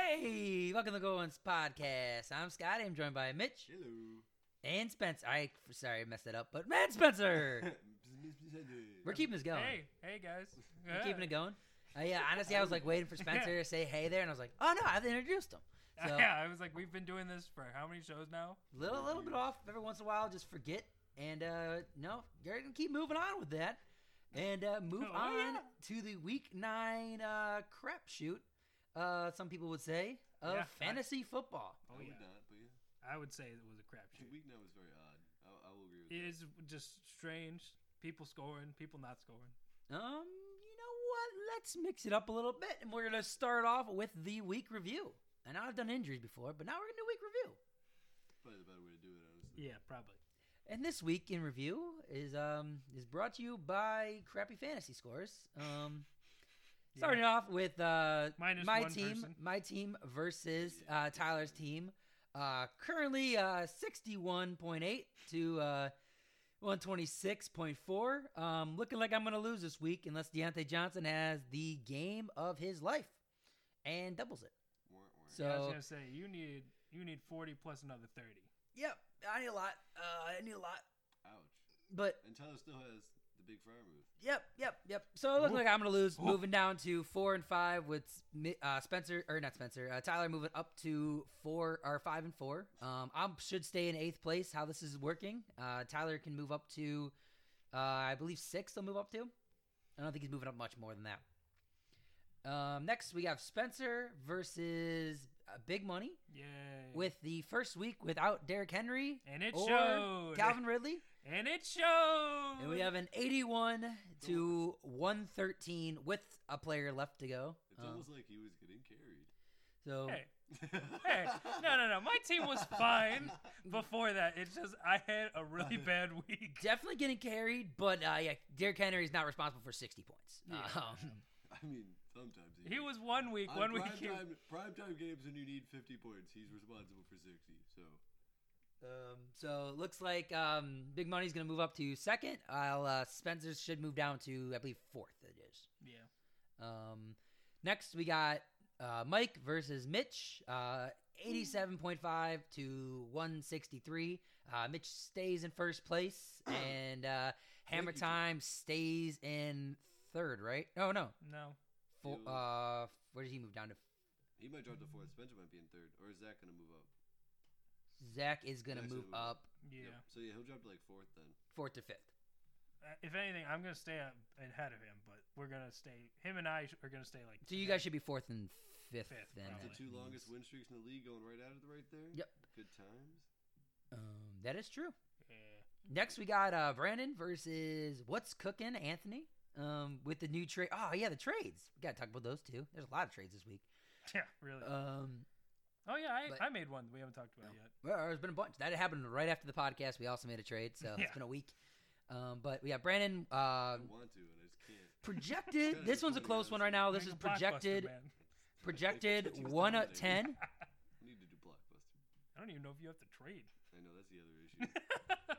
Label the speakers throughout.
Speaker 1: Hey, welcome to the Go Ones Podcast. I'm Scott. I'm joined by Mitch
Speaker 2: Hello.
Speaker 1: and Spencer. I sorry I messed that up, but man, Spencer, we're keeping this going.
Speaker 3: Hey, hey guys.
Speaker 1: We're keeping it going. Uh, yeah, honestly, I was like waiting for Spencer to say hey there, and I was like, oh no, I've introduced him. So
Speaker 3: yeah, I was like, we've been doing this for how many shows now?
Speaker 1: little little bit off every once in a while, just forget, and uh no, you're gonna keep moving on with that, and uh, move
Speaker 3: Oh,
Speaker 1: on
Speaker 3: yeah.
Speaker 1: to the week nine uh crap shoot. Uh, some people would say of
Speaker 3: Yeah.
Speaker 1: fantasy football.
Speaker 2: I
Speaker 3: Oh
Speaker 2: would
Speaker 3: yeah,
Speaker 2: not, but yeah.
Speaker 3: I would say it was a crapshoot.
Speaker 2: Week nine was very odd. I, I will agree with
Speaker 3: It
Speaker 2: that.
Speaker 3: is just strange. People scoring, people not scoring.
Speaker 1: Um, you know what? Let's mix it up a little bit, and we're gonna start off with the week review. And I've done injuries before, but now we're gonna do week review.
Speaker 2: Probably the better way to do it, honestly.
Speaker 3: Yeah, probably.
Speaker 1: And this week in review is um is brought to you by crappy fantasy scores. Um, starting off with uh
Speaker 3: Minus
Speaker 1: my
Speaker 3: one
Speaker 1: team,
Speaker 3: person.
Speaker 1: my team versus uh, Tyler's team. Uh, currently uh sixty one point eight to uh. 126.4. Um, looking like I'm going to lose this week unless Deontay Johnson has the game of his life and doubles it.
Speaker 2: Weren't, weren't.
Speaker 1: So
Speaker 3: I was gonna say you need you need forty plus another thirty.
Speaker 1: Yep, I need a lot. Uh, I need a lot.
Speaker 2: Ouch.
Speaker 1: But
Speaker 2: And Tyler still has the big fire move.
Speaker 1: yep, yep, yep. So it looks like I'm gonna lose. Moving down to four and five with Mi- uh, Spencer or not Spencer, uh, Tyler moving up to four or five and four. Um, I should stay in eighth place. How this is working? Uh, Tyler can move up to, uh, I believe sixth. He'll move up to. I don't think he's moving up much more than that. Um, next we have Spencer versus uh, Big Money
Speaker 3: Yay.
Speaker 1: with the first week without Derrick Henry
Speaker 3: And it
Speaker 1: or
Speaker 3: showed.
Speaker 1: Calvin Ridley.
Speaker 3: and it shows.
Speaker 1: And we have an 81 to 113 with a player left to go.
Speaker 2: It's
Speaker 1: Um,
Speaker 2: almost like he was getting carried.
Speaker 1: so
Speaker 3: Hey. Hey, no, no, no. My team was fine before that. It's just I had a really bad week.
Speaker 1: definitely getting carried, but uh, yeah, Derrick Henry is not responsible for 60 points. Um,
Speaker 2: I mean, sometimes
Speaker 3: He was one week,
Speaker 2: On
Speaker 3: one week.
Speaker 2: prime
Speaker 3: he-
Speaker 2: time, prime time games when you need 50 points, he's responsible for 60. So
Speaker 1: um, so it looks like um, Big Money's going to move up to second. I'll uh, Spencer should move down to I believe fourth. It is.
Speaker 3: Yeah.
Speaker 1: Um, next we got uh, Mike versus Mitch. Uh, 87.5 to 163. Uh, Mitch stays in first place, and uh,
Speaker 2: Thank
Speaker 1: Hammer
Speaker 2: you, Jim.
Speaker 1: Time stays in third, right? Oh, no.
Speaker 3: No.
Speaker 1: Fo-
Speaker 2: Dude.
Speaker 1: uh, where did he move down to?
Speaker 2: he might drop to fourth. Spencer might be in third. Or is Zach going to move up?
Speaker 1: Zach is going to
Speaker 2: Zach's
Speaker 1: move
Speaker 2: gonna move
Speaker 1: up
Speaker 3: Yeah.
Speaker 2: Yep. So yeah, he'll drop to like fourth then.
Speaker 1: fourth to fifth.
Speaker 3: Uh, if anything, I'm gonna stay up ahead of him, but we're gonna stay. Him and I sh- are gonna stay like.
Speaker 1: So you guys should be fourth and fifth,
Speaker 3: Fifth,
Speaker 1: then.
Speaker 3: probably.
Speaker 2: The two longest win streaks in the league going right out of the right there.
Speaker 1: Yep.
Speaker 2: Good times.
Speaker 1: Um, that is true.
Speaker 3: Yeah.
Speaker 1: Next, we got uh, Brandon versus what's cooking Anthony um, with the new trade. Oh yeah, the trades. We gotta talk about those too. There's a lot of trades this week.
Speaker 3: Yeah, really.
Speaker 1: Um,
Speaker 3: oh yeah, I,
Speaker 1: but-
Speaker 3: I made one that we haven't talked about yet.
Speaker 1: well, there's been a bunch. That happened right after the podcast. We also made a trade, so it's
Speaker 3: Yeah.
Speaker 1: been a week. Um, but yeah, Brandon
Speaker 2: I
Speaker 1: uh,
Speaker 2: want to, and I just can't.
Speaker 1: projected.
Speaker 2: Good,
Speaker 1: this one's a
Speaker 2: funny,
Speaker 1: close one
Speaker 2: honestly.
Speaker 1: right now. Oh, This is
Speaker 3: Like a blockbuster,
Speaker 1: projected.
Speaker 3: man.
Speaker 1: Projected
Speaker 2: Just
Speaker 1: one
Speaker 2: down
Speaker 1: out
Speaker 2: there.
Speaker 1: ten.
Speaker 2: I need to do blockbuster.
Speaker 3: I don't even know if you have to trade.
Speaker 2: I know that's the other issue.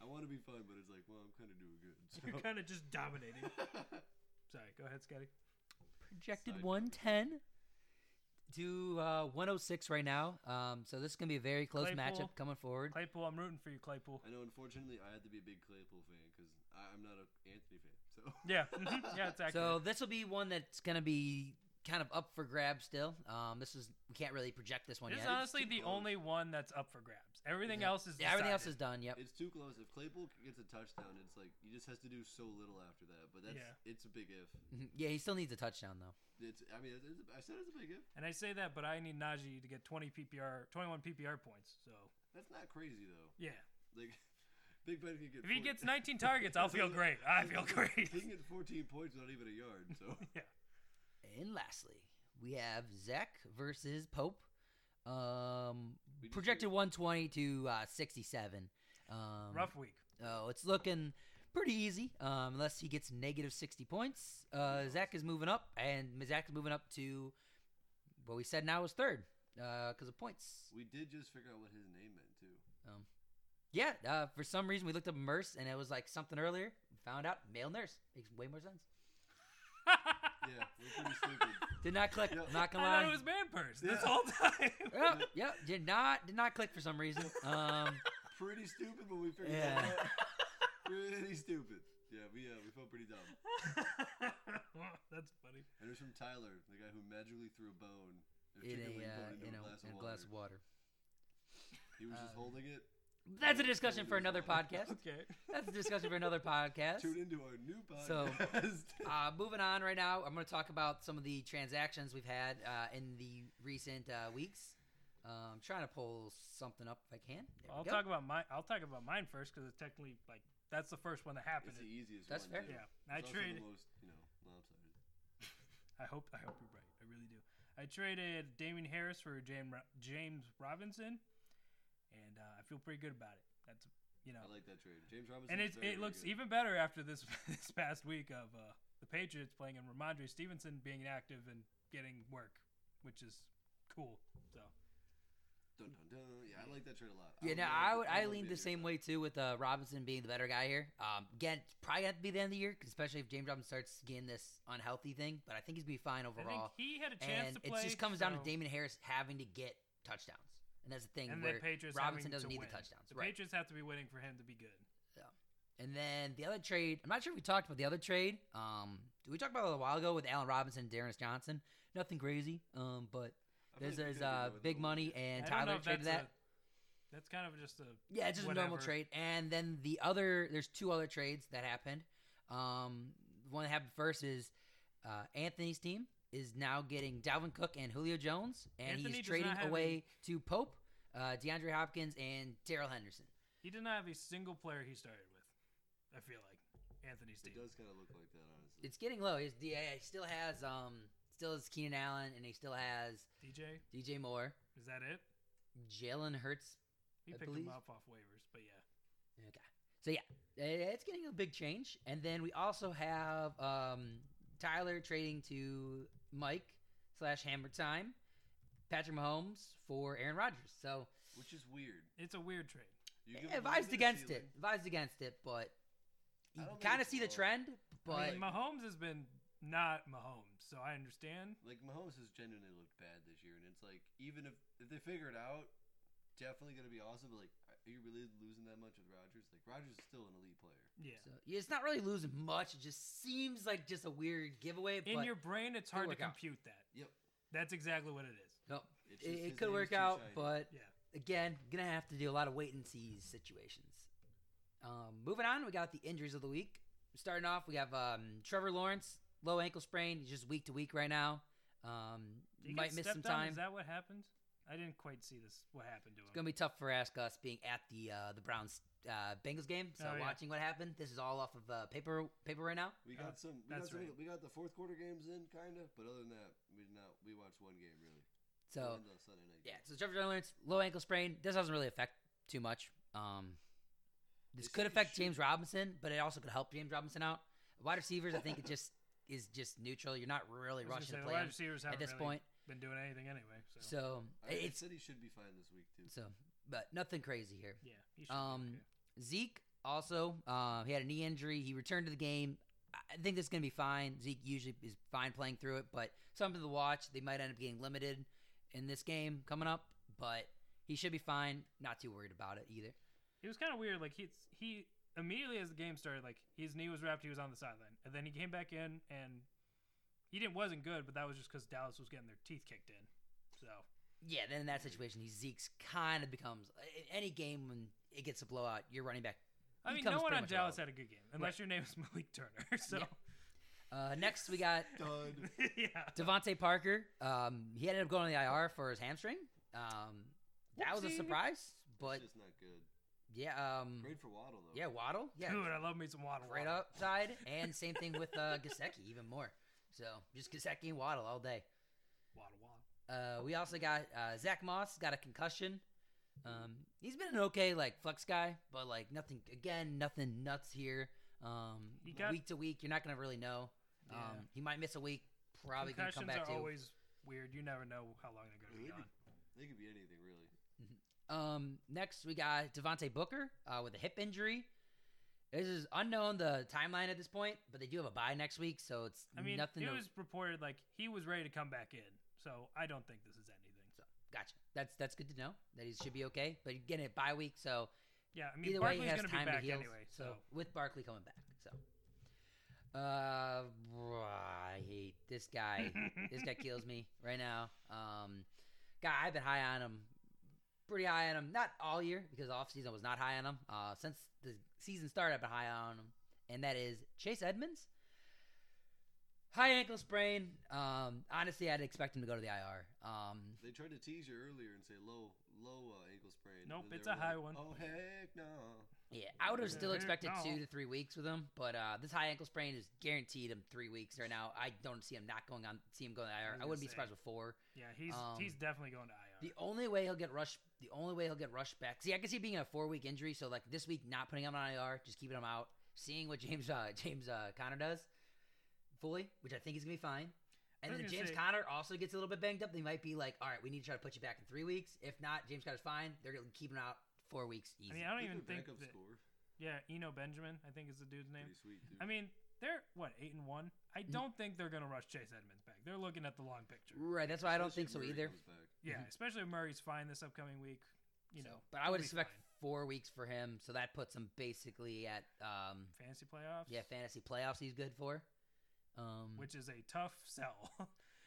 Speaker 2: I want to be fun, but it's like, well, I'm kind of doing good.
Speaker 3: You're
Speaker 2: So.
Speaker 3: kind of just dominating. Sorry, go ahead, Scotty.
Speaker 1: projected
Speaker 2: Side
Speaker 1: 110 to uh, 106 right now. Um, so this is gonna be a very close
Speaker 3: Claypool.
Speaker 1: matchup coming forward.
Speaker 3: Claypool, I'm rooting for you, Claypool.
Speaker 2: I know, unfortunately, I had to be a big Claypool fan because I'm not an Anthony fan. So
Speaker 3: Yeah, mhm, yeah, it's accurate.
Speaker 1: So this will be one that's going to be kind of up for grabs still. Um, this is we can't really project this one
Speaker 3: this is
Speaker 1: yet.
Speaker 3: honestly the
Speaker 2: close.
Speaker 3: only one that's up for grabs. Everything else is
Speaker 1: yeah, everything else is
Speaker 3: decided.
Speaker 1: done. Yep.
Speaker 2: it's too close. If Claypool gets a touchdown, it's like he just has to do so little after that. But that's
Speaker 3: Yeah.
Speaker 2: it's a big if.
Speaker 1: Mhm. yeah, he still needs a touchdown though.
Speaker 2: It's I mean, it's, it's- I said it's a big if.
Speaker 3: And I say that, but I need Najee to get 20 PPR, 21 PPR points. So
Speaker 2: That's not crazy though.
Speaker 3: yeah,
Speaker 2: Like Big Ben can get.
Speaker 3: if
Speaker 2: 40
Speaker 3: he gets 19 targets, I'll feel great. I feel
Speaker 2: He can get
Speaker 3: great.
Speaker 2: 14 points without even a yard. So
Speaker 3: Yeah.
Speaker 1: And lastly, we have Zek versus Pope. Um,
Speaker 2: We just
Speaker 1: projected
Speaker 2: did-
Speaker 1: 120 to uh, 67. Um,
Speaker 3: Rough week.
Speaker 1: Oh, it's looking pretty easy. Um, unless he gets negative 60 points. Uh, Zach is moving up, and Zach is moving up to what we said now is third because of points.
Speaker 2: we did just figure out what his name meant too.
Speaker 1: Yeah, uh, for some reason we looked up Merce and it was like something earlier. Found out male nurse makes way more sense.
Speaker 2: Yeah, we're pretty stupid.
Speaker 1: Did not click.
Speaker 2: Yep.
Speaker 1: Not gonna
Speaker 3: I
Speaker 1: lie.
Speaker 3: thought it was man purse this
Speaker 2: Yeah.
Speaker 3: whole time.
Speaker 1: Yep, yep. Did not did not click for some reason. Um,
Speaker 2: pretty stupid, but we figured it
Speaker 1: Yeah.
Speaker 2: out. Pretty stupid. Yeah, we uh, we felt pretty dumb.
Speaker 3: That's funny.
Speaker 2: And it was from Tyler, the guy who magically threw a bone, a
Speaker 1: in a,
Speaker 2: chicken wing
Speaker 1: uh,
Speaker 2: bone into
Speaker 1: in
Speaker 2: a glass
Speaker 1: a,
Speaker 2: of
Speaker 1: in a
Speaker 2: water.
Speaker 1: glass of water.
Speaker 2: He was just
Speaker 1: Uh,
Speaker 2: holding it.
Speaker 1: That's a discussion for another podcast.
Speaker 3: Okay.
Speaker 1: That's a discussion for another podcast.
Speaker 2: Tune into our new
Speaker 1: So,
Speaker 2: podcast.
Speaker 1: Uh, moving on right now, I'm going to talk about some of the transactions we've had uh, in the recent uh, weeks. Uh, I'm trying to pull something up if I can. There we
Speaker 3: I'll
Speaker 1: go.
Speaker 3: talk about mine. I'll talk about mine first because it's technically like that's the first one that
Speaker 2: it's
Speaker 3: happened.
Speaker 2: the easiest
Speaker 1: That's
Speaker 2: one.
Speaker 1: fair.
Speaker 2: too.
Speaker 3: Yeah,
Speaker 2: It's
Speaker 3: I
Speaker 2: also the
Speaker 3: traded.
Speaker 2: most, you know, lopsided.
Speaker 3: I hope. I hope you're right. I really do. I traded Damien Harris for James James Robinson, and uh, I feel pretty good about it. That's you know,
Speaker 2: I like that trade. James Robinson.
Speaker 3: and it's it looks even better after this this past week of uh, the Patriots playing and Ramondre Stevenson being active and getting work, which is cool. So
Speaker 2: Dun, dun, dun. Yeah, I like that trade a lot.
Speaker 1: Yeah, no,
Speaker 2: love
Speaker 1: I
Speaker 2: it.
Speaker 1: would. I
Speaker 2: love
Speaker 1: leaned
Speaker 2: being
Speaker 1: the same
Speaker 2: yourself.
Speaker 1: way too, with uh, Robinson being the better guy here. Um, again, it's probably gonna have to be the end of the year, 'cause especially if James Robinson starts getting this unhealthy thing. But I think he's gonna be fine
Speaker 3: I think
Speaker 1: overall.
Speaker 3: he had a chance
Speaker 1: And
Speaker 3: to
Speaker 1: it
Speaker 3: play.
Speaker 1: just comes down to
Speaker 3: so-
Speaker 1: Damon Harris having to get touchdowns, and that's the thing.
Speaker 3: and
Speaker 1: where
Speaker 3: the Patriots
Speaker 1: Robinson
Speaker 3: having
Speaker 1: doesn't
Speaker 3: to
Speaker 1: need the
Speaker 3: win.
Speaker 1: touchdowns,
Speaker 3: The
Speaker 1: right.
Speaker 3: Patriots have to be winning for him to be good.
Speaker 1: And then the other trade, I'm not sure if we talked about the other trade. Um, did we talk about it a little while ago with Allen Robinson and Darren Johnson? Nothing crazy, um, but
Speaker 2: I feel like
Speaker 1: there's,
Speaker 2: we
Speaker 1: there's
Speaker 2: could go
Speaker 1: uh,
Speaker 2: with
Speaker 1: big
Speaker 2: the-
Speaker 1: money and
Speaker 3: I don't know
Speaker 1: Tyler
Speaker 3: if
Speaker 1: traded
Speaker 3: that's
Speaker 1: that.
Speaker 3: a- that's kind of just a
Speaker 1: yeah, it's just a normal
Speaker 3: whatever.
Speaker 1: trade. And then the other, there's two other trades that happened. Um, the one that happened first is uh, Anthony's team is now getting Dalvin Cook and Julio Jones, and
Speaker 3: Anthony
Speaker 1: he's
Speaker 3: does
Speaker 1: trading
Speaker 3: not have
Speaker 1: away to Pope, uh, DeAndre Hopkins, and Daryl Henderson.
Speaker 3: He did not have a single player he started with. I feel like Anthony's
Speaker 2: It
Speaker 3: team.
Speaker 2: does kind of look like that, honestly.
Speaker 1: It's getting low. He's, yeah, he still has um, still has Keenan Allen, and he still has
Speaker 3: DJ,
Speaker 1: DJ Moore,
Speaker 3: is that it?
Speaker 1: Jalen Hurts.
Speaker 3: He
Speaker 1: I
Speaker 3: picked
Speaker 1: believe-
Speaker 3: him up off waivers, but yeah.
Speaker 1: Okay. So yeah, eh, it's getting a big change. And then we also have um, Tyler trading to Mike slash Hammer Time, Patrick Mahomes for Aaron Rodgers. So
Speaker 2: Which is weird.
Speaker 3: It's a weird trade.
Speaker 2: You give
Speaker 1: eh,
Speaker 2: him a little
Speaker 1: advised
Speaker 2: bit of
Speaker 1: against it.
Speaker 2: ceiling.
Speaker 1: Advised against it, but you
Speaker 2: I don't think
Speaker 1: kind of
Speaker 2: it's
Speaker 1: see the
Speaker 2: low.
Speaker 1: trend. But
Speaker 3: I mean, Mahomes has been not Mahomes, so I understand.
Speaker 2: Like Mahomes has genuinely looked bad this year, and it's like even if if they figure it out, definitely gonna be awesome. But like, are you really losing that much with Rodgers? Like Rodgers is still an elite player.
Speaker 3: Yeah.
Speaker 1: so, yeah, it's not really losing much. It just seems like just a weird giveaway. but
Speaker 3: In your brain, it's
Speaker 1: could
Speaker 3: hard to
Speaker 1: work out.
Speaker 3: compute that.
Speaker 2: Yep.
Speaker 3: That's exactly what it is.
Speaker 1: no,
Speaker 2: It's just
Speaker 1: it, it
Speaker 2: his
Speaker 1: could
Speaker 2: name is
Speaker 1: work
Speaker 2: too
Speaker 1: out,
Speaker 2: shiny.
Speaker 1: but
Speaker 3: Yeah.
Speaker 1: again, gonna have to do a lot of wait and see situations. Um, moving on, we got the injuries of the week. Starting off, we have um, Trevor Lawrence, low ankle sprain, he's just week to week right now. Um,
Speaker 3: Did he
Speaker 1: might
Speaker 3: get
Speaker 1: miss some
Speaker 3: stepped on?
Speaker 1: time.
Speaker 3: Is that what happened? I didn't quite see this. What happened to him?
Speaker 1: it's gonna be tough for Ask Us being at the uh, the Browns uh, Bengals game. So
Speaker 3: Oh, yeah.
Speaker 1: watching what happened. This is all off of uh, paper paper right now.
Speaker 2: We
Speaker 3: Uh,
Speaker 2: got some. We
Speaker 3: that's
Speaker 2: got some of
Speaker 3: right.
Speaker 2: the- We got the fourth quarter games in, kind of. But other than that, we did not. We watched one game really.
Speaker 1: So.
Speaker 2: The ones on Sunday night.
Speaker 1: Yeah, so Trevor Lawrence, low ankle sprain. This doesn't really affect too much. Um, this
Speaker 2: They
Speaker 1: could
Speaker 2: say
Speaker 1: affect
Speaker 2: shoot.
Speaker 1: James Robinson, but it also could help James Robinson out. Wide receivers, I think it just is just neutral. You're not really
Speaker 3: I was gonna
Speaker 1: rushing
Speaker 3: say,
Speaker 1: to
Speaker 3: the
Speaker 1: play
Speaker 3: wide
Speaker 1: him
Speaker 3: receivers haven't
Speaker 1: at this
Speaker 3: really
Speaker 1: point.
Speaker 3: been doing anything anyway. So,
Speaker 1: So
Speaker 2: I, I
Speaker 1: it's
Speaker 2: said he should be fine this week too.
Speaker 1: so, but nothing crazy here.
Speaker 3: yeah, he should be
Speaker 1: Um,
Speaker 3: okay.
Speaker 1: Zeke also uh, he had a knee injury. He returned to the game. I- I think this is going to be fine. Zeke usually is fine playing through it, but something to watch. They might end up getting limited in this game coming up, but he should be fine. Not too worried about it either.
Speaker 3: It was kind of weird. Like he he immediately as the game started, like his knee was wrapped, he was on the sideline, and then he came back in, and he didn't wasn't good, but that was just because Dallas was getting their teeth kicked in. So
Speaker 1: Yeah, then in that situation, he Zeke's kind of becomes in any game when it gets a blowout. Your running back.
Speaker 3: I
Speaker 1: He
Speaker 3: mean,
Speaker 1: comes
Speaker 3: no one
Speaker 1: pretty
Speaker 3: on
Speaker 1: much
Speaker 3: Dallas
Speaker 1: out.
Speaker 3: had a good game, unless your name is Malik Turner. So
Speaker 1: Uh, next, we got
Speaker 2: Dud.
Speaker 3: yeah,
Speaker 1: Devonte Parker. Um, he ended up going to the IR for his hamstring. Um, that was a
Speaker 3: Whoopsie.
Speaker 1: surprise, but
Speaker 2: it's just not good.
Speaker 1: yeah, um,
Speaker 2: Great for Waddle though.
Speaker 1: yeah, Waddle, yeah,
Speaker 3: dude, I love me some water.
Speaker 1: right upside, and same thing with uh, Gasecki, even more. So just Gasecki and Waddle all day.
Speaker 3: Waddle, waddle.
Speaker 1: Uh, we also got uh, Zach Moss got a concussion. Um, he's been an okay like flex guy, but like nothing again, nothing nuts here. Um,
Speaker 3: He got-
Speaker 1: week to week, you're not gonna really know. Um,
Speaker 3: Yeah.
Speaker 1: he might miss a week, probably gonna
Speaker 3: Concussions
Speaker 1: come back
Speaker 3: are
Speaker 1: to.
Speaker 3: always weird. You never know how long they're going to be
Speaker 2: Really?
Speaker 3: on.
Speaker 2: They could be anything really.
Speaker 1: Um, next we got Devonte Booker uh, with a hip injury. This is unknown the timeline at this point, but they do have a bye next week, so it's
Speaker 3: I mean,
Speaker 1: nothing.
Speaker 3: it
Speaker 1: to,
Speaker 3: was reported like he was ready to come back in, so I don't think this is anything.
Speaker 1: gotcha. That's that's good to know that he should be okay. But again, it bye week, so
Speaker 3: Yeah, I mean,
Speaker 1: either way,
Speaker 3: Barkley's
Speaker 1: he has
Speaker 3: gonna
Speaker 1: time
Speaker 3: be
Speaker 1: to
Speaker 3: back
Speaker 1: heal.
Speaker 3: anyway, so,
Speaker 1: with Barkley coming back, so uh, bruh, I hate this guy. this guy kills me right now. Um, guy, I've been high on him, pretty high on him. Not all year because off season I was not high on him. Uh, since the season started, I've been high on him, and that is Chase Edmonds. High ankle sprain. Um, honestly, I'd expect him to go to the IR. Um,
Speaker 2: They tried to tease you earlier and say low, low uh, ankle sprain. and
Speaker 3: Nope,
Speaker 2: then
Speaker 3: it's
Speaker 2: they
Speaker 3: a
Speaker 2: were
Speaker 3: high
Speaker 2: like,
Speaker 3: one.
Speaker 2: Oh heck no!
Speaker 1: yeah, I would have still
Speaker 3: Yeah,
Speaker 1: expected
Speaker 3: no.
Speaker 1: two to three weeks with him, but uh, this high ankle sprain is guaranteed him three weeks right now. I don't see him not going on. See him going to the IR.
Speaker 3: was
Speaker 1: I
Speaker 3: gonna
Speaker 1: wouldn't be
Speaker 3: say.
Speaker 1: surprised with four.
Speaker 3: yeah, he's
Speaker 1: Um,
Speaker 3: he's definitely going to IR.
Speaker 1: The only way he'll get rushed, the only way he'll get rushed back. See, I can see it being a four week injury. So like this week, not putting him on IR, just keeping him out, seeing what James uh, James uh, Connor does fully, which I think is gonna be fine. And
Speaker 3: I was
Speaker 1: then
Speaker 3: gonna
Speaker 1: James
Speaker 3: say-
Speaker 1: Connor also gets a little bit banged up. They might be like, all right, we need to try to put you back in three weeks. If not, James Connor's fine. They're gonna keep him out four weeks easy.
Speaker 3: I mean, I don't even
Speaker 2: Look at
Speaker 3: think
Speaker 2: backup
Speaker 3: that,
Speaker 2: score.
Speaker 3: yeah, Eno Benjamin, I think is the dude's name.
Speaker 2: Pretty sweet, dude.
Speaker 3: I mean, they're what eight and one. I don't think they're gonna rush Chase Edmonds back. They're looking at the long picture.
Speaker 1: right, that's why I don't
Speaker 2: Especially
Speaker 1: think so
Speaker 2: if Murray
Speaker 1: either.
Speaker 2: comes back.
Speaker 3: Yeah,
Speaker 1: Mhm.
Speaker 3: especially if Murray's fine this upcoming week. You
Speaker 1: So,
Speaker 3: know,
Speaker 1: but I would
Speaker 3: he'll be
Speaker 1: expect
Speaker 3: fine.
Speaker 1: four weeks for him. So that puts him basically at um,
Speaker 3: fantasy playoffs.
Speaker 1: yeah fantasy playoffs. He's good for. Um,
Speaker 3: which is a tough sell.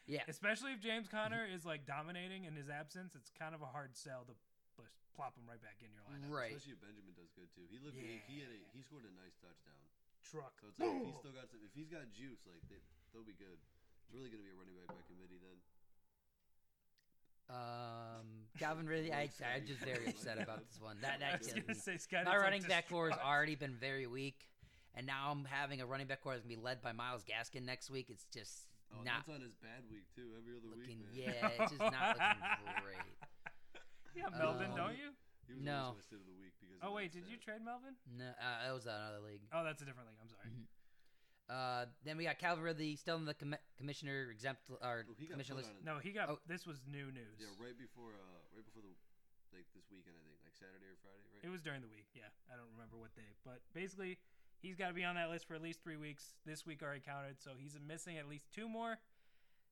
Speaker 1: yeah, Mm-hmm.
Speaker 3: especially if James Conner is like dominating in his absence. It's kind of a hard sell to pl- plop him right back in your lineup.
Speaker 1: right.
Speaker 2: Especially if Benjamin does good too. He looked. He, he had a. He scored a nice touchdown.
Speaker 1: Mm-hmm.
Speaker 3: Truck.
Speaker 2: So it's like if he's still got some, if he's got juice, like they, they'll be good. It's really gonna be a running back by committee then.
Speaker 1: Um, Calvin really, I,
Speaker 2: Works
Speaker 1: I'm
Speaker 2: every
Speaker 1: just very
Speaker 2: time.
Speaker 1: upset about this one. That
Speaker 3: I
Speaker 2: was
Speaker 1: that
Speaker 3: was
Speaker 1: kills me.
Speaker 3: gonna say Scott.
Speaker 1: My running back core has already been very weak, and now I'm having a running back core that's gonna be led by Miles Gaskin next week. It's just
Speaker 2: Oh,
Speaker 1: not
Speaker 2: that's on his bad week too. Every other
Speaker 1: looking,
Speaker 2: week, man.
Speaker 1: yeah, it's just not looking great.
Speaker 3: Yeah, Melvin,
Speaker 1: Um,
Speaker 3: don't you?
Speaker 2: He was
Speaker 1: No.
Speaker 2: always listed of the week because.
Speaker 3: Oh
Speaker 2: of
Speaker 3: wait,
Speaker 2: that
Speaker 3: did you
Speaker 2: stat.
Speaker 3: trade Melvin?
Speaker 1: No, uh, it was another league.
Speaker 3: Oh, that's a different league. I'm sorry.
Speaker 1: Mhm. Uh, then we got Calvin Ridley still on the com- commissioner exempt or
Speaker 2: Oh, he got
Speaker 1: commissioner
Speaker 2: put
Speaker 1: list.
Speaker 2: on a-
Speaker 3: No, he got
Speaker 1: Oh.
Speaker 3: this was new news.
Speaker 2: Yeah, right before, uh, right before the, like this weekend, I think, like Saturday or Friday, right?
Speaker 3: It was during the week. Yeah, I don't remember what day, but basically, he's got to be on that list for at least three weeks. This week already counted, so he's missing at least two more.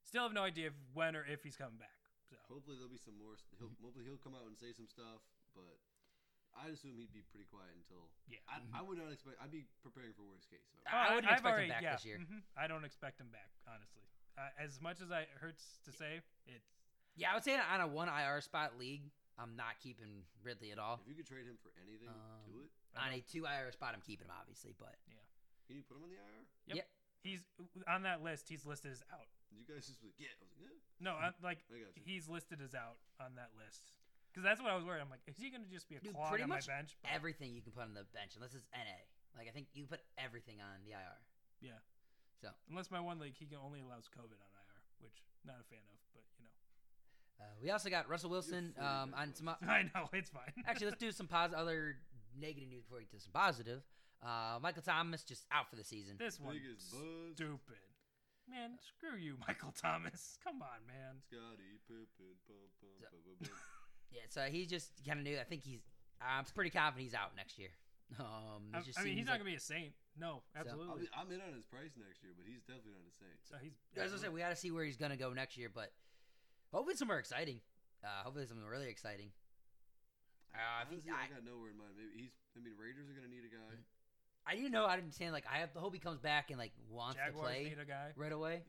Speaker 3: Still have no idea if, when or if he's coming back. So
Speaker 2: Hopefully there'll be some more. s-
Speaker 3: Mm-hmm.
Speaker 2: He'll, hopefully he'll come out and say some stuff, but I'd assume he'd be pretty quiet until.
Speaker 3: yeah,
Speaker 2: I, I would not expect. I'd be preparing for worst case. if I
Speaker 1: I
Speaker 3: Oh,
Speaker 1: wouldn't
Speaker 3: I've
Speaker 1: expect him
Speaker 3: already-
Speaker 1: back
Speaker 3: yeah,
Speaker 1: this year.
Speaker 3: mhm. I don't expect him back, honestly. Uh, as much as I it hurts to say, it's
Speaker 1: Yeah, I would say on a one IR spot league, I'm not keeping Ridley at all.
Speaker 2: were- If you could trade him for anything,
Speaker 1: Um,
Speaker 2: do it.
Speaker 1: On a two IR spot, I'm keeping him obviously, but
Speaker 2: Can you put him on the IR?
Speaker 3: he's on that list. He's listed as out.
Speaker 2: You guys just like, yeah. I was like, yeah,
Speaker 3: No, I, like
Speaker 2: I got you.
Speaker 3: he's listed as out on that list because that's what I was worried. I'm like, is he going to just be a
Speaker 1: Dude,
Speaker 3: clog
Speaker 1: pretty
Speaker 3: on my
Speaker 1: much
Speaker 3: bench? But-
Speaker 1: everything you can put on the bench unless it's NA. Like I think you put everything on the IR.
Speaker 3: Yeah.
Speaker 1: So
Speaker 3: Unless my one league, he can only allows COVID on IR, which not a fan of, but you know.
Speaker 1: uh, we also got Russell Wilson
Speaker 2: fully
Speaker 1: um,
Speaker 2: dead
Speaker 1: on
Speaker 2: close.
Speaker 1: some. o-
Speaker 3: I know it's fine.
Speaker 1: Actually, let's do some pos- other negative news before we get to some positive. Uh, Michael Thomas just out for the season.
Speaker 3: this one
Speaker 2: Biggest buzz.
Speaker 3: stupid. Man, screw you, Michael Thomas. Come on, man.
Speaker 2: Scotty Pippen. Bum, bum,
Speaker 1: So-
Speaker 2: bum, bum, bum.
Speaker 1: Yeah, so he just kind of knew. I think he's. I'm pretty confident he's out next year. Um,
Speaker 3: I,
Speaker 1: it just
Speaker 3: I mean,
Speaker 1: seems
Speaker 3: he's
Speaker 1: like-
Speaker 3: not gonna be a saint. No,
Speaker 2: I
Speaker 3: absolutely.
Speaker 2: mean, I'm in on his price next year, but he's definitely not a saint.
Speaker 3: so he's.
Speaker 1: As I said, we got to see where he's going to go next year, but hopefully somewhere exciting. Uh, hopefully something really exciting. Uh, if he-
Speaker 2: Honestly, I,
Speaker 1: I-
Speaker 2: got nowhere in mind. Maybe he's. I mean, Raiders are gonna need a guy.
Speaker 1: I didn't know. I didn't understand. Like, I have, hope he comes back and like wants to
Speaker 3: Jaguars
Speaker 1: play
Speaker 3: need a guy.
Speaker 1: right away.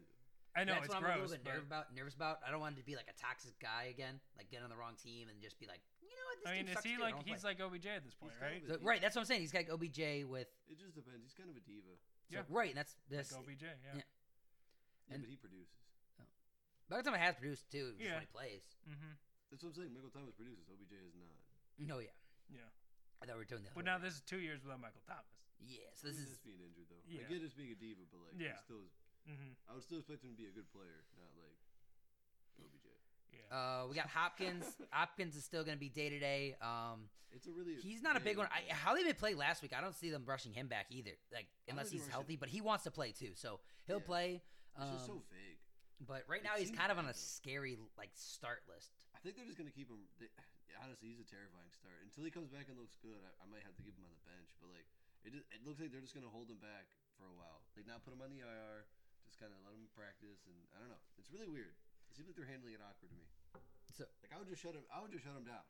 Speaker 3: I know
Speaker 1: That's
Speaker 3: it's
Speaker 1: what I'm a
Speaker 3: gross.
Speaker 1: little bit
Speaker 3: but-
Speaker 1: nervous about. Nervous about. I don't want him to be like a toxic guy again. Like get on the wrong team and just be like, you know what? This
Speaker 3: I mean,
Speaker 1: team
Speaker 3: is
Speaker 1: sucks
Speaker 3: he
Speaker 1: too, I
Speaker 3: like
Speaker 1: don't
Speaker 3: he's
Speaker 1: play."
Speaker 3: like OBJ at this point,
Speaker 2: He's kind
Speaker 3: right?
Speaker 2: of a
Speaker 1: So- right. That's what I'm saying. He's got OBJ with
Speaker 2: It just depends. He's kind of a diva.
Speaker 1: so-
Speaker 3: Yeah.
Speaker 1: right. And that's that's
Speaker 3: Like OBJ,
Speaker 1: yeah.
Speaker 3: yeah.
Speaker 2: Yeah,
Speaker 1: And-
Speaker 2: but he produces.
Speaker 1: by the time I has produced too. Just
Speaker 3: Yeah.
Speaker 1: when he plays.
Speaker 3: Mm-hmm.
Speaker 2: That's what I'm saying. Michael Thomas produces. OBJ is not.
Speaker 1: No, Oh, yeah.
Speaker 3: Yeah.
Speaker 1: I thought we were doing the. other
Speaker 3: But now
Speaker 1: way.
Speaker 3: this is two years without Michael Thomas.
Speaker 1: Yeah. So this
Speaker 2: He
Speaker 1: is
Speaker 2: just being injured though.
Speaker 3: Yeah.
Speaker 2: I get us being a diva, but like, he
Speaker 3: Yeah.
Speaker 2: still is,
Speaker 3: Mm-hmm.
Speaker 2: I would still expect him to be a good player, not like OBJ.
Speaker 3: Yeah.
Speaker 1: Uh, we got Hopkins. Hopkins is still going to be day to day. Um,
Speaker 2: It's a really
Speaker 1: he's not a big one.
Speaker 2: vague
Speaker 1: I,
Speaker 2: thing.
Speaker 1: how they did play last week, I don't see them rushing him back either. Like
Speaker 2: I
Speaker 1: unless
Speaker 2: would do
Speaker 1: he's
Speaker 2: rush
Speaker 1: healthy,
Speaker 2: him.
Speaker 1: but he wants to play too, so he'll
Speaker 2: Yeah.
Speaker 1: play.
Speaker 2: it's
Speaker 1: Um,
Speaker 2: just so vague.
Speaker 1: but right
Speaker 2: it
Speaker 1: now he's
Speaker 2: seems
Speaker 1: kind of
Speaker 2: bad,
Speaker 1: on a
Speaker 2: though.
Speaker 1: scary like start list.
Speaker 2: I think they're just gonna keep him. They, yeah, honestly, he's a terrifying start until he comes back and looks good. I, I might have to keep him on the bench, but like It just, it looks like they're just gonna hold him back for a while, like not put him on the IR, just kind of let him practice, and I don't know. It's really weird. It seems like they're handling it awkward to me.
Speaker 1: So-
Speaker 2: like I would just shut him. I would just shut him down.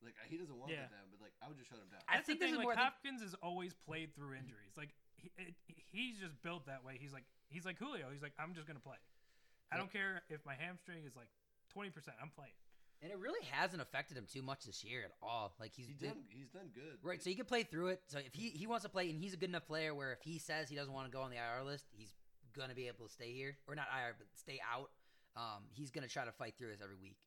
Speaker 2: Like I- he doesn't want
Speaker 3: Yeah.
Speaker 2: it down, but like I would just shut him down.
Speaker 1: I
Speaker 3: That's
Speaker 1: think
Speaker 3: the
Speaker 1: this
Speaker 3: thing.
Speaker 1: is
Speaker 3: Like
Speaker 1: more- I think-
Speaker 3: Hopkins has always played through injuries. Like he, it, he's just built that way. He's like he's like Julio. He's like I'm just gonna play. I
Speaker 1: Yeah.
Speaker 3: don't care if my hamstring is like twenty percent. I'm playing.
Speaker 1: And it really hasn't affected him too much this year at all. Like he's
Speaker 2: He's
Speaker 1: been-
Speaker 2: done. He's done good.
Speaker 1: Right, so he can play through it. So if he, he wants to play, and he's a good enough player where if he says he doesn't want to go on the IR list, he's gonna be able to stay here or not IR, but stay out. Um, he's gonna try to fight through this every week.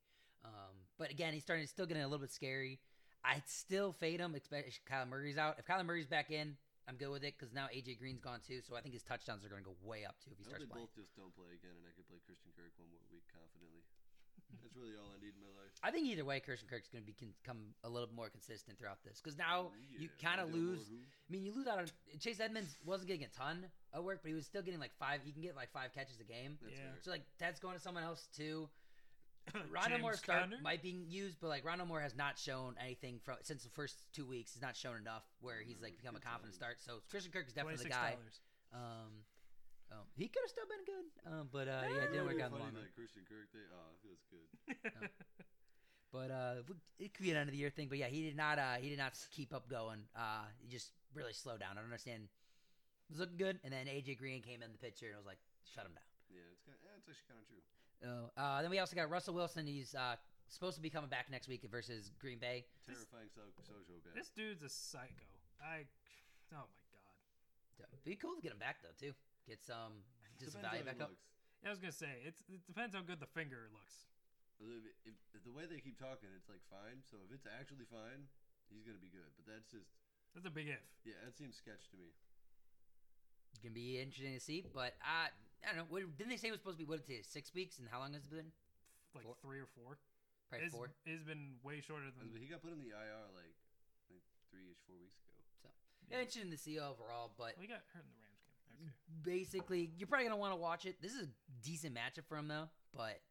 Speaker 1: Um, but again, he's starting he's still getting a little bit scary. I'd still fade him, especially if Kyler Murray's out. If Kyler Murray's back in, I'm good with it because now AJ Green's gone too, so I think his touchdowns are gonna go way up too if he
Speaker 2: I hope
Speaker 1: starts
Speaker 2: they
Speaker 1: playing.
Speaker 2: both just don't play again, and I could play Christian Kirk one more week confidently. That's really all I need in my life.
Speaker 1: I think either way, Christian Kirk's gonna become a little more consistent throughout this because now you
Speaker 2: Yeah,
Speaker 1: kind of
Speaker 2: Odell
Speaker 1: lose.
Speaker 2: Beckham.
Speaker 1: I mean, you lose out on Chase Edmonds wasn't getting a ton of work, but he was still getting like five. He can get like five catches a game.
Speaker 2: That's
Speaker 3: Yeah.
Speaker 2: fair.
Speaker 1: So like that's going to someone else too. Rondo
Speaker 3: James
Speaker 1: Moore start
Speaker 3: Conner?
Speaker 1: might be used, but like Rondo Moore has not shown anything from since the first two weeks. He's not shown enough where he's like
Speaker 2: Remember,
Speaker 1: become a
Speaker 2: good
Speaker 1: confident start.
Speaker 2: times.
Speaker 1: So Christian Kirk is definitely the
Speaker 3: $26.
Speaker 1: guy. Um, um, he could have still been good, um, but uh, yeah, it
Speaker 2: Wouldn't
Speaker 1: didn't work
Speaker 2: be
Speaker 1: out in the
Speaker 2: funny
Speaker 1: long run.
Speaker 2: that Christian Kirk thing. Oh, it feels good.
Speaker 1: But uh, we- it could be an end of the year thing. But yeah, he did not. Uh, he did not s- keep up going. Uh, he just really slowed down. I don't understand. It was looking good, and then AJ Green came in the picture and was like, "Shut him down."
Speaker 2: Yeah, it's kind. Of, it's actually kind of true.
Speaker 1: Uh, uh, then we also got Russell Wilson. He's uh, supposed to be coming back next week versus Green Bay.
Speaker 3: This-
Speaker 2: Terrifying so Sojo bad.
Speaker 3: This dude's a psycho. I. Oh my god.
Speaker 1: So, it'd be cool to get him back though too. Get some just some
Speaker 2: Depends
Speaker 1: value
Speaker 2: how
Speaker 1: back
Speaker 2: he
Speaker 1: up.
Speaker 2: looks.
Speaker 3: I was gonna say it's, it depends how good the finger looks.
Speaker 2: If, if, if the way they keep talking, it's like fine. So if it's actually fine, he's gonna be good. But that's just
Speaker 3: That's a big if.
Speaker 2: yeah, that seems sketch to me.
Speaker 1: It's gonna be interesting to see. But I, I don't know. What, didn't they say it was supposed to be what it is six weeks? And how long has it been?
Speaker 3: Like
Speaker 1: Four.
Speaker 3: three or four.
Speaker 1: Probably
Speaker 3: It's-
Speaker 1: four.
Speaker 3: It's been way shorter
Speaker 1: Hmm.
Speaker 3: than.
Speaker 2: But he got put in the IR like I think three ish four weeks ago.
Speaker 1: Yeah. Interesting to see overall, but
Speaker 3: We got hurt in the Rams game. Okay.
Speaker 1: basically you're probably gonna want to watch it. This is a decent matchup for him though, but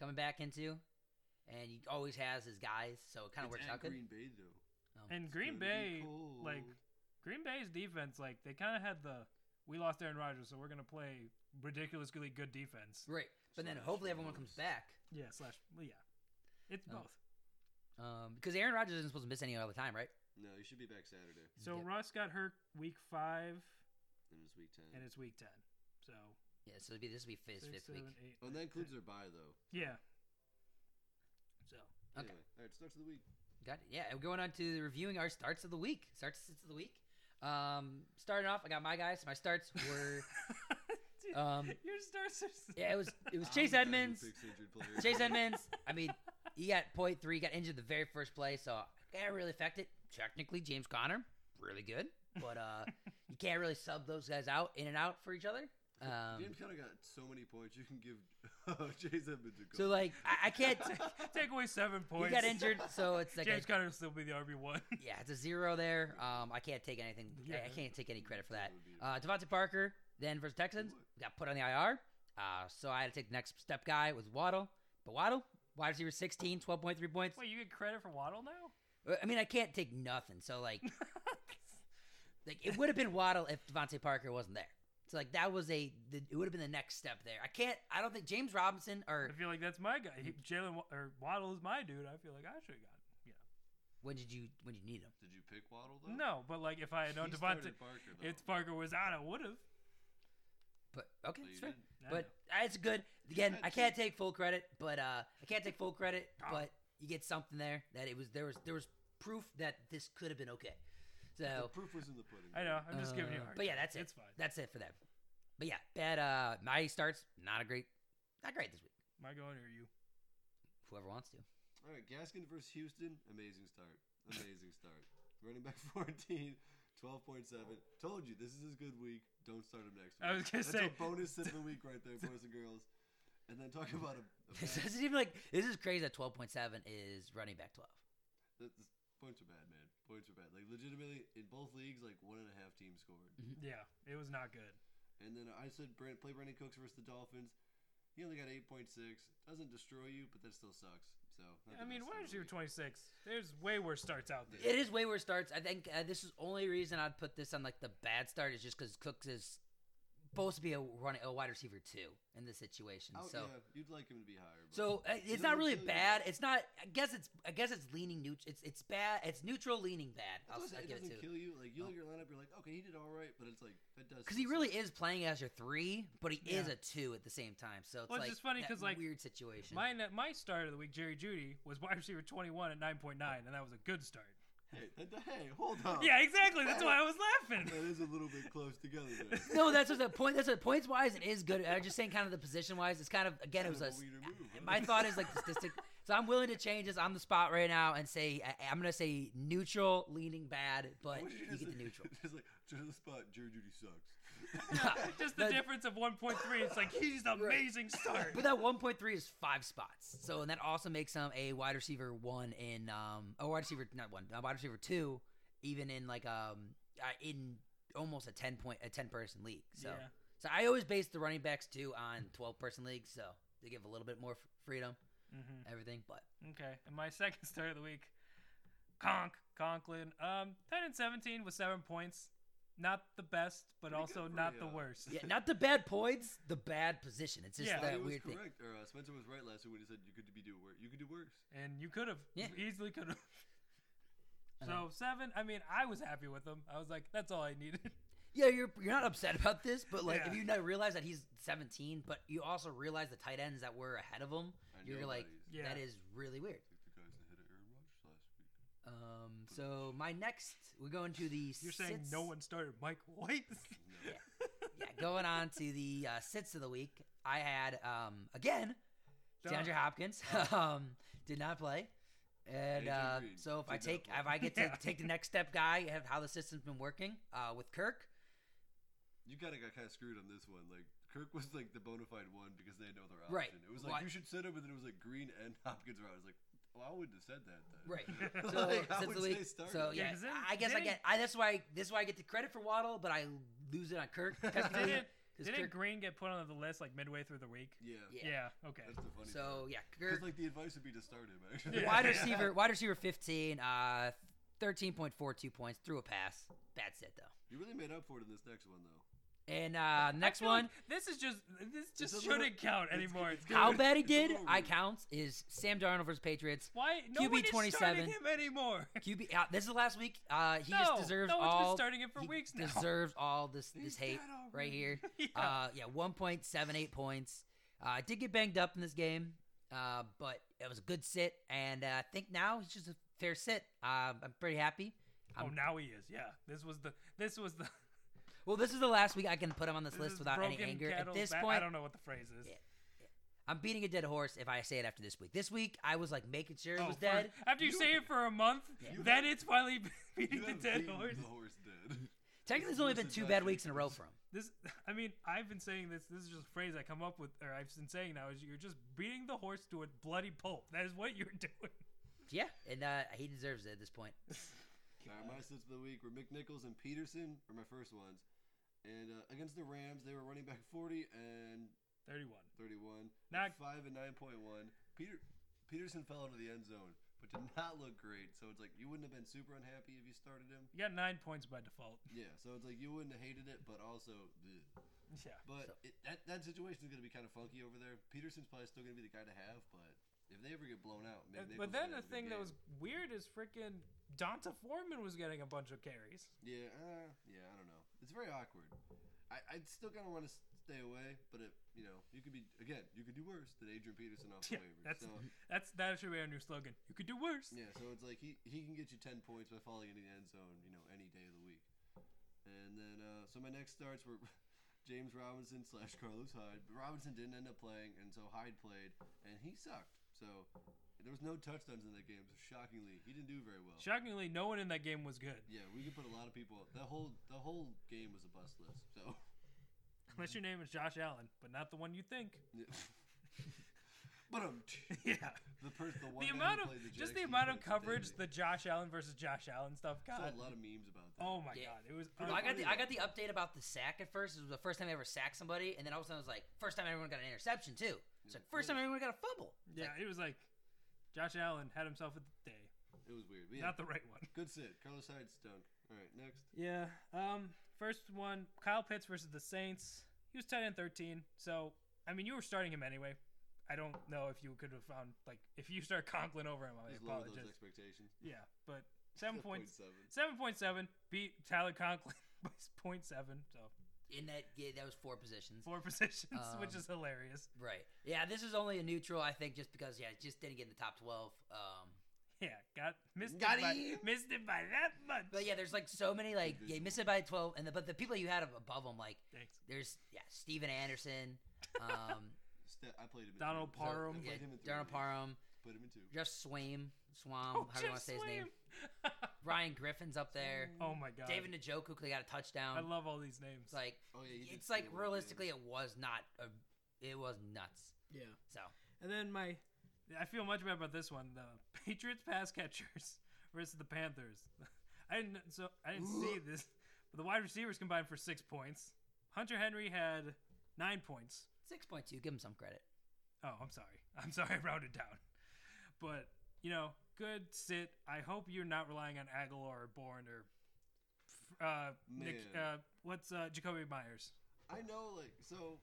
Speaker 1: coming back into, and he always has his guys, so it kind of
Speaker 2: It's
Speaker 1: works
Speaker 2: at
Speaker 1: out good.
Speaker 2: Green Bay though.
Speaker 1: Um,
Speaker 3: And Green
Speaker 2: It's gonna
Speaker 3: Bay,
Speaker 2: be cold.
Speaker 3: like Green Bay's defense, like they kind of had the we lost Aaron Rodgers, so we're gonna play ridiculously good defense.
Speaker 1: right, but then
Speaker 2: Slash
Speaker 1: hopefully everyone comes
Speaker 2: Rams.
Speaker 1: back
Speaker 3: Yeah, slash well, yeah, it's
Speaker 1: Um,
Speaker 3: both.
Speaker 1: um, because Aaron Rodgers isn't supposed to miss any other time, right?
Speaker 2: No, he should be back Saturday
Speaker 3: So
Speaker 1: yeah.
Speaker 3: Russ got hurt week five,
Speaker 2: in his week ten.
Speaker 3: and it's week ten. So
Speaker 1: Yeah, so it'd be this would be his
Speaker 3: six,
Speaker 1: fifth
Speaker 3: seven,
Speaker 1: week.
Speaker 3: eight,
Speaker 2: oh, and that includes their bye though.
Speaker 3: yeah. So
Speaker 1: Okay.
Speaker 2: Anyway, all right, starts of the week.
Speaker 1: Got it. Yeah, we're going on to reviewing our starts of the week. Starts starts of the week. Um, starting off, I got my guys. My starts were
Speaker 3: Dude,
Speaker 1: um,
Speaker 3: your stars are s-
Speaker 1: yeah, it was it was
Speaker 2: I'm
Speaker 1: Chase
Speaker 2: the guy who
Speaker 1: Edmonds.
Speaker 2: picks injured players.
Speaker 1: Chase Edmonds, I mean, he got point three, got injured the very first play, so can't really affect it. Technically, James Conner, really good, but uh, you can't really sub those guys out in and out for each other. Um,
Speaker 2: James kind of got so many points. You can give oh, Chase Edmonds a goal.
Speaker 1: so like, I, I can't.
Speaker 3: take away seven
Speaker 1: He
Speaker 3: points.
Speaker 1: got injured, so it's like a-
Speaker 3: James Conner will still be the RB one.
Speaker 1: yeah, it's a zero there. Um, I can't take anything. I- I,
Speaker 3: Yeah.
Speaker 1: can't take any credit for that.
Speaker 2: Would be-
Speaker 1: Uh, Devontae Parker, then versus Texans, got put on the IR. Uh, so I had to take the next step guy with Waddle, but Waddle. Wide receiver 16, 12.3 points.
Speaker 3: Wait, you get credit for Waddle now?
Speaker 1: I mean, I can't take nothing. So, like, Like it would have been Waddle if Devontae Parker wasn't there. So like that was a the, it would have been the next step there. I can't. I don't think James Robinson or
Speaker 3: I feel like that's my guy. He- Jalen Wa- or Waddle is my dude. I feel like I should have got. Him.
Speaker 1: when did you when did you need him?
Speaker 2: Did you pick Waddle though?
Speaker 3: Yeah. No, but like if I had known
Speaker 2: He
Speaker 3: Devontae,
Speaker 2: started Parker, though.
Speaker 3: if Parker was out, I would have.
Speaker 1: But okay,
Speaker 2: So you
Speaker 1: it's fair.
Speaker 2: didn't.
Speaker 1: But uh, it's good. Again,
Speaker 2: had
Speaker 1: I can't take full credit, but uh I can't take full credit,
Speaker 2: Oh.
Speaker 1: but you get something there that it was there was there was proof that this could have been okay.
Speaker 2: The
Speaker 1: So
Speaker 2: proof was in the pudding.
Speaker 3: I know. I'm just giving you. A
Speaker 1: Uh,
Speaker 3: hard
Speaker 1: but yeah,
Speaker 3: time.
Speaker 1: that's it.
Speaker 3: It's fine.
Speaker 1: that's it for that. But yeah, bad uh my starts not a great not great this week.
Speaker 3: Am I going or you?
Speaker 1: Whoever wants to.
Speaker 2: All right, Gaskin versus Houston. Amazing start. Amazing start. Running back 14, 12.7. Told you this is his good week. Don't start him next week.
Speaker 3: I was gonna
Speaker 2: That's
Speaker 3: say-
Speaker 2: a bonus sip of the week right there, boys and girls. And then talk about a, a
Speaker 1: this
Speaker 2: bad-
Speaker 1: is even like this is crazy that twelve point seven is running back twelve.
Speaker 2: that- this- points are bad, man. Points are bad. Like legitimately in both leagues, like one and a half teams scored.
Speaker 3: Yeah, it was not good.
Speaker 2: And then I said Brent, play Brandon Cooks versus the Dolphins. He only got 8.6. Doesn't destroy you, but that still sucks. So not
Speaker 3: I
Speaker 2: the best
Speaker 3: mean, why
Speaker 2: in
Speaker 3: did
Speaker 2: the
Speaker 3: you
Speaker 2: league.
Speaker 3: 26? There's way worse starts out there.
Speaker 1: It is way worse starts. I think uh, this is only reason I'd put this on like the bad start is just because Cooks is supposed to be a running a wide receiver too in this situation.
Speaker 3: Oh,
Speaker 2: Out-
Speaker 1: so
Speaker 2: yeah, you'd like him to be higher. But
Speaker 1: so uh,
Speaker 2: He's
Speaker 1: it's not
Speaker 2: only
Speaker 1: really
Speaker 2: two.
Speaker 1: bad. It's not. I guess it's. I guess it's leaning neutral. It's it's bad. It's neutral leaning bad.
Speaker 2: That's
Speaker 1: I'll,
Speaker 2: why
Speaker 1: s-
Speaker 2: I said
Speaker 1: I'll
Speaker 2: it
Speaker 1: give
Speaker 2: doesn't
Speaker 1: it to
Speaker 2: kill you. Like you
Speaker 1: Oh.
Speaker 2: look at your lineup, you're like, okay, he did all right, but it's like that does
Speaker 1: because he
Speaker 2: still
Speaker 1: really
Speaker 2: suck.
Speaker 1: is playing as your three, but he is
Speaker 3: Yeah.
Speaker 1: a two at the same time. So it's
Speaker 3: Well, it's
Speaker 1: like
Speaker 3: just funny
Speaker 1: that
Speaker 3: 'cause, like,
Speaker 1: weird situation.
Speaker 3: My my start of the week, Jerry Judy, was wide receiver 21 at 9.9, and that was a good start.
Speaker 2: Hey, that, that- hey, hold on.
Speaker 3: Yeah, exactly. That's why I was laughing.
Speaker 2: that is a little bit close together. There.
Speaker 1: no, that's what the point. That's what points wise it is good. I'm just saying, kind of the position wise, it's kind of again it
Speaker 2: Kind
Speaker 1: was a.
Speaker 2: of a
Speaker 1: s-
Speaker 2: weirder move, huh?
Speaker 1: my thought is like the statistic. So I'm willing to change this on the spot right now and say I, I'm gonna say neutral, leaning bad, but
Speaker 2: What did
Speaker 1: you,
Speaker 2: just
Speaker 1: get
Speaker 2: say?
Speaker 1: the neutral.
Speaker 2: Just like just the spot. Jerry Judy sucks.
Speaker 3: Just the
Speaker 1: That-
Speaker 3: difference of 1.3. It's like he's an
Speaker 1: Right.
Speaker 3: amazing start.
Speaker 1: But that 1.3 is five spots, so and that also makes him a wide receiver one in um a wide receiver not one a wide receiver two, even in like um uh, in almost a ten point a ten person league. So
Speaker 3: Yeah.
Speaker 1: so I always base the running backs too on 12 person leagues, so they give a little bit more f- freedom,
Speaker 3: hmm
Speaker 1: everything. But
Speaker 3: Okay. And my second start of the week, Conk Conklin. Um, 10 and 17 with seven points. Not the best, but
Speaker 2: Pretty good
Speaker 3: also
Speaker 2: for
Speaker 3: not
Speaker 2: you.
Speaker 3: the worst.
Speaker 1: yeah, not the bad points, the bad position. It's just
Speaker 3: Yeah.
Speaker 2: That
Speaker 1: that
Speaker 2: was
Speaker 1: weird thing.
Speaker 2: correct. Or, uh, Spencer was right last week when he said you could be do worse. You could do worse.
Speaker 3: And you could have
Speaker 1: Yeah.
Speaker 3: easily could have.
Speaker 1: I
Speaker 3: So seven. I mean, I was happy with him. I was like, that's all I needed.
Speaker 1: Yeah, you're you're not upset about this, but like if
Speaker 3: Yeah.
Speaker 1: you not realize that he's 17, but you also realize the tight ends that were ahead of him,
Speaker 2: I
Speaker 1: you're
Speaker 2: know
Speaker 1: like,
Speaker 2: he's-
Speaker 3: Yeah.
Speaker 1: that is really weird.
Speaker 2: Like the guys that hit at Aaron Rodgers last week.
Speaker 1: Um, so my next, we're going to the.
Speaker 3: You're saying
Speaker 1: sits-
Speaker 3: no one started Mike White.
Speaker 2: No.
Speaker 1: Yeah, going on to the uh, sits of the week. I had um again
Speaker 3: Duh.
Speaker 1: DeAndre Hopkins um did not play. And
Speaker 2: AJ
Speaker 1: uh,
Speaker 2: Green
Speaker 1: so if I
Speaker 2: did not
Speaker 1: take
Speaker 2: play.
Speaker 1: if I get to
Speaker 3: Yeah.
Speaker 1: take the next step, guy, of how the system's been working uh, with Kirk,
Speaker 2: You kind of got kind of screwed on this one. Like Kirk was like the bona fide one because they had no other option.
Speaker 1: Right.
Speaker 2: It was like
Speaker 1: Why-
Speaker 2: you should sit him, and then it was like Green and Hopkins were out. I was like, well, I wouldn't have said that. Then.
Speaker 1: Right.
Speaker 2: Like,
Speaker 1: So,
Speaker 2: I
Speaker 1: since
Speaker 2: would
Speaker 1: the
Speaker 2: say
Speaker 1: league,
Speaker 2: start
Speaker 1: so
Speaker 2: him.
Speaker 1: yeah,
Speaker 3: Yeah, 'cause then-
Speaker 1: I- I guess I
Speaker 3: then he-
Speaker 1: get. I, that's why. I, that's why I get the credit for Waddle, but I lose it on Kirk. technically,
Speaker 3: didn't
Speaker 1: 'cause
Speaker 3: didn't
Speaker 1: Kirk-
Speaker 3: Green get put on the list like midway through the week?
Speaker 2: Yeah.
Speaker 1: Yeah.
Speaker 3: okay.
Speaker 2: That's the funny.
Speaker 1: so yeah,
Speaker 2: Because
Speaker 1: Kirk,
Speaker 2: like the advice would be to start him. Actually.
Speaker 3: Yeah.
Speaker 1: wide receiver, wide receiver, fifteen, uh, thirteen point four two points, threw a pass. Bad set though.
Speaker 2: You really made up for it in this next one though.
Speaker 1: And uh,
Speaker 3: I
Speaker 1: next
Speaker 3: feel like
Speaker 1: one,
Speaker 3: this is just this just
Speaker 2: a little-
Speaker 3: shouldn't count
Speaker 2: it's-
Speaker 3: anymore.
Speaker 2: it's
Speaker 1: how
Speaker 2: good.
Speaker 1: bad he
Speaker 2: It's a
Speaker 1: did,
Speaker 2: little
Speaker 1: I
Speaker 2: weird.
Speaker 1: count is Sam Darnold versus Patriots.
Speaker 3: Why
Speaker 1: QB
Speaker 3: nobody's
Speaker 1: 27.
Speaker 3: starting him anymore?
Speaker 1: QB, uh, this is last week. Uh, he
Speaker 3: no,
Speaker 1: just deserves
Speaker 3: no one's
Speaker 1: all.
Speaker 3: been starting him for
Speaker 1: he
Speaker 3: weeks now. Oh,
Speaker 1: Deserves all this this
Speaker 2: He's
Speaker 1: hate
Speaker 2: dead already.
Speaker 1: right here.
Speaker 3: Yeah.
Speaker 1: Uh, yeah, one point seven eight points. Uh, I did get banged up in this game, uh, but it was a good sit, and uh, I think now it's just a fair sit. Uh, I'm pretty happy.
Speaker 3: oh,
Speaker 1: I'm-
Speaker 3: now he is. Yeah, this was the this was the
Speaker 1: Well, this is the last week I can put him on this,
Speaker 3: this
Speaker 1: list
Speaker 3: is
Speaker 1: without any
Speaker 3: broken
Speaker 1: anger. At
Speaker 3: cattle's
Speaker 1: this
Speaker 3: back- I
Speaker 1: point,
Speaker 3: don't know what the phrase is.
Speaker 1: Yeah, I'm beating a dead horse if I say it after this week. This week I was like making sure it
Speaker 3: Oh,
Speaker 1: was
Speaker 3: for-
Speaker 1: dead.
Speaker 3: after you,
Speaker 2: You-
Speaker 3: say it for a month,
Speaker 1: Yeah.
Speaker 2: You
Speaker 3: then
Speaker 2: have-
Speaker 3: it's finally beating
Speaker 2: You
Speaker 3: the
Speaker 2: have
Speaker 3: dead
Speaker 2: beaten
Speaker 3: horse.
Speaker 2: The horse dead.
Speaker 1: Technically, it's
Speaker 2: the
Speaker 1: only
Speaker 2: worst
Speaker 1: been two
Speaker 2: advice
Speaker 1: bad
Speaker 2: you
Speaker 1: weeks in a
Speaker 2: can
Speaker 1: row
Speaker 2: give.
Speaker 1: for him.
Speaker 3: This, I mean, I've been saying this. This is just a phrase I come up with, or I've been saying now is you're just beating the horse to a bloody pulp. That is what you're doing.
Speaker 1: Yeah, and uh, he deserves it at this point.
Speaker 2: All right, my sits of the week were Mick Nichols and Peterson are my first ones. And uh, against the Rams, they were running back 40 and
Speaker 3: Thirty-one.
Speaker 2: 31,
Speaker 3: Not-
Speaker 2: and 5 and 9.1. Peter Peterson fell into the end zone, but did not look great. So it's like you wouldn't have been super unhappy if you started him.
Speaker 3: You got nine points by default.
Speaker 2: Yeah, so it's like you wouldn't have hated it, but also, bleh.
Speaker 3: Yeah.
Speaker 2: but
Speaker 1: So-
Speaker 2: it, that that situation is going to be kind of funky over there. Peterson's probably still going to be the guy to have, but if they ever get blown out, Mick Nichols
Speaker 3: And- but
Speaker 2: is
Speaker 3: then
Speaker 2: gonna
Speaker 3: the
Speaker 2: have a good
Speaker 3: thing that
Speaker 2: game.
Speaker 3: was weird is freaking Donta Foreman was getting a bunch of carries.
Speaker 2: Yeah, uh, yeah, I don't know. It's very awkward. I, I'd still kind of want to stay away, but it, you know, you could be again, you could do worse than Adrian Peterson off the
Speaker 3: Yeah,
Speaker 2: waivers.
Speaker 3: that's
Speaker 2: so,
Speaker 3: that's that should be our new slogan. You could do worse.
Speaker 2: yeah, so it's like he he can get you ten points by falling into the end zone, you know, any day of the week. And then uh, so my next starts were James Robinson slash Carlos Hyde. But Robinson didn't end up playing, and so Hyde played, and he sucked. So there was no touchdowns in that game. So shockingly, he didn't do very well.
Speaker 3: Shockingly, no one in that game was good,
Speaker 2: yeah, we could put a lot of people. That whole the whole game was a bust list. So.
Speaker 3: unless your name is Josh Allen, but not the one you think.
Speaker 2: Yeah. but um,
Speaker 3: Yeah.
Speaker 2: the person, the one
Speaker 3: The
Speaker 2: man who
Speaker 3: amount of
Speaker 2: played the Jacksons
Speaker 3: just the amount of
Speaker 2: played today.
Speaker 3: coverage the Josh Allen versus Josh Allen stuff
Speaker 2: I
Speaker 3: got.
Speaker 2: saw a lot of memes about that.
Speaker 3: Oh my
Speaker 1: Yeah.
Speaker 3: god, it was.
Speaker 2: Well,
Speaker 1: Well, I got the I
Speaker 2: Unbelievable.
Speaker 1: got the update about the sack at first. It was the first time I ever sacked somebody, and then all of a sudden it was like first time everyone got an interception too. It's like first time everyone got a fumble. It's
Speaker 3: yeah,
Speaker 1: like,
Speaker 3: it was like Josh Allen had himself a day,
Speaker 2: It was weird. But yeah,
Speaker 3: not the right one.
Speaker 2: good sit. Carlos Hyde stunk. All right, next.
Speaker 3: Yeah. Um. First one, Kyle Pitts versus the Saints. He was ten and thirteen. So I mean, you were starting him anyway. I don't know if you could have found like if you start Conklin over him. I
Speaker 2: Just lower those
Speaker 3: apologize.
Speaker 2: expectations.
Speaker 3: Yeah, but seven points.
Speaker 2: 7.7.
Speaker 3: Seven point seven beat Tyler Conklin by point seven. So
Speaker 1: In that, yeah, that was four positions.
Speaker 3: four positions, which
Speaker 1: Um,
Speaker 3: is hilarious.
Speaker 1: Right. Yeah, this is only a neutral, I think, just because yeah, it just didn't get in the top twelve. Um,
Speaker 3: Yeah, got missed
Speaker 2: Got
Speaker 3: it by,
Speaker 2: him.
Speaker 3: missed it by that much.
Speaker 1: but yeah, there's like so many like yeah, you missed it by twelve, and the, but the people you had above them like
Speaker 3: Thanks.
Speaker 1: there's yeah Steven Anderson, um,
Speaker 2: Ste- I played him in
Speaker 3: Donald
Speaker 2: three.
Speaker 1: so-
Speaker 3: Parham.
Speaker 1: yeah,
Speaker 2: Played him in three
Speaker 1: Donald
Speaker 2: leagues.
Speaker 1: Parham,
Speaker 2: Put him in two.
Speaker 1: Jeff Swaim, Swam,
Speaker 3: Oh,
Speaker 1: um, how do you want to say his name? Ryan Griffin's up there.
Speaker 3: oh my god.
Speaker 1: David Njoku could got a touchdown.
Speaker 3: I love all these names.
Speaker 1: it's like
Speaker 2: Oh yeah, he did
Speaker 1: it's like
Speaker 2: stay with him.
Speaker 1: realistically, it was not. A, it was nuts.
Speaker 3: yeah.
Speaker 1: So
Speaker 3: And then my, I feel much better about this one. The Patriots pass catchers versus the Panthers. I didn't so I didn't see this, but the wide receivers combined for six points. Hunter Henry had nine points.
Speaker 1: six point two. Give him some credit.
Speaker 3: Oh, I'm sorry. I'm sorry. I rounded down. But you know, good sit. I hope you're not relying on Aguilar or Bourne or. Uh, Nick,
Speaker 2: Man.
Speaker 3: uh, what's uh, Jacoby Myers?
Speaker 2: I know, like, so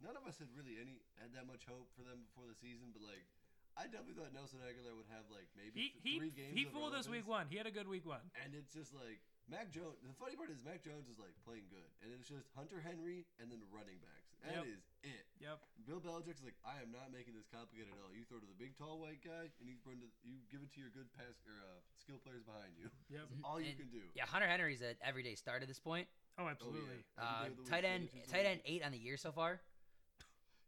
Speaker 2: none of us had really any had that much hope for them before the season, but like, I definitely thought Nelson Aguilar would have like maybe
Speaker 3: He
Speaker 2: th-
Speaker 3: he
Speaker 2: three games.
Speaker 3: he
Speaker 2: of
Speaker 3: fooled us week
Speaker 2: relevance.
Speaker 3: one. He had a good week one.
Speaker 2: and it's just like Mac Jones. The funny part is Mac Jones is like playing good, and it's just Hunter Henry and then running backs. That
Speaker 3: Yep.
Speaker 2: is it.
Speaker 3: Yep.
Speaker 2: Bill Belichick's like, I am not making this complicated at all. You throw to the big tall white guy, and you run to you give it to your good pass or uh, skill players behind you.
Speaker 3: Yep.
Speaker 2: All you
Speaker 1: And-
Speaker 2: can do.
Speaker 1: Yeah, Hunter Henry's an everyday start at this point.
Speaker 3: Oh,
Speaker 2: Oh, yeah.
Speaker 3: absolutely.
Speaker 2: Every day
Speaker 1: Uh,
Speaker 2: of the week,
Speaker 1: tight
Speaker 2: Monday,
Speaker 1: end,
Speaker 2: Tuesday,
Speaker 1: tight
Speaker 2: Wednesday.
Speaker 1: end eight on the year so far.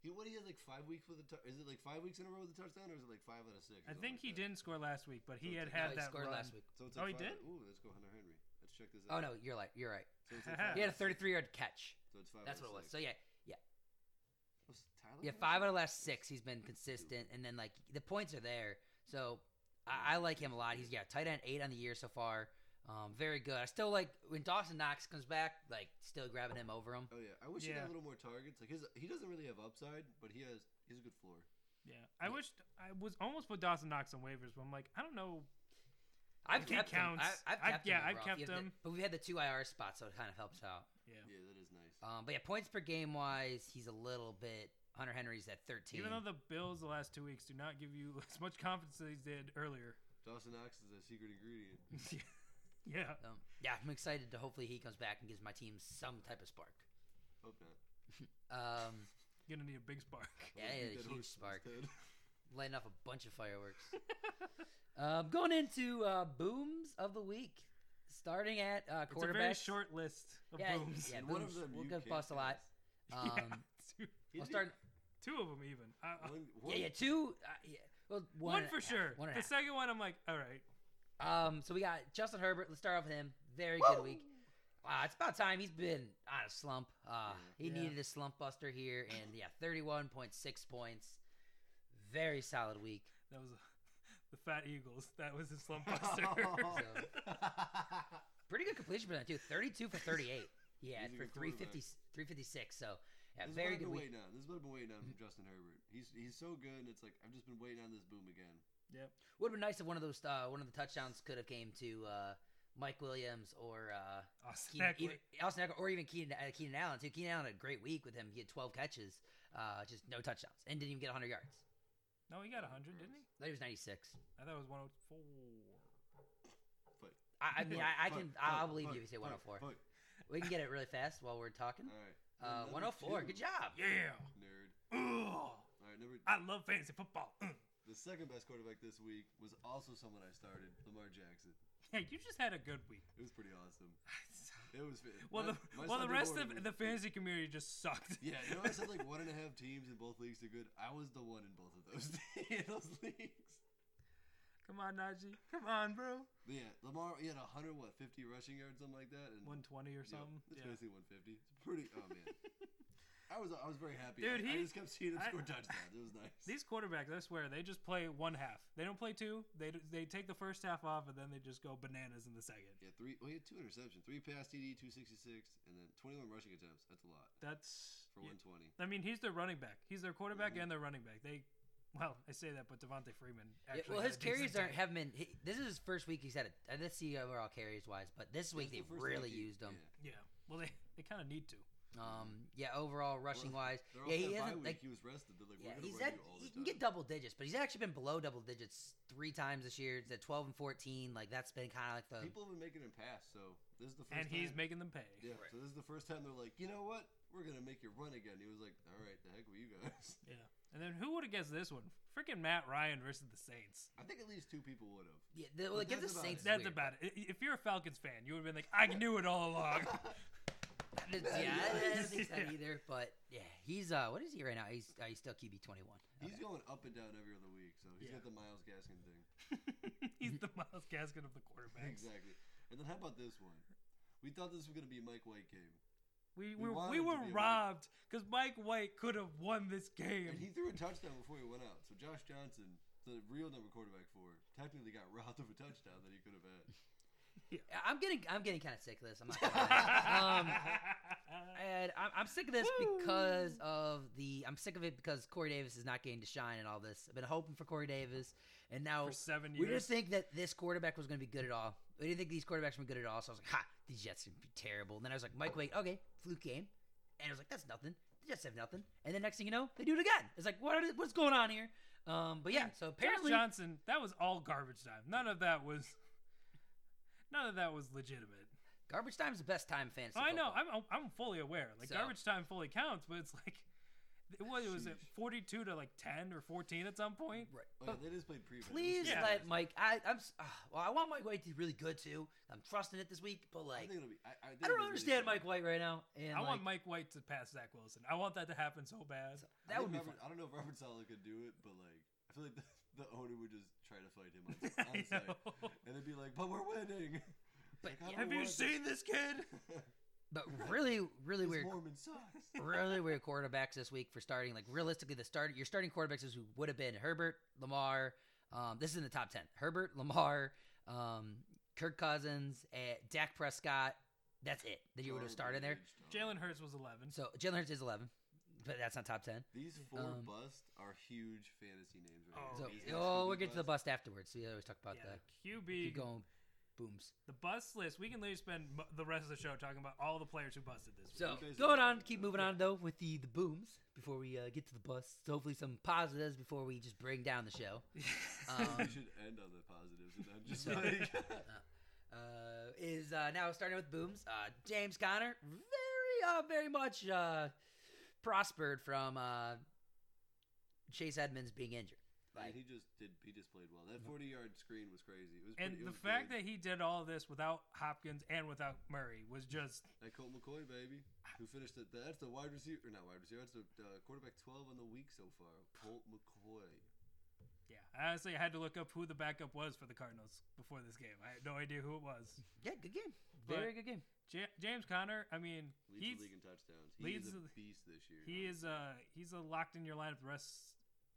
Speaker 2: He what he had like five weeks with a tou- is it like five weeks in a row with a touchdown or is it like five out of six? or
Speaker 3: I
Speaker 2: something
Speaker 3: think
Speaker 2: like
Speaker 3: he
Speaker 2: that?
Speaker 3: didn't score last week, but he
Speaker 2: So
Speaker 3: had
Speaker 2: it's
Speaker 1: No,
Speaker 3: had
Speaker 1: he
Speaker 3: that
Speaker 1: scored
Speaker 3: run.
Speaker 1: last week.
Speaker 2: So it's
Speaker 3: Oh,
Speaker 2: like
Speaker 3: he
Speaker 2: five-
Speaker 3: did?
Speaker 2: Ooh, let's go Hunter Henry. Let's check this
Speaker 1: Oh
Speaker 2: out.
Speaker 1: no, you're like you're right.
Speaker 2: So it's like five
Speaker 1: He had a
Speaker 2: out of six.
Speaker 1: 33 yard catch.
Speaker 2: So it's five
Speaker 1: That's
Speaker 2: out
Speaker 1: what
Speaker 2: of
Speaker 1: it was.
Speaker 2: six.
Speaker 1: So yeah,
Speaker 2: Was Tyler
Speaker 1: yeah,
Speaker 2: Hunter?
Speaker 1: five out of the last six, he's been consistent, and then like the points are there. So I, I like him a lot. He's yeah, tight end eight on the year so far. Um, very good. I still like when Dawson Knox comes back, like still grabbing him over him.
Speaker 2: Oh yeah, I wish he
Speaker 3: Yeah.
Speaker 2: had a little more targets. Like his, he doesn't really have upside, but he has he's a good floor.
Speaker 3: Yeah, I
Speaker 1: Yeah.
Speaker 3: wished I was almost put Dawson Knox on waivers, but I'm like, I don't know.
Speaker 1: I've
Speaker 3: If he
Speaker 1: kept him.
Speaker 3: counts,
Speaker 1: I, I've
Speaker 3: I've-
Speaker 1: kept
Speaker 3: yeah,
Speaker 1: him in
Speaker 3: I've
Speaker 1: rough.
Speaker 3: kept
Speaker 1: He has the-
Speaker 3: him.
Speaker 1: but we've had the two IR spots, so it kind of helps out.
Speaker 3: Yeah,
Speaker 2: Yeah, that is nice.
Speaker 1: Um, but yeah, points per game wise, he's a little bit. Hunter Henry's at 13.
Speaker 3: even though the Bills the last two weeks do not give you as much confidence as they did earlier.
Speaker 2: Dawson Knox is a secret ingredient.
Speaker 3: yeah,
Speaker 1: Um, yeah, I'm excited to hopefully he comes back and gives my team some type of spark.
Speaker 2: Hope not.
Speaker 1: Um,
Speaker 3: you're gonna need a big spark.
Speaker 2: I
Speaker 1: Yeah,
Speaker 2: would
Speaker 1: yeah,
Speaker 2: beat
Speaker 1: the
Speaker 2: that
Speaker 1: huge
Speaker 2: horse
Speaker 1: spark.
Speaker 2: instead.
Speaker 1: lighting off a bunch of fireworks. um, going into uh, booms of the week, starting at uh,
Speaker 3: It's a
Speaker 1: quarterback.
Speaker 3: very short list of
Speaker 1: yeah,
Speaker 3: booms.
Speaker 1: yeah,
Speaker 2: And one of
Speaker 1: booms.
Speaker 2: them
Speaker 1: We'll
Speaker 2: you
Speaker 1: go
Speaker 2: can't
Speaker 1: bust a lot.
Speaker 2: pass.
Speaker 1: Um,
Speaker 3: Yeah, two,
Speaker 2: He
Speaker 1: I'll
Speaker 2: did
Speaker 1: start.
Speaker 3: two of them even. I, I-
Speaker 2: One,
Speaker 1: Yeah,
Speaker 2: one,
Speaker 1: yeah, two. Uh, yeah, well, one,
Speaker 3: one
Speaker 1: and
Speaker 3: for
Speaker 1: a half,
Speaker 3: sure.
Speaker 1: One and a
Speaker 3: the
Speaker 1: half.
Speaker 3: second one, I'm like, all right.
Speaker 1: Um, so we got Justin Herbert. Let's start off with him. Very good week. Uh, it's about time. He's been on a slump. Uh, he
Speaker 3: Yeah.
Speaker 1: needed a slump buster here, and yeah, thirty-one point six points. Very solid week.
Speaker 3: That was the Fat Eagles. That was his slump buster. oh,
Speaker 1: Pretty good completion percentage too. Thirty-two for thirty-eight. Yeah,
Speaker 2: He's a
Speaker 1: for
Speaker 2: good
Speaker 1: 350,
Speaker 2: quarterback.
Speaker 1: 356. So yeah,
Speaker 2: This is what
Speaker 1: very
Speaker 2: I've been
Speaker 1: good week.
Speaker 2: waiting on. This is what I've been waiting on from Justin Herbert. He's he's so good, and it's like I've just been waiting on this boom again.
Speaker 3: yep.
Speaker 1: Would have been nice if one of those uh, one of the touchdowns could have came to uh, Mike Williams or uh,
Speaker 3: Austin
Speaker 1: Keenan,
Speaker 3: Eckler.
Speaker 1: even, Austin Eckler or even Keenan, uh, Keenan Allen too. Keenan Allen had a great week with him. He had 12 catches, uh, just no touchdowns, and didn't even get 100 yards.
Speaker 3: No, he got 100, didn't he?
Speaker 1: That was 96.
Speaker 3: I thought it was 104.
Speaker 1: I, I mean,
Speaker 2: Fuck,
Speaker 1: I, I
Speaker 2: fuck,
Speaker 1: can. I- I'll
Speaker 2: fuck,
Speaker 1: believe
Speaker 2: fuck,
Speaker 1: you if you say
Speaker 2: fuck,
Speaker 1: 104.
Speaker 2: fuck.
Speaker 1: We can get it really fast while we're talking.
Speaker 2: All right.
Speaker 1: Uh,
Speaker 2: Number
Speaker 1: 104.
Speaker 2: two,
Speaker 1: Good job. Ah.
Speaker 3: Yeah.
Speaker 2: Nerd.
Speaker 3: Ugh.
Speaker 2: All right, number
Speaker 3: I love fantasy football. Mm. Ugh.
Speaker 2: the second best quarterback this week was also someone I started, Lamar Jackson.
Speaker 3: Yeah, you just had a good week.
Speaker 2: It was pretty awesome. It was. fa-
Speaker 3: well,
Speaker 2: my-
Speaker 3: the,
Speaker 2: my
Speaker 3: well,
Speaker 2: Sunday
Speaker 3: the rest
Speaker 2: morning was
Speaker 3: of the fantasy community just sucked.
Speaker 2: Yeah, you know, I said like one and a half teams in both leagues did good. I was the one in both of those those leagues.
Speaker 3: Come on, Najee. Come on, bro.
Speaker 2: But yeah, Lamar he had hundred what fifty rushing yards, something like that, and
Speaker 3: 120 or
Speaker 2: yeah,
Speaker 3: something.
Speaker 2: It's
Speaker 3: Yeah.
Speaker 2: basically one fifty. It's pretty. Oh man, I was I was very happy. I,
Speaker 3: Dude,
Speaker 2: I
Speaker 3: he-
Speaker 2: just kept seeing him
Speaker 3: I-
Speaker 2: score touchdowns. It was nice.
Speaker 3: These quarterbacks, I swear, they just play one half. They don't play two. They they take the first half off and then they just go bananas in the second.
Speaker 2: yeah, three. Well, he had two interceptions, three pass TD, two sixty six, and then twenty one rushing attempts. That's a lot
Speaker 3: That's
Speaker 2: for one twenty.
Speaker 3: I mean, he's their running back. He's their quarterback
Speaker 2: Mhm.
Speaker 3: and their running back. They Well, I say that, but Devontae Freeman.
Speaker 1: Yeah, well,
Speaker 3: Actually had
Speaker 1: his
Speaker 3: a decent
Speaker 1: carries aren't
Speaker 3: day.
Speaker 1: haven't been. He, this is his first week. He's had a. uh, Let's see overall carries wise, but this week
Speaker 2: That's
Speaker 1: they
Speaker 2: the first
Speaker 1: really
Speaker 2: week he-
Speaker 1: used him.
Speaker 2: yeah.
Speaker 3: Yeah. Well, they, they kind of need to.
Speaker 1: Um, yeah, overall rushing wise,
Speaker 2: They're
Speaker 1: yeah,
Speaker 2: off
Speaker 1: he
Speaker 2: that bye
Speaker 1: hasn't
Speaker 2: week,
Speaker 1: like.
Speaker 2: he was rested. They're like,
Speaker 1: Yeah,
Speaker 2: we're gonna
Speaker 1: he's
Speaker 2: run
Speaker 1: had
Speaker 2: you all the
Speaker 1: he can
Speaker 2: time.
Speaker 1: get double digits, but he's actually been below double digits three times this year. He's at twelve and fourteen. Like that's been kind of like the
Speaker 2: People have been making him pass, so this is the first
Speaker 3: And he's
Speaker 2: time-
Speaker 3: making them pay.
Speaker 2: Yeah, so this is the first time they're like, you know what? We're gonna make you run again. He was like, all right, the heck with you guys.
Speaker 3: Yeah. And then who would have guessed this one? Freaking Matt Ryan versus the Saints.
Speaker 2: I think at least two people would have.
Speaker 1: yeah. The, well,
Speaker 2: But
Speaker 1: give the
Speaker 2: that's about it.
Speaker 1: Saints is
Speaker 3: That's
Speaker 1: weird.
Speaker 3: about it. I- If you're a Falcons fan, you would have been like, I knew it all along.
Speaker 2: Yeah.
Speaker 1: Yeah, I don't think so
Speaker 3: Yeah.
Speaker 1: either. But yeah, he's uh, what is he right now? He's uh, he's still QB twenty one.
Speaker 2: He's going up and down every other week, so he's
Speaker 3: Yeah.
Speaker 2: got the Miles Gaskin thing.
Speaker 3: he's the Miles Gaskin of the quarterbacks.
Speaker 2: Exactly. And then how about this one? We thought this was gonna be Mike White game,
Speaker 3: We,
Speaker 2: We
Speaker 3: were
Speaker 2: wanted to
Speaker 3: we were
Speaker 2: be a win.
Speaker 3: robbed because Mike White could have won this
Speaker 2: and
Speaker 3: game.
Speaker 2: he threw a touchdown before he went out. So Josh Johnson, the real number quarterback for, technically got robbed of a touchdown that he could have had.
Speaker 1: I'm getting I'm getting kind of sick of this. I'm not. Gonna lie. um, and I'm, I'm sick of this
Speaker 3: Woo.
Speaker 1: because of the I'm sick of it because Corey Davis is not getting to shine and all this. I've been hoping for Corey Davis, and now
Speaker 3: for seven
Speaker 1: we
Speaker 3: years.
Speaker 1: just think that this quarterback was going to be good at all. We didn't think these quarterbacks were good at all. So I was like, ha, these Jets would be terrible. And then I was like, Mike Wade, okay, fluke game, and I was like, that's nothing. The Jets have nothing. And then next thing you know, they do it again. It's like, what are, what's going on here? Um, but yeah, so apparently,
Speaker 3: Josh Johnson, that was all garbage time. None of that was, none of that was legitimate.
Speaker 1: garbage time is the best time in fantasy.
Speaker 3: I know.
Speaker 1: football.
Speaker 3: I'm I'm- I'm fully aware. Like
Speaker 1: So-
Speaker 3: garbage time fully counts, but it's like, what was it,
Speaker 2: Sheesh.
Speaker 3: 42 to like 10 or 14 at some point?
Speaker 1: Right.
Speaker 2: Oh,
Speaker 1: But
Speaker 2: yeah, they just played prevent.
Speaker 1: Please
Speaker 3: Yeah.
Speaker 1: let Mike. I, I'm s- ah, well. I want Mike White to be really good too. I'm trusting it this week, but
Speaker 2: I
Speaker 1: like,
Speaker 2: think it'll be. I, I, think
Speaker 1: I
Speaker 2: it'll be
Speaker 1: don't understand
Speaker 2: really
Speaker 1: Mike White right now. And
Speaker 3: I
Speaker 1: like,
Speaker 3: want Mike White to pass Zach Wilson. I want that to happen so bad.
Speaker 2: I
Speaker 1: That would
Speaker 2: think
Speaker 1: be
Speaker 2: Robert,
Speaker 1: fun.
Speaker 2: I don't know if Robert Sala could do it, but like I feel like the, the owner would just try to fight him on, on
Speaker 3: I
Speaker 2: site,
Speaker 3: know.
Speaker 2: and they'd be like, "But we're winning." It's
Speaker 1: But
Speaker 2: like, I
Speaker 1: yeah.
Speaker 2: don't
Speaker 3: Have you
Speaker 2: want
Speaker 3: seen this kid?
Speaker 2: this.
Speaker 1: But really, really
Speaker 2: This
Speaker 1: weird,
Speaker 2: Mormon sucks.
Speaker 1: really weird quarterbacks this week for starting. Like realistically, the start your starting quarterbacks is who would have been Herbert, Lamar. Um, this is in the top ten: Herbert, Lamar, um, Kirk Cousins, eh, Dak Prescott. That's it. That you would have started there.
Speaker 3: Jalen Hurts was 11.
Speaker 1: So Jalen Hurts is eleven, but that's not top ten.
Speaker 2: These four
Speaker 1: Um,
Speaker 2: busts are huge fantasy names. Right
Speaker 3: Oh,
Speaker 1: So,
Speaker 2: now.
Speaker 3: yeah.
Speaker 2: These
Speaker 1: oh,
Speaker 2: QB
Speaker 1: we'll get to the
Speaker 2: busts.
Speaker 1: bust afterwards. We always talk about
Speaker 3: yeah,
Speaker 1: that.
Speaker 3: the
Speaker 1: Keep
Speaker 3: QB,
Speaker 1: going, booms.
Speaker 3: the bust list. We can literally spend m- the rest of the show talking about all the players who busted this week.
Speaker 1: So
Speaker 2: You guys
Speaker 1: going
Speaker 2: are-
Speaker 1: on, keep moving on though with the the booms before we uh, get to the busts. Hopefully some positives before we just bring down the show. Um,
Speaker 2: we should end on the positives and then just like
Speaker 1: Uh, is uh, now starting with booms. Uh, James Conner very uh, very much uh, prospered from uh, Chase Edmonds being injured.
Speaker 2: I mean,
Speaker 1: Like
Speaker 2: he just did. He just played well. That forty-yard screen was crazy. It was
Speaker 3: and
Speaker 2: pretty, it
Speaker 3: the
Speaker 2: was
Speaker 3: fact
Speaker 2: good.
Speaker 3: that he did all this without Hopkins and without Murray was just
Speaker 2: that Colt McCoy baby who finished at that's the wide receiver or not wide receiver that's the uh, quarterback twelve on the week so far. Colt McCoy.
Speaker 3: Yeah, I honestly had to look up who the backup was for the Cardinals before this game. I had no idea who it was.
Speaker 1: yeah, good game,
Speaker 3: But-
Speaker 1: very good game.
Speaker 3: Ja James Conner, I mean,
Speaker 2: Leads
Speaker 3: he's
Speaker 2: the league in touchdowns. He
Speaker 3: leads
Speaker 2: is a
Speaker 3: the-
Speaker 2: beast this year.
Speaker 3: he is uh he's a locked in your lineup the rest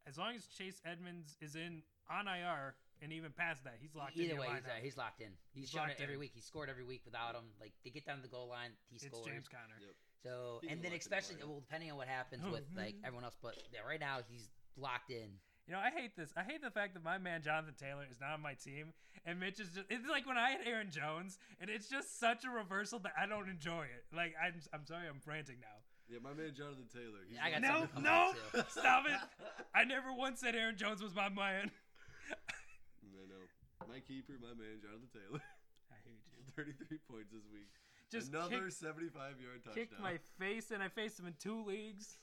Speaker 3: as long as Chase Edmonds is in on IR and even past that, he's locked in
Speaker 1: Either
Speaker 3: your
Speaker 1: way, he's,
Speaker 3: lineup.
Speaker 1: uh, he's locked in. He's,
Speaker 3: He's
Speaker 1: shown it
Speaker 3: locked
Speaker 1: every
Speaker 3: in.
Speaker 1: week. He scored every week without him. Like they get down to the goal line, he
Speaker 3: it's
Speaker 1: scores.
Speaker 3: James Conner.
Speaker 2: Yep.
Speaker 1: So
Speaker 2: He's
Speaker 1: and then
Speaker 2: locked in
Speaker 1: especially
Speaker 2: lineup.
Speaker 1: well depending on what happens
Speaker 3: Oh,
Speaker 1: with like
Speaker 3: man.
Speaker 1: everyone else, but yeah, right now he's locked in.
Speaker 3: You know, I hate this. I hate the fact that my man Jonathan Taylor is not on my team, and Mitch is just. It's like when I had Aaron Jones, and it's just such a reversal that I don't enjoy it. Like I'm, I'm sorry, I'm ranting now.
Speaker 2: Yeah, my man Jonathan Taylor. He's
Speaker 1: I got
Speaker 2: like-
Speaker 1: something
Speaker 3: No,
Speaker 1: to come
Speaker 3: no,
Speaker 1: up to.
Speaker 3: stop it! I never once said Aaron Jones was my man.
Speaker 2: I know. My keeper, my man Jonathan Taylor.
Speaker 3: I hate you.
Speaker 2: Thirty-three points this week.
Speaker 3: Just
Speaker 2: another
Speaker 3: kicked,
Speaker 2: seventy-five yard touchdown.
Speaker 3: kicked my face, and I faced him in two leagues.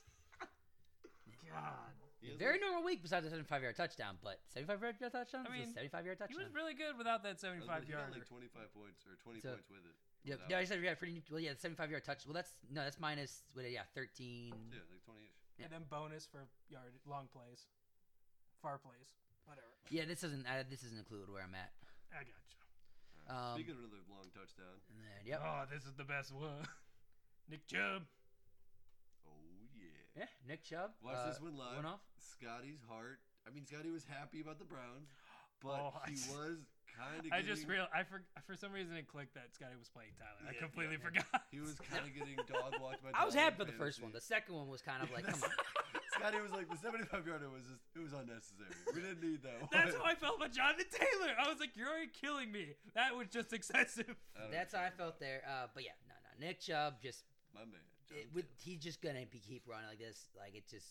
Speaker 3: God,
Speaker 2: He has,
Speaker 1: Very
Speaker 2: like,
Speaker 1: normal week besides the 75 yard touchdown, but 75 yard touchdown
Speaker 3: I
Speaker 1: is a
Speaker 3: mean,
Speaker 1: 75 yard
Speaker 3: he
Speaker 1: touchdown.
Speaker 3: was really good without
Speaker 2: I
Speaker 3: that
Speaker 2: was gonna-
Speaker 3: 75
Speaker 2: he got
Speaker 3: yarder.
Speaker 2: like twenty-five points or twenty
Speaker 1: So-
Speaker 2: points with it.
Speaker 1: yeah,
Speaker 2: without-
Speaker 1: yeah, he said yeah, pretty well, yeah, the 75 yard touch. Well, that's no, that's minus what yeah, 13.
Speaker 2: yeah, like twenty-ish.
Speaker 3: and then bonus for yard long plays, far plays, whatever.
Speaker 1: Yeah, this doesn't uh, this isn't included where I'm at.
Speaker 3: I got you.
Speaker 2: Alright,
Speaker 1: Um,
Speaker 2: Speaking of another long touchdown.
Speaker 1: And then, yep.
Speaker 3: Oh, this is the best one. Nick Chubb.
Speaker 2: Oh yeah.
Speaker 1: Yeah, Nick Chubb.
Speaker 2: Watch
Speaker 1: uh,
Speaker 2: this one live.
Speaker 1: Went off.
Speaker 2: Scotty's heart. I mean, Scotty was happy about the Browns, but
Speaker 3: Oh, I
Speaker 2: he
Speaker 3: just-
Speaker 2: was kind of.
Speaker 3: I just real I for for some reason it clicked that Scotty was playing Tyler. I
Speaker 2: Yeah,
Speaker 3: completely
Speaker 2: yeah.
Speaker 3: forgot.
Speaker 2: He was kind of getting dog walked by.
Speaker 1: I was
Speaker 2: Tyler
Speaker 1: happy for the
Speaker 2: Fantasy.
Speaker 1: first one. The second one was kind of like, come on.
Speaker 2: Scotty was like, the 75 yarder was just, it was unnecessary. We didn't need that one.
Speaker 3: That's how I felt about Jonathan Taylor. I was like, you're already killing me. That was just excessive.
Speaker 2: I don't
Speaker 1: That's how I
Speaker 2: understand.
Speaker 1: felt there. Uh, but yeah, no, no. Nick Chubb just
Speaker 2: My man. John
Speaker 1: it, with,
Speaker 2: Taylor.
Speaker 1: he's just gonna be, keep running like this. Like it just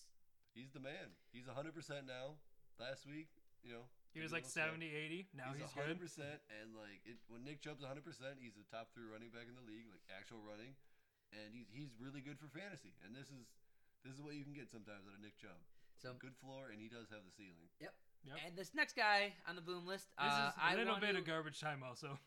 Speaker 2: He's the man. He's 100% now. Last week, you know.
Speaker 3: He was
Speaker 2: maybe we'll
Speaker 3: like
Speaker 2: see.
Speaker 3: 70, 80. Now he's,
Speaker 2: he's
Speaker 3: good.
Speaker 2: 100%. And, like, it, when Nick Chubb's 100%, he's the top three running back in the league, like, actual running. And he's, he's really good for fantasy. And this is this is what you can get sometimes out of Nick Chubb.
Speaker 1: so.
Speaker 2: Good floor, and he does have the ceiling.
Speaker 3: Yep.
Speaker 1: And this next guy on the boom list,
Speaker 3: This
Speaker 1: uh,
Speaker 3: is a
Speaker 1: I
Speaker 3: little
Speaker 1: want
Speaker 3: bit
Speaker 1: to,
Speaker 3: of garbage time also.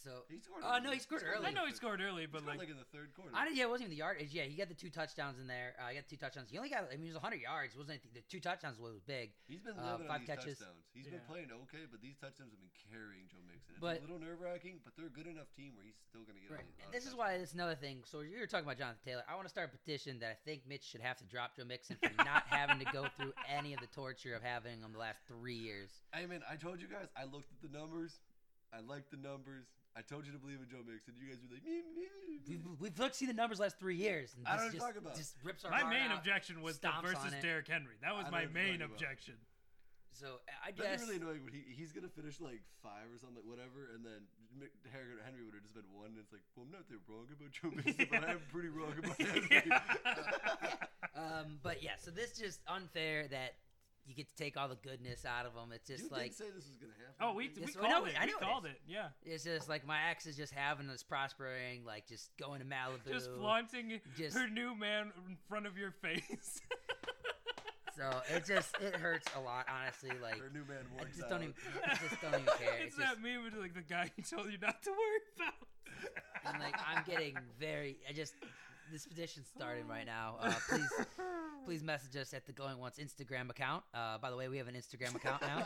Speaker 1: So
Speaker 2: He scored
Speaker 1: Uh,
Speaker 2: early.
Speaker 1: no, he scored early.
Speaker 2: like
Speaker 3: I know he
Speaker 2: the-
Speaker 3: scored early, but
Speaker 2: scored,
Speaker 3: like,
Speaker 2: in the third quarter.
Speaker 1: I didn't, yeah, it wasn't even the yardage. Yeah, he got the two touchdowns in there. Uh, he got two touchdowns. He only got, I mean, it was 100 yards. It wasn't anything. The two touchdowns was big.
Speaker 2: He's been
Speaker 1: Uh,
Speaker 2: living
Speaker 1: five
Speaker 2: on these
Speaker 1: catches.
Speaker 2: touchdowns. He's been
Speaker 3: Yeah.
Speaker 2: playing okay, but these touchdowns have been carrying Joe Mixon. It's
Speaker 1: But-
Speaker 2: a little nerve wracking, but they're a good enough team where he's still going to get.
Speaker 1: Right.
Speaker 2: A lot
Speaker 1: And
Speaker 2: of
Speaker 1: this is
Speaker 2: touchdowns.
Speaker 1: why it's another thing. So you were talking about Jonathan Taylor. I want to start a petition that I think Mitch should have to drop Joe Mixon for not having to go through any of the torture of having him the last three years.
Speaker 2: I mean, I told you guys. I looked at the numbers. I like the numbers. I told you to believe in Joe Mixon. You guys were like, "Meh, meh,
Speaker 1: We've,
Speaker 2: meh."
Speaker 1: we've looked see the numbers last three years. And
Speaker 2: I
Speaker 1: this
Speaker 2: don't
Speaker 1: just,
Speaker 2: talk about it.
Speaker 1: Just rips our
Speaker 3: my
Speaker 1: heart
Speaker 3: main
Speaker 1: out.
Speaker 3: objection was the
Speaker 1: stomps on
Speaker 3: versus
Speaker 1: it.
Speaker 3: Derrick Henry. That was
Speaker 2: I
Speaker 3: my
Speaker 2: know what you're
Speaker 3: main
Speaker 2: talking about.
Speaker 3: objection.
Speaker 1: So I
Speaker 2: That'd
Speaker 1: guess
Speaker 2: be really annoying when he, he's gonna finish like five or something, like whatever, and then Mc- Harry- Henry would have just been one. And it's like, well, I'm not that wrong about Joe Mixon, but I'm pretty wrong about Henry.
Speaker 3: Yeah.
Speaker 1: Um, but yeah, so this just unfair that you get to take all the goodness out of them. It's
Speaker 2: you
Speaker 1: just
Speaker 2: did
Speaker 1: like
Speaker 2: say this was gonna happen.
Speaker 3: oh, we,
Speaker 2: didn't
Speaker 3: we
Speaker 1: Yes,
Speaker 2: you?
Speaker 1: I know
Speaker 3: called
Speaker 1: it-
Speaker 3: it.
Speaker 1: I
Speaker 3: We
Speaker 1: know it
Speaker 3: called
Speaker 1: is.
Speaker 3: it. Yeah.
Speaker 1: it's just like my ex is just having this prospering, like just going to Malibu.
Speaker 3: Just flaunting
Speaker 1: Just-
Speaker 3: her new man in front of your face.
Speaker 1: So it just it hurts a lot, honestly. Like
Speaker 2: Her new man
Speaker 1: I
Speaker 2: works
Speaker 1: just don't
Speaker 2: out.
Speaker 1: even I just don't even care. It's
Speaker 3: It's,
Speaker 1: just,
Speaker 3: that meme with like the guy who told you not to worry about.
Speaker 1: and like I'm getting very. I just this petition's starting right now. Uh, please. Please message us at the Going Once Instagram account. Uh, by the way, we have an Instagram account now.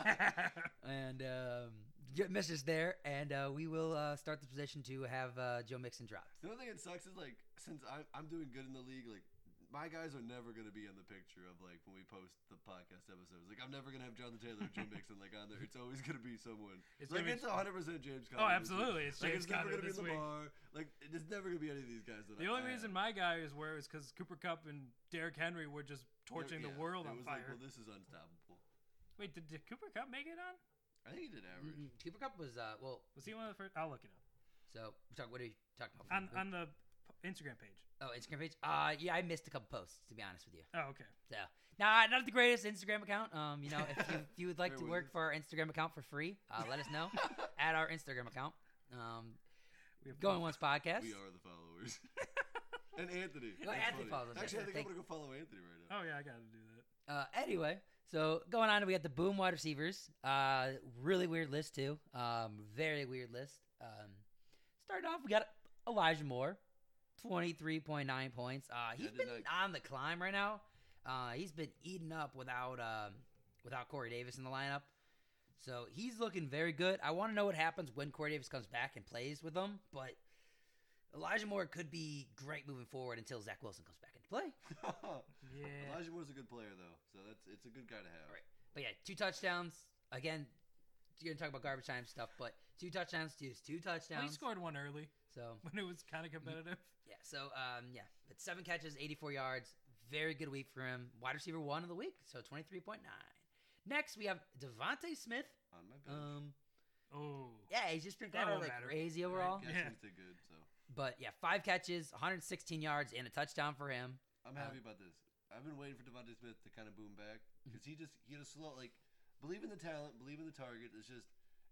Speaker 1: and um, get messages there, and uh, we will uh, start the position to have uh, Joe Mixon dropped.
Speaker 2: The only thing that sucks is like since I'm I'm doing good in the league, like my guys are never gonna be in the picture of like when we post the podcast episodes. Like I'm never gonna have Jonathan Taylor or Joe Mixon like on there. It's always gonna be someone.
Speaker 3: It's
Speaker 2: like
Speaker 3: gonna
Speaker 2: it's
Speaker 3: be-
Speaker 2: 100 percent James Conner.
Speaker 3: oh,
Speaker 2: this week.
Speaker 3: absolutely. It's
Speaker 2: Like
Speaker 3: James
Speaker 2: it's never
Speaker 3: Conner
Speaker 2: gonna
Speaker 3: this
Speaker 2: be
Speaker 3: week.
Speaker 2: Lamar. Like there's never gonna be any of these guys. That
Speaker 3: The
Speaker 2: I-
Speaker 3: only
Speaker 2: I have.
Speaker 3: reason my guys were is because Cooper Cup and Derrick Henry were just torching
Speaker 2: Yeah,
Speaker 3: the world
Speaker 2: it
Speaker 3: on
Speaker 2: was
Speaker 3: fire.
Speaker 2: Like, well, this is unstoppable.
Speaker 3: Wait, did, did Cooper Cup make it on?
Speaker 2: I think he did average.
Speaker 3: Mm-hmm.
Speaker 1: Mm-mm. Cooper Cup was uh, well.
Speaker 3: Was he one of the first? I'll look it up
Speaker 1: So we're talking, what are you talking about?
Speaker 3: on on the p- Instagram page.
Speaker 1: oh, Instagram page. Uh, yeah, I missed a couple posts to be honest with you.
Speaker 3: Oh, okay.
Speaker 1: So now, not the greatest Instagram account. Um, you know, if you, if you would like
Speaker 2: Bear
Speaker 1: to
Speaker 2: with
Speaker 1: work
Speaker 2: us.
Speaker 1: for our Instagram account for free, uh, let us know at our Instagram account. Um,
Speaker 3: We have
Speaker 1: Going Once podcast.
Speaker 2: We are the followers. and Anthony.
Speaker 1: Well,
Speaker 2: That's funny.
Speaker 1: Anthony follows us,
Speaker 2: Actually, I
Speaker 1: yes,
Speaker 2: think
Speaker 1: thank-
Speaker 2: I'm gonna go follow Anthony right now.
Speaker 3: Oh yeah, I gotta do that.
Speaker 1: Uh, anyway, so going on, we got the boom wide receivers. Uh, really weird list too. Um, very weird list. Um, starting off, we got Elijah Moore, twenty three point nine points. Uh, he's
Speaker 2: I did
Speaker 1: been
Speaker 2: not-
Speaker 1: on the climb right now. Uh, he's been eaten up without um, without Corey Davis in the lineup, so he's looking very good. I want to know what happens when Corey Davis comes back and plays with them, but Elijah Moore could be great moving forward until Zach Wilson comes back into play. Oh.
Speaker 3: Yeah.
Speaker 2: Elijah Moore's a good player though, so that's it's a good guy to have.
Speaker 1: Right. But yeah, two touchdowns. Again, you're gonna talk about garbage time stuff, but two touchdowns, two two
Speaker 3: Well,
Speaker 1: touchdowns.
Speaker 3: he scored one early
Speaker 1: So
Speaker 3: when it was kind of competitive.
Speaker 1: yeah, so um yeah, but seven catches, 84 yards. Very good week for him. Wide receiver one of the week, so 23.9. Next we have Devonte Smith.
Speaker 2: On my bench.
Speaker 1: Um
Speaker 3: Oh,
Speaker 1: yeah, he's just been kind
Speaker 3: That
Speaker 1: of
Speaker 3: won't
Speaker 1: like
Speaker 3: matter. uh,
Speaker 1: crazy overall.
Speaker 2: Guys
Speaker 3: Yeah.
Speaker 2: seems to good, so
Speaker 1: But yeah, five catches, 116 yards, and a touchdown for him.
Speaker 2: I'm
Speaker 1: Uh,
Speaker 2: happy about this. I've been waiting for Devontae Smith to kind of boom back because he just he had a slow like believe in the talent, believe in the target. It's just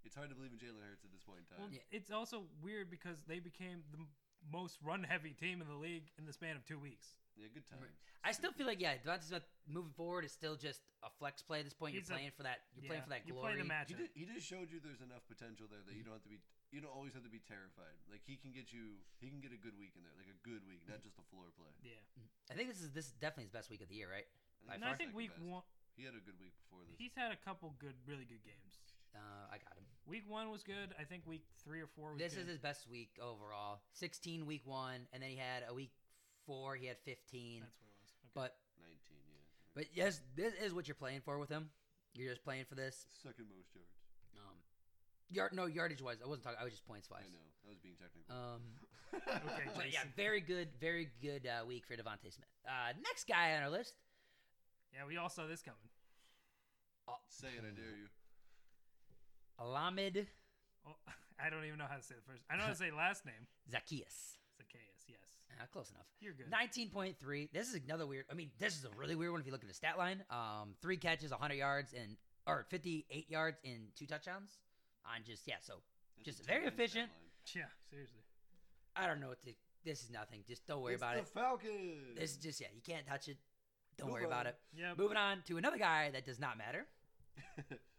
Speaker 2: it's hard to believe in Jalen Hurts at this point in
Speaker 3: well,
Speaker 2: time.
Speaker 1: Yeah.
Speaker 3: it's also weird because they became the m- most run-heavy team in the league in the span of two weeks.
Speaker 2: yeah, good times.
Speaker 1: I still feel like yeah, Devontae Smith moving forward is still just a flex play at this point. You're
Speaker 3: He's a-
Speaker 1: playing for that. You're playing
Speaker 3: Yeah,
Speaker 1: for that
Speaker 3: you
Speaker 1: glory.
Speaker 3: play the
Speaker 2: he
Speaker 3: matchup.
Speaker 2: did, he just showed you there's enough potential there that
Speaker 1: Mm-hmm.
Speaker 2: you don't have to be you don't always have to be terrified. Like he can get you he can get a good week in there, like a good week, not just a floor play.
Speaker 3: Yeah.
Speaker 1: I think this is this is definitely his best week of the year, right? By
Speaker 2: he's
Speaker 3: And I
Speaker 1: far.
Speaker 2: second
Speaker 3: think week
Speaker 2: best.
Speaker 3: one,
Speaker 2: He had a good week before this.
Speaker 3: he's had a couple good, really good games.
Speaker 1: Uh, I got him.
Speaker 3: Week one was good. I think week three or four was
Speaker 1: This
Speaker 3: good.
Speaker 1: is his best week overall. 16 week one, and then he had a week four. He had 15.
Speaker 3: That's what it was. Okay.
Speaker 1: But
Speaker 2: 19, yeah.
Speaker 1: but yes, this is what you're playing for with him. You're just playing for this.
Speaker 2: Second most yards.
Speaker 1: Um, yard no yardage wise. I wasn't talking. I was just points wise.
Speaker 2: I know. I was being technical.
Speaker 1: Um,
Speaker 3: Okay,
Speaker 1: but yeah,
Speaker 3: Jason.
Speaker 1: very good, very good uh, week for Devonte Smith. Uh, next guy on our list,
Speaker 3: Yeah, we all saw this coming.
Speaker 2: Say it, I dare you.
Speaker 1: Alamid
Speaker 3: Oh, I don't even know how to say the first. I know how to say last name.
Speaker 1: Zacchaeus.
Speaker 3: Zacchaeus. Yes,
Speaker 1: Ah, close enough.
Speaker 3: you're good.
Speaker 1: 19.3. This is another weird. I mean, this is a really weird one if you look at the stat line. Um, three catches, 100 yards, and or 58 yards in two touchdowns. On just yeah, so
Speaker 2: That's
Speaker 1: Just
Speaker 2: a
Speaker 1: very
Speaker 2: tight end stat line.
Speaker 1: efficient.
Speaker 3: Yeah, seriously.
Speaker 1: I don't know what to. This is nothing. Just don't worry
Speaker 2: It's
Speaker 1: about
Speaker 2: the
Speaker 1: it.
Speaker 2: Falcons.
Speaker 1: This is just yeah, you can't touch it. Don't
Speaker 2: Move
Speaker 1: worry about
Speaker 2: on.
Speaker 1: it.
Speaker 3: Yeah,
Speaker 1: Moving on to another guy that does not matter.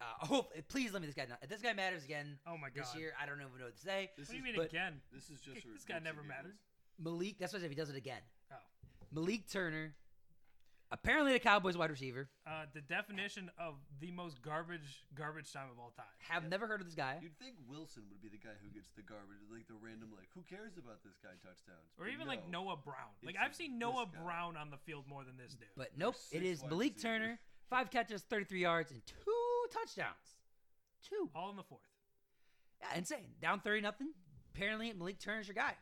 Speaker 1: Uh, hope please let me this guy. Know. If this guy matters again
Speaker 3: Oh my god.
Speaker 1: this year, I don't even know what to say.
Speaker 2: This
Speaker 3: what do you
Speaker 2: is-
Speaker 3: mean
Speaker 1: but-
Speaker 3: again?
Speaker 2: This is just
Speaker 3: Kick-
Speaker 2: for
Speaker 3: this guy
Speaker 2: dicks and
Speaker 3: never
Speaker 2: giggles.
Speaker 3: mattered.
Speaker 1: Malik. That's what I said. If he does it again,
Speaker 3: Oh.
Speaker 1: Malik Turner, apparently the Cowboys wide receiver.
Speaker 3: Uh, the definition of the most garbage garbage time of all time.
Speaker 1: Have never heard of this guy.
Speaker 2: You'd think Wilson would be the guy who gets the garbage, like the random, like who cares about this guy touchdowns,
Speaker 3: Or
Speaker 2: But
Speaker 3: even like
Speaker 2: no.
Speaker 3: Noah Brown. Like
Speaker 2: It's
Speaker 3: I've seen Noah
Speaker 2: this guy.
Speaker 3: Brown on the field more than this dude.
Speaker 1: But nope, it
Speaker 2: six
Speaker 1: is
Speaker 2: wide
Speaker 1: Malik
Speaker 2: receivers.
Speaker 1: Turner, five catches, 33 yards, and two touchdowns. Two.
Speaker 3: all in the fourth.
Speaker 1: Yeah, insane. Down 30 nothing. Apparently, Malik Turner's your guy.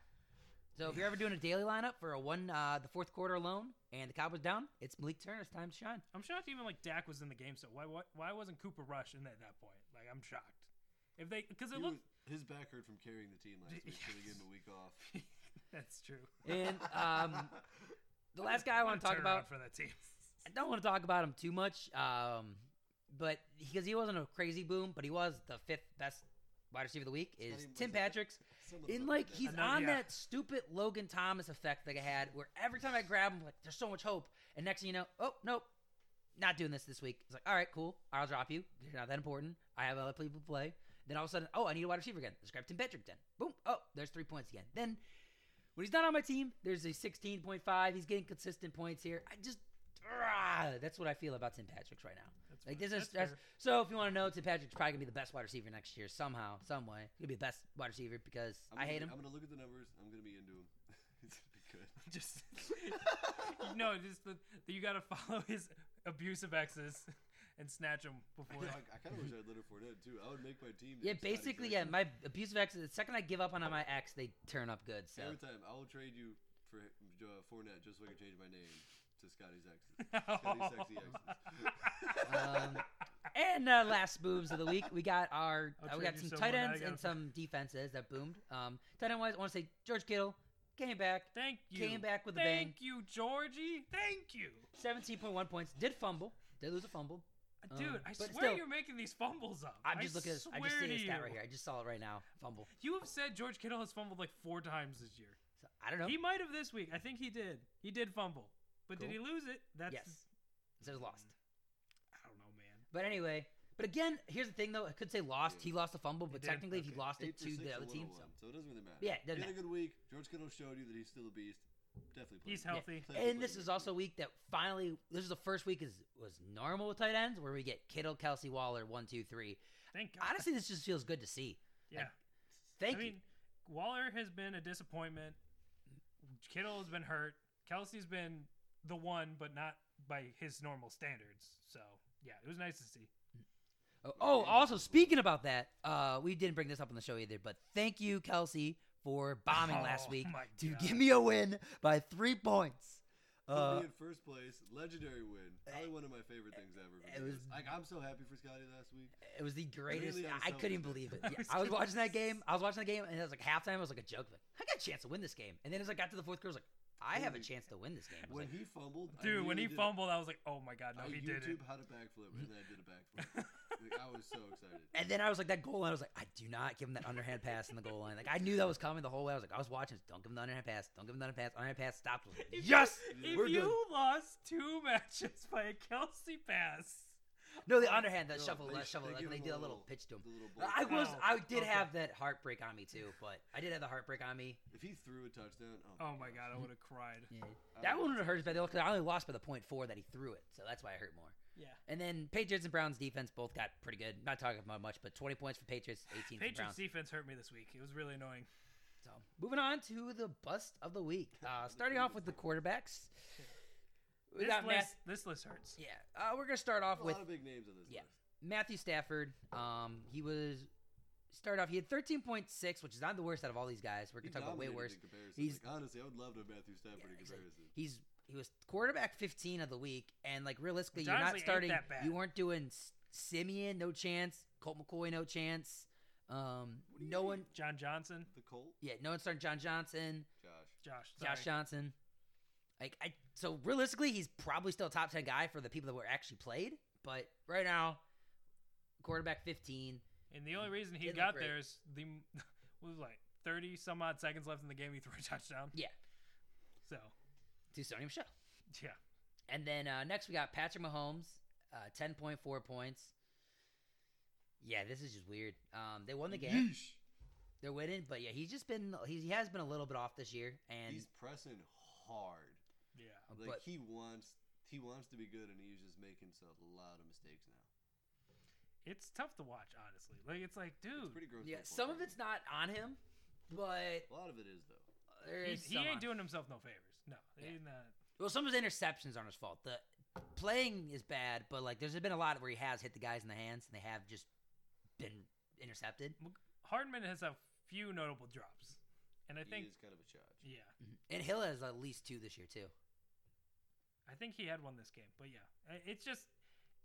Speaker 1: So if you're ever doing a daily lineup for a one, uh, the fourth quarter alone, and the Cowboys down, it's Malik Turner's time to shine.
Speaker 3: I'm shocked even like Dak was in the game. So why why, why wasn't Cooper Rush in at that point? Like I'm shocked. If they because it
Speaker 2: He
Speaker 3: looked
Speaker 2: was- his back hurt from carrying the team last week, so they gave him a week off.
Speaker 3: that's true.
Speaker 1: And um, the last guy I
Speaker 3: What
Speaker 1: want
Speaker 3: a
Speaker 1: to talk
Speaker 3: turnaround
Speaker 1: about,
Speaker 3: for that team.
Speaker 1: I don't want to talk about him too much, um, but because he wasn't a crazy boom, but he was the fifth best wide receiver of the week
Speaker 2: even-
Speaker 1: is Tim
Speaker 2: was that-
Speaker 1: Patrick's.
Speaker 2: Some of
Speaker 1: In
Speaker 2: them-
Speaker 1: like he's
Speaker 3: Another-
Speaker 1: on
Speaker 3: yeah.
Speaker 1: that stupid Logan Thomas effect that I had, where every time I grab him, like there's so much hope, and next thing you know, oh nope, not doing this this week. It's like all right, cool, I'll drop you. You're not that important. I have other people to play. Then all of a sudden, oh, I need a wide receiver again. Let's grab Tim Patrick then. Boom, oh, there's three points again. Then when he's not on my team, there's a 16.5. He's getting consistent points here. I just ah, that's what I feel about Tim Patrick's right now.
Speaker 3: That's
Speaker 1: Like
Speaker 3: fair.
Speaker 1: this is that's,
Speaker 3: That's fair.
Speaker 1: so. If you want to know, Tim Patrick's probably gonna be the best wide receiver next year somehow, some way. He'll be the best wide receiver because
Speaker 2: I'm
Speaker 1: I
Speaker 2: gonna-
Speaker 1: hate him.
Speaker 2: I'm gonna look at the numbers. I'm gonna be into him. it's gonna be good.
Speaker 3: just no, just the, the, you gotta follow his abusive exes and snatch them before.
Speaker 2: I, kind of wish I had Leonard Fournette too. I would make my team.
Speaker 1: Yeah,
Speaker 2: if Scotty
Speaker 1: basically, yeah.
Speaker 2: Pippen-
Speaker 1: My abusive ex. The second I give up on my ex, they turn up good. So
Speaker 2: Every time I will trade you for uh, Fournette just so I can change my name to Scotty's ex. Scotty sexy exes.
Speaker 1: Um, and uh, last boobs of the week, we got our
Speaker 3: I'll
Speaker 1: uh, we
Speaker 3: trade
Speaker 1: got
Speaker 3: you
Speaker 1: some
Speaker 3: some
Speaker 1: tight
Speaker 3: when I
Speaker 1: ends
Speaker 3: gotta
Speaker 1: and
Speaker 3: fi-
Speaker 1: some defenses that boomed. Um, tight end wise, I want to say George Kittle came back,
Speaker 3: Thank you.
Speaker 1: Came back with a
Speaker 3: Thank
Speaker 1: bang.
Speaker 3: you, Georgie. Thank you,
Speaker 1: seventeen point one points, did fumble, did lose a fumble. Um,
Speaker 3: dude. I
Speaker 1: but
Speaker 3: swear
Speaker 1: still-
Speaker 3: you're making these fumbles up.
Speaker 1: I'm just looking at this. I just see
Speaker 3: swear
Speaker 1: this
Speaker 3: to
Speaker 1: stat
Speaker 3: you.
Speaker 1: right here. I just saw it right now. Fumble.
Speaker 3: You have said George Kittle has fumbled like four times this year.
Speaker 1: So, I don't know.
Speaker 3: He might have this week. I think he did. He did fumble, but did he
Speaker 1: Cool.
Speaker 3: lose it? That's
Speaker 1: Yes. so it was lost.
Speaker 3: I don't know, man.
Speaker 1: But anyway, but again, here's the thing though. I could say lost.
Speaker 2: Yeah.
Speaker 1: He lost a fumble, but
Speaker 3: did?
Speaker 1: technically, if he
Speaker 3: Okay.
Speaker 1: lost
Speaker 2: Eight
Speaker 1: it
Speaker 2: for
Speaker 1: to
Speaker 2: six
Speaker 1: the
Speaker 2: and
Speaker 1: other
Speaker 2: one
Speaker 1: team,
Speaker 2: on
Speaker 1: so
Speaker 2: one, so it doesn't really matter.
Speaker 1: Yeah, it doesn't
Speaker 2: He had a good week. George Kittle showed you that he's still a beast. Definitely. Play
Speaker 3: He's
Speaker 2: him.
Speaker 3: healthy.
Speaker 2: Play him, play
Speaker 1: And this
Speaker 2: him.
Speaker 1: is also a week that finally, this is the first week is was normal with tight ends, where we get Kittle, Kelsey, Waller, one, two, three.
Speaker 3: Thank God.
Speaker 1: Honestly, this just feels good to see.
Speaker 3: yeah.
Speaker 1: Thank
Speaker 3: I
Speaker 1: you.
Speaker 3: mean, Waller has been a disappointment. Kittle has been hurt. Kelsey's been the one, but not by his normal standards. So yeah, it was nice to see.
Speaker 1: Oh, oh, also speaking about that, uh, we didn't bring this up on the show either, but thank you, Kelsey, for bombing last
Speaker 3: Oh,
Speaker 1: week
Speaker 3: my
Speaker 1: to
Speaker 3: God.
Speaker 1: give me a win by three points.
Speaker 2: Put
Speaker 1: Uh,
Speaker 2: me in first place. Legendary win. Probably one of my favorite things ever.
Speaker 1: it
Speaker 2: It was,
Speaker 1: was-
Speaker 2: like, I'm so happy for Scotty last week.
Speaker 1: it was the greatest.
Speaker 2: Really, I'm
Speaker 1: I
Speaker 2: so
Speaker 1: couldn't even
Speaker 2: with
Speaker 1: believe it.
Speaker 3: I
Speaker 1: Yeah,
Speaker 3: was
Speaker 1: I was
Speaker 3: gonna
Speaker 1: watching that
Speaker 3: s-
Speaker 1: game. I was watching the game, and it was like halftime. I was like a joke. Like I got a chance to win this game, and then it's like got to the fourth quarter. I was like I have a
Speaker 2: Holy-
Speaker 1: chance to win this game. I was
Speaker 2: When
Speaker 1: like,
Speaker 2: he fumbled, I
Speaker 3: Dude, when
Speaker 2: nearly
Speaker 3: he
Speaker 2: did a-
Speaker 3: fumbled, I was like, oh my god, no,
Speaker 2: I
Speaker 3: he
Speaker 2: YouTube
Speaker 3: didn't.
Speaker 2: how to backflip, and then I did a backflip. like, I was so excited.
Speaker 1: And then I was like that goal line. I was like, I do not give him that underhand pass in the goal line. Like I knew that was coming the whole way. I was like, I was watching. Don't give him the underhand pass. Don't give him the underhand pass. Underhand pass. Stop. Yes.
Speaker 3: If
Speaker 1: We're
Speaker 3: you
Speaker 1: good.
Speaker 3: lost two matches by a Kelsey pass,
Speaker 1: No, the underhand. That
Speaker 2: No,
Speaker 1: shovel.
Speaker 2: they-
Speaker 1: That shovel.
Speaker 2: they
Speaker 1: They,
Speaker 2: give
Speaker 1: they
Speaker 2: him
Speaker 1: did
Speaker 2: a
Speaker 1: a little
Speaker 2: little-
Speaker 1: pitch to him.
Speaker 2: The little bolt
Speaker 1: I was.
Speaker 3: Oh,
Speaker 1: I did
Speaker 3: okay.
Speaker 1: have that heartbreak on me too. But I did have the heartbreak on me.
Speaker 2: If he threw a touchdown, oh,
Speaker 3: oh my god, I would have cried.
Speaker 2: I
Speaker 1: That
Speaker 2: would've-
Speaker 1: one would have hurt as bad because I only lost by the point four that he threw it. So that's why I hurt more.
Speaker 3: Yeah.
Speaker 1: And then Patriots and Browns defense both got pretty good. Not talking about much, but 20 points for Patriots, 18 for Browns.
Speaker 3: Patriots defense hurt me this week. It was really annoying.
Speaker 1: So moving on to the bust of the week. Uh, starting off with the quarterbacks. We
Speaker 3: This
Speaker 1: got Matt.
Speaker 3: list, this list hurts.
Speaker 1: Yeah, uh, we're gonna start off
Speaker 2: A
Speaker 1: with
Speaker 2: lot of big names on this
Speaker 1: yeah.
Speaker 2: list.
Speaker 1: Matthew Stafford. Um, he was start off. He had 13.6, which is not the worst out of all these guys. We're
Speaker 2: He
Speaker 1: gonna talk about way
Speaker 2: dominated
Speaker 1: worse.
Speaker 2: In comparison.
Speaker 1: He's-
Speaker 2: like, honestly, I would love to have Matthew Stafford
Speaker 1: Yeah,
Speaker 2: in
Speaker 1: he's like-
Speaker 2: comparison.
Speaker 1: He's he was quarterback 15 of the week, and like realistically,
Speaker 3: Which
Speaker 1: you're not
Speaker 3: honestly ain't
Speaker 1: starting.
Speaker 3: that bad.
Speaker 1: You weren't doing S- Simeon, no chance. Colt McCoy, no chance. Um,
Speaker 2: What do you
Speaker 1: no
Speaker 2: mean?
Speaker 1: one.
Speaker 3: John Johnson,
Speaker 2: The Colt?
Speaker 1: Yeah, no one starting John Johnson,
Speaker 2: Josh.
Speaker 3: Josh, sorry.
Speaker 1: Josh Johnson. Like I, so realistically, he's probably still a top 10 guy for the people that were actually played. But right now, quarterback 15.
Speaker 3: And the only reason he
Speaker 1: Didn't look
Speaker 3: got
Speaker 1: great.
Speaker 3: there is the was like thirty some odd seconds left in the game. He threw a touchdown.
Speaker 1: Yeah,
Speaker 3: So
Speaker 1: to Sony Michelle.
Speaker 3: yeah,
Speaker 1: And then uh, next we got Patrick Mahomes, uh, ten point four points. Yeah, this is just weird. Um, they won the game.
Speaker 2: Yeesh.
Speaker 1: They're winning, but yeah, he's just been he, he has been a little bit off this year, and Oh,
Speaker 2: He's pressing hard.
Speaker 3: yeah.
Speaker 2: Like
Speaker 1: but
Speaker 2: he wants he wants to be good and he's just making so- a lot of mistakes now.
Speaker 3: It's tough to watch, honestly. Like it's like,
Speaker 2: It's
Speaker 3: dude,
Speaker 2: pretty gross.
Speaker 1: yeah,
Speaker 2: football
Speaker 1: some of
Speaker 2: sometimes.
Speaker 1: it's not on him, but
Speaker 2: a lot of it is though.
Speaker 1: there
Speaker 3: he,
Speaker 1: is
Speaker 3: he
Speaker 1: some on-
Speaker 3: ain't doing himself no favors. No, uh,
Speaker 1: Yeah.
Speaker 3: he's not.
Speaker 1: well. Some of his interceptions aren't his fault. The playing is bad, but like there's been a lot where he has hit the guys in the hands, and they have just been intercepted.
Speaker 3: Hardman has a few notable drops, and
Speaker 2: he
Speaker 3: I think
Speaker 2: is kind of a charge.
Speaker 3: yeah,
Speaker 1: And Hill has at least two this year too.
Speaker 3: I think he had one this game. But yeah, I- it's just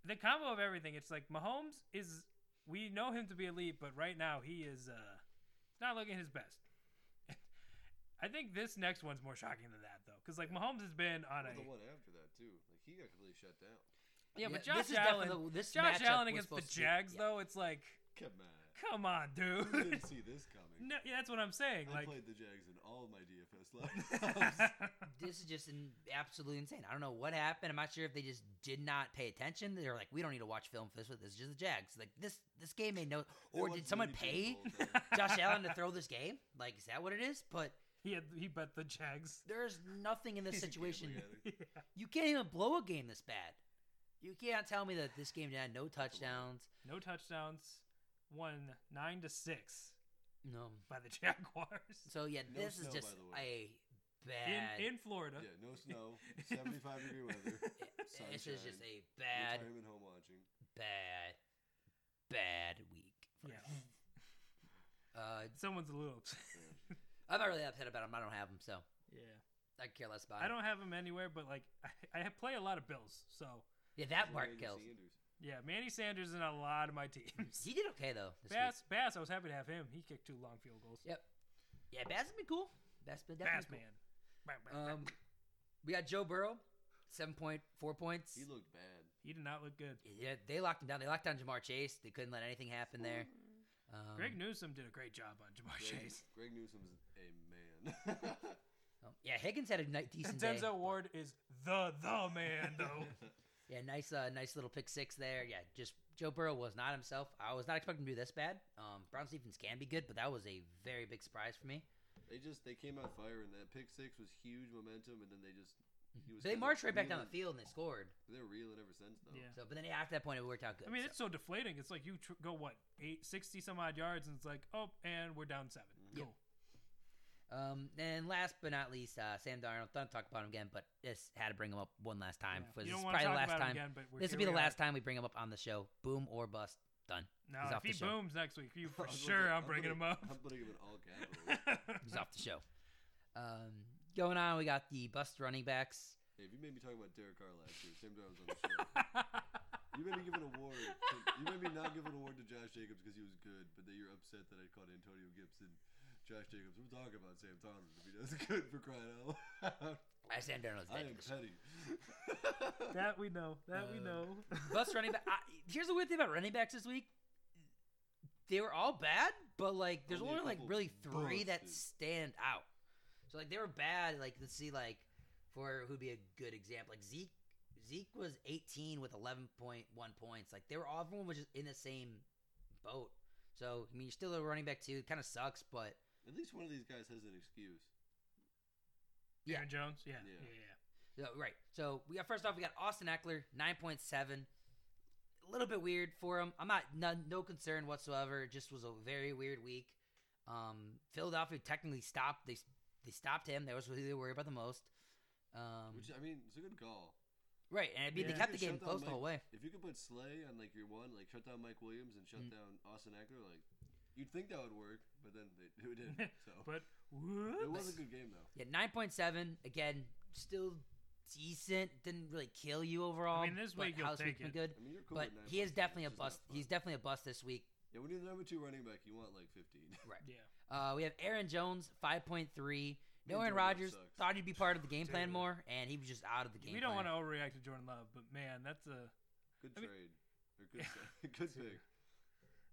Speaker 3: the combo of everything. It's like Mahomes is we know him to be elite, but right now he is uh he's not looking his best. I think this next one's more shocking than that though, because like Mahomes has been on
Speaker 2: Well,
Speaker 3: a
Speaker 2: the one after that too. Like he got completely shut down.
Speaker 3: yeah, but
Speaker 1: this
Speaker 3: Josh
Speaker 1: is
Speaker 3: Allen,
Speaker 1: definitely the- this
Speaker 3: Josh
Speaker 1: matchup
Speaker 3: Allen
Speaker 1: was
Speaker 3: against the
Speaker 1: supposed to be-
Speaker 3: Jags
Speaker 1: yeah.
Speaker 3: though, it's like
Speaker 2: Come on.
Speaker 3: come on,
Speaker 2: You
Speaker 3: dude.
Speaker 2: didn't see this coming.
Speaker 3: no, yeah, that's what I'm saying.
Speaker 2: I
Speaker 3: Like,
Speaker 2: played the Jags in all my DFS lineups.
Speaker 1: this is just in, absolutely insane. I don't know what happened. I'm not sure if they just did not pay attention. They're like, we don't need to watch film for this. This is just the Jags. Like this, this game made no.
Speaker 2: They
Speaker 1: Or
Speaker 2: watched
Speaker 1: did someone
Speaker 2: Looney
Speaker 1: pay
Speaker 2: Tunes the whole time.
Speaker 1: Josh Allen to throw this game? Like, is that what it is? But
Speaker 3: he had, he bet the Jags.
Speaker 1: there's nothing in this
Speaker 2: He's a gambling
Speaker 1: situation.
Speaker 2: addict.
Speaker 3: yeah.
Speaker 1: You can't even blow a game this bad. You can't tell me that this game had no touchdowns.
Speaker 3: No touchdowns, won nine to six
Speaker 1: No.
Speaker 3: by the Jaguars.
Speaker 1: So yeah,
Speaker 2: No
Speaker 1: this
Speaker 2: snow,
Speaker 1: is
Speaker 2: by
Speaker 1: just
Speaker 2: the
Speaker 1: a bad.
Speaker 3: in, in Florida.
Speaker 2: Yeah, no snow, 75 degree weather,
Speaker 1: this is just a bad,
Speaker 2: retirement home watching.
Speaker 1: bad, bad week.
Speaker 3: Yeah.
Speaker 1: Uh,
Speaker 3: Someone's a little upset.
Speaker 1: I'm not really upset about him. I don't have him, so
Speaker 3: Yeah.
Speaker 1: I could care less about him.
Speaker 3: I don't have him anywhere, but like I, I play a lot of Bills, so
Speaker 1: Yeah,
Speaker 2: Is
Speaker 1: that
Speaker 2: it
Speaker 1: part
Speaker 2: Andy
Speaker 1: kills.
Speaker 2: Sanders?
Speaker 3: yeah, Manny Sanders in a lot of my teams.
Speaker 1: He did okay though. This week.
Speaker 3: Bass, Bass, I was happy to have him. He kicked two long field goals.
Speaker 1: Yep. Yeah, Bass has been cool. Bass has been
Speaker 3: Bass
Speaker 1: definitely cool.
Speaker 3: man. Bam, bam, bam.
Speaker 1: Um, we got Joe Burrow, seven point four points.
Speaker 2: He looked bad.
Speaker 3: he did not look good.
Speaker 1: yeah, they locked him down. They locked down Jamar Chase. They couldn't let anything happen there. Um,
Speaker 3: Greg Newsom did a great job on Jamar
Speaker 2: Greg,
Speaker 3: Chase.
Speaker 2: Greg Newsom's a man.
Speaker 1: um, yeah, Higgins had a ni- decent day.
Speaker 3: Denzel Ward is the the man though.
Speaker 1: Yeah, nice, uh, nice little pick six there. Yeah, just Joe Burrow was not himself. I was not expecting him to do this bad. Um, Browns defense can be good, but that was a very big surprise for me.
Speaker 2: they just they came out firing. That pick six was huge momentum, and then they just he was
Speaker 1: They
Speaker 2: kinda
Speaker 1: marched right back down the
Speaker 2: reeling-
Speaker 1: field and they scored.
Speaker 2: They're reeling ever since though.
Speaker 3: Yeah.
Speaker 1: So, but then yeah, after that point, it worked out good.
Speaker 3: I
Speaker 1: so.
Speaker 3: mean, it's so deflating. It's like you tr- go what eight sixty some odd yards, and it's like oh, and we're down seven.
Speaker 1: Yep.
Speaker 3: Cool.
Speaker 1: Um, and last but not least, uh, Sam Darnold. Don't talk about him again, but this had to bring him up one last time.
Speaker 3: Yeah.
Speaker 1: Was this
Speaker 3: You don't
Speaker 1: is
Speaker 3: want to
Speaker 1: probably the
Speaker 3: talk
Speaker 1: last
Speaker 3: about him
Speaker 1: time.
Speaker 3: again, but we're,
Speaker 1: this
Speaker 3: here
Speaker 1: will be the
Speaker 3: we are.
Speaker 1: last time we bring him up on the show. Boom or bust. Done.
Speaker 3: No,
Speaker 1: He's
Speaker 3: if
Speaker 1: off
Speaker 3: he
Speaker 1: the show.
Speaker 3: booms next week, you for
Speaker 2: I'm
Speaker 3: sure
Speaker 2: putting-
Speaker 3: I'm bringing him
Speaker 2: putting-
Speaker 3: up.
Speaker 2: I'm putting him in all capitals.
Speaker 1: He's off the show. Um, going on, we got the bust running backs.
Speaker 2: hey, if you made me talk about Derek Carr last year, Sam Darnold's on the show. You made me give an award. to- you made me not give an award to Josh Jacobs because he was good, but then you're upset that I called Antonio Gibson. Josh Jacobs, we're talking about Sam Darnold if he does good for crying out loud.
Speaker 1: I Sam Darnold's
Speaker 2: I
Speaker 1: dead.
Speaker 2: am petty.
Speaker 3: that we know. That we
Speaker 1: Uh,
Speaker 3: know.
Speaker 1: bust running back. I, here's the weird thing about running backs this week. They were all bad, but like there's
Speaker 2: Only a
Speaker 1: only, like
Speaker 2: couple
Speaker 1: really three that
Speaker 2: busted.
Speaker 1: stand out. So like they were bad. Like let's see, like for who'd be a good example, like Zeke. Zeke was 18 with 11.1 points. Like they were all everyone was just in the same boat. So I mean, you're still a running back too. Kind of sucks, but
Speaker 2: At least one of these guys has an excuse.
Speaker 1: yeah.
Speaker 3: Aaron Jones. Yeah. Yeah.
Speaker 2: Yeah.
Speaker 3: yeah,
Speaker 1: So, right. So we got first off, we got Austin Eckler, nine point seven. A little bit weird for him. I'm not no, no concern whatsoever. It just was a very weird week. Um, Philadelphia technically stopped. They they stopped him. That was who they worried about the most. Um,
Speaker 2: Which I mean, it's a good call.
Speaker 1: right, and I mean
Speaker 3: Yeah.
Speaker 1: they kept the
Speaker 2: Shut
Speaker 1: game
Speaker 2: down
Speaker 1: close the
Speaker 2: Mike-
Speaker 1: whole way.
Speaker 2: If you could put Slay on like your one, like shut down Mike Williams and shut
Speaker 1: Mm.
Speaker 2: down Austin Eckler, like you'd think that would work, but then they, it didn't. So
Speaker 3: But
Speaker 2: it
Speaker 3: whoops.
Speaker 2: was a good game though.
Speaker 1: Yeah, nine point seven again. Still decent. Didn't really kill you overall.
Speaker 3: I mean, this
Speaker 1: but
Speaker 3: week you'll
Speaker 1: House
Speaker 3: take
Speaker 1: been
Speaker 3: it.
Speaker 1: good.
Speaker 2: I mean, you're cool
Speaker 1: But
Speaker 2: with nine
Speaker 1: he
Speaker 2: points,
Speaker 1: is
Speaker 2: but
Speaker 1: definitely a
Speaker 2: it's just not
Speaker 1: bust.
Speaker 2: fun.
Speaker 1: He's definitely a bust this week.
Speaker 2: Yeah, when you're the number two running back, you want like 15.
Speaker 1: Right.
Speaker 3: Yeah.
Speaker 1: Uh, we have Aaron Jones, five point three. No
Speaker 2: Aaron
Speaker 1: Aaron
Speaker 2: Jones
Speaker 1: Rodgers
Speaker 2: sucks.
Speaker 1: thought he'd be part of the game plan
Speaker 3: Dude.
Speaker 1: more, and he was just out of the game.
Speaker 3: we don't
Speaker 1: plan.
Speaker 3: want to overreact to Jordan Love, but man, that's a
Speaker 2: Good
Speaker 3: I mean-
Speaker 2: trade. Or good, sa- good pick.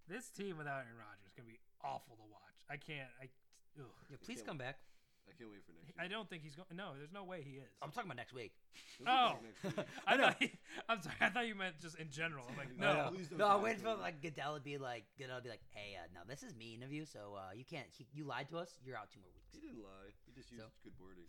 Speaker 3: this team without Aaron Rodgers is gonna be awful to watch. I can't. I. Ugh.
Speaker 1: Yeah, please
Speaker 2: can't-
Speaker 1: come back.
Speaker 2: I can't wait for next year.
Speaker 3: I don't think he's going. No, there's no way he
Speaker 1: I'm
Speaker 3: is.
Speaker 1: talking about next week.
Speaker 2: Who's playing
Speaker 3: Oh.
Speaker 2: next week?
Speaker 3: I,
Speaker 1: I know.
Speaker 3: Thought he- I'm sorry. I thought you meant just in general. I'm like,
Speaker 2: No,
Speaker 3: no.
Speaker 2: please don't come
Speaker 1: no, I'm
Speaker 2: back
Speaker 1: waiting for
Speaker 2: later.
Speaker 1: like Goodell to be like Goodell to be like, hey, uh, no, this is me interview, so uh, you can't, he, you lied to us. You're out two more
Speaker 2: He
Speaker 1: weeks.
Speaker 2: didn't lie. He just used
Speaker 1: So-
Speaker 2: good wording.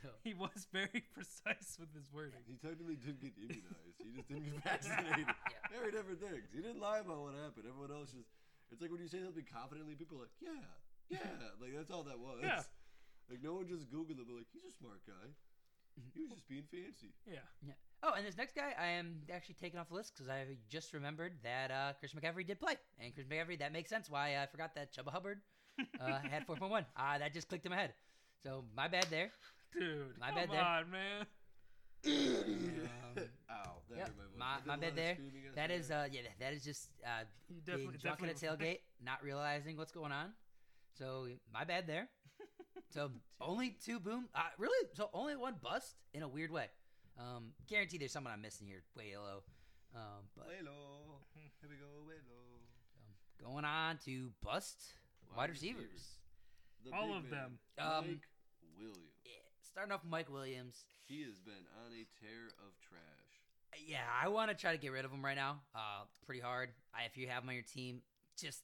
Speaker 1: So,
Speaker 3: He was very precise with his wording.
Speaker 2: He technically did get immunized. He just didn't get vaccinated.
Speaker 1: Yeah.
Speaker 2: Very different things. He didn't lie about what happened. Everyone else just. It's like when you say something confidently, people are like, yeah, yeah. Like, that's all that was.
Speaker 3: Yeah.
Speaker 2: Like, no one just Googled him. but, Like, he's a smart guy. He was just being fancy.
Speaker 3: Yeah.
Speaker 1: oh, and this next guy, I am actually taking off the list because I just remembered that uh, Chris McCaffrey did play, and Chris McCaffrey that makes sense why I forgot that Chuba Hubbard uh, had 4.1. Uh, that just clicked in my head. So my bad there.
Speaker 3: Dude,
Speaker 1: My
Speaker 3: come
Speaker 1: bad there.
Speaker 3: on, man.
Speaker 2: Um, Ow. That hurt
Speaker 1: yeah,
Speaker 2: my voice.
Speaker 1: my-
Speaker 2: I did
Speaker 1: my
Speaker 2: a lot
Speaker 1: bad
Speaker 2: of
Speaker 1: there.
Speaker 2: screaming yesterday.
Speaker 1: That is, uh, yeah, that is just uh,
Speaker 3: You
Speaker 1: being drunk at
Speaker 3: was-
Speaker 1: tailgate, not realizing what's going on. So my bad there. So only two boom, uh, really. So only one bust in a weird way. Um, guarantee there's someone I'm missing here, way low. Um, but um,
Speaker 2: Waylo. Here we go, Waylo.
Speaker 1: going on to bust
Speaker 2: Wide
Speaker 1: wide
Speaker 2: receivers.
Speaker 1: receivers.
Speaker 2: The
Speaker 3: All
Speaker 2: big
Speaker 3: of
Speaker 2: man,
Speaker 3: them.
Speaker 1: Um,
Speaker 2: Mike Williams.
Speaker 1: Yeah, starting off with Mike Williams.
Speaker 2: He has been on a tear of trash.
Speaker 1: Yeah, I want to try to get rid of him right now. Uh, pretty hard. I, if you have him on your team, just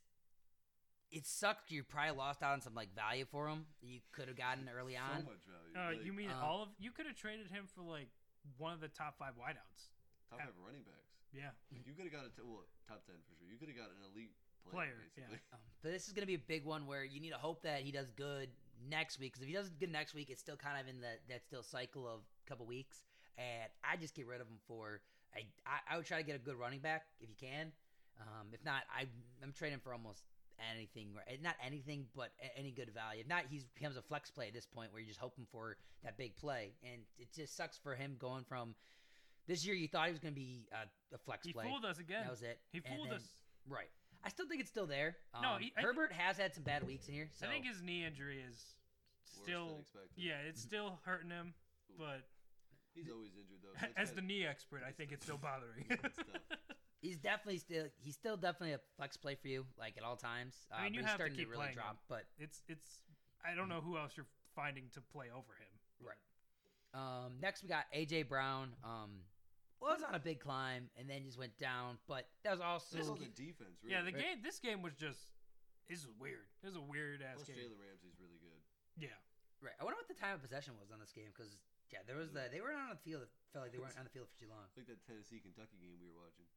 Speaker 1: it sucked. You probably lost out on some like value for him. that You could have gotten early on.
Speaker 2: So much value.
Speaker 3: Uh,
Speaker 2: like,
Speaker 3: you mean
Speaker 1: um,
Speaker 3: all of? You could have traded him for like one of the top five wideouts.
Speaker 2: top five running backs.
Speaker 3: Yeah.
Speaker 2: Like, you could have got a t- well, top ten for sure. You could have got an elite player.
Speaker 3: Player, yeah.
Speaker 2: basically.
Speaker 1: Um, but this is going to be a big one where you need to hope that he does good next week. Because if he does good next week, it's still kind of in that that still cycle of couple weeks. And I just get rid of him for I I, I would try to get a good running back if you can. Um, if not, I I'm trading for almost anything, right? Not anything, but a- any good value. If not, he becomes a flex play at this point where you're just hoping for that big play. And it just sucks for him going from this year. You thought he was going to be uh, a flex
Speaker 3: He
Speaker 1: play.
Speaker 3: fooled us again.
Speaker 1: That was it.
Speaker 3: He
Speaker 1: And
Speaker 3: fooled
Speaker 1: then-
Speaker 3: us.
Speaker 1: Right. I still think it's still there. Um,
Speaker 3: No, he- I-
Speaker 1: Herbert has had some bad weeks in here. So
Speaker 3: I think his knee injury is
Speaker 2: Worse
Speaker 3: still.
Speaker 2: than expected.
Speaker 3: Yeah, it's
Speaker 1: Mm-hmm.
Speaker 3: still hurting him, but
Speaker 2: He's always injured though.
Speaker 3: as the knee expert, I think it's still bothering. him.
Speaker 2: It's tough.
Speaker 1: he's definitely still he's still definitely a flex play for you, like at all times. Uh,
Speaker 3: I mean,
Speaker 1: but
Speaker 3: you
Speaker 1: he's
Speaker 3: have to
Speaker 1: starting
Speaker 3: keep
Speaker 1: really
Speaker 3: playing
Speaker 1: drop.
Speaker 3: him.
Speaker 1: But
Speaker 3: it's it's. I don't know who else you're finding to play over him.
Speaker 1: Right. um, next we got AJ Brown. Um, was on a big climb and then just went down, but that was also
Speaker 2: This is the defense. Really.
Speaker 3: Yeah, the
Speaker 1: Right.
Speaker 3: game. This game was just. This is weird. This is a weird ass
Speaker 2: Plus
Speaker 3: game.
Speaker 2: Jalen Ramsey's really good.
Speaker 3: Yeah.
Speaker 1: right. I wonder what the time of possession was on this game because yeah, there was the they weren't on the field. It felt like they weren't on the field for too long.
Speaker 2: It's like that Tennessee Kentucky game we were watching.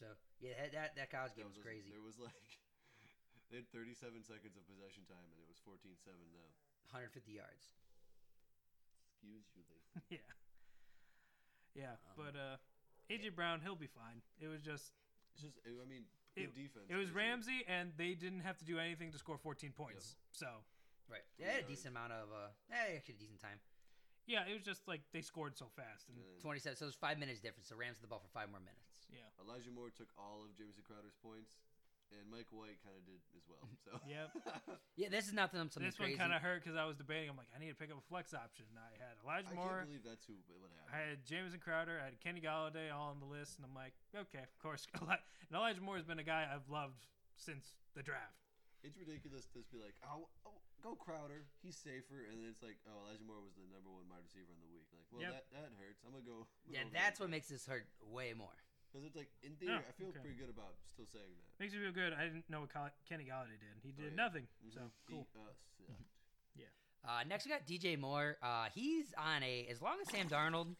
Speaker 1: So yeah, that that, that college game
Speaker 2: That
Speaker 1: was crazy.
Speaker 2: There was like they had 37 seconds of possession time and it was 14-7 now.
Speaker 1: 150 yards.
Speaker 2: Excuse you, lady.
Speaker 3: Yeah. Yeah,
Speaker 1: Um,
Speaker 3: but uh AJ Brown, he'll be fine. It was just
Speaker 2: It's just, I mean, good defense.
Speaker 3: it was
Speaker 2: basically.
Speaker 3: Ramsey and they didn't have to do anything to score 14 points. So,
Speaker 1: Right.
Speaker 2: Three
Speaker 1: They had a
Speaker 2: yards.
Speaker 1: decent amount of uh, eh, actually a decent time.
Speaker 3: yeah, it was just like they scored so fast and
Speaker 2: And then
Speaker 1: 27. So there's five minutes difference. So Rams had the ball for five more minutes.
Speaker 3: yeah.
Speaker 2: Elijah Moore took all of Jameson Crowder's points, and Mike White kind of did as well. So
Speaker 3: Yep.
Speaker 1: Yeah, this is nothing. Something
Speaker 3: This
Speaker 1: crazy.
Speaker 3: one kind of hurt cuz I was debating I'm like I need to pick up a flex option. And I had
Speaker 2: I
Speaker 3: Elijah
Speaker 2: can't
Speaker 3: Moore,
Speaker 2: believe that's who what
Speaker 3: I
Speaker 2: happened.
Speaker 3: had Jameson Crowder, I had Kenny Galladay all on the list and I'm like, okay, of course. Eli- and Elijah Moore has been a guy I've loved since the draft.
Speaker 2: It's ridiculous to just be like, oh, oh, go Crowder, he's safer, and then it's like, oh, Elijah Moore was the number one wide receiver in the week. Like, well,
Speaker 3: Yep.
Speaker 2: that, that hurts. I'm gonna go.
Speaker 1: yeah, that's what makes this hurt way more.
Speaker 2: because it's like in theory,
Speaker 3: Yeah,
Speaker 2: I feel
Speaker 3: Oh, okay.
Speaker 2: pretty good about still saying that.
Speaker 3: Makes me feel good. I didn't know what Coll- Kenny Galladay did. He did
Speaker 2: yeah.
Speaker 3: nothing.
Speaker 2: Mhm.
Speaker 3: So,
Speaker 2: He,
Speaker 3: cool.
Speaker 2: uh, sucked.
Speaker 1: Uh, next, we got DJ Moore. Uh, he's on a as long as Sam Darnold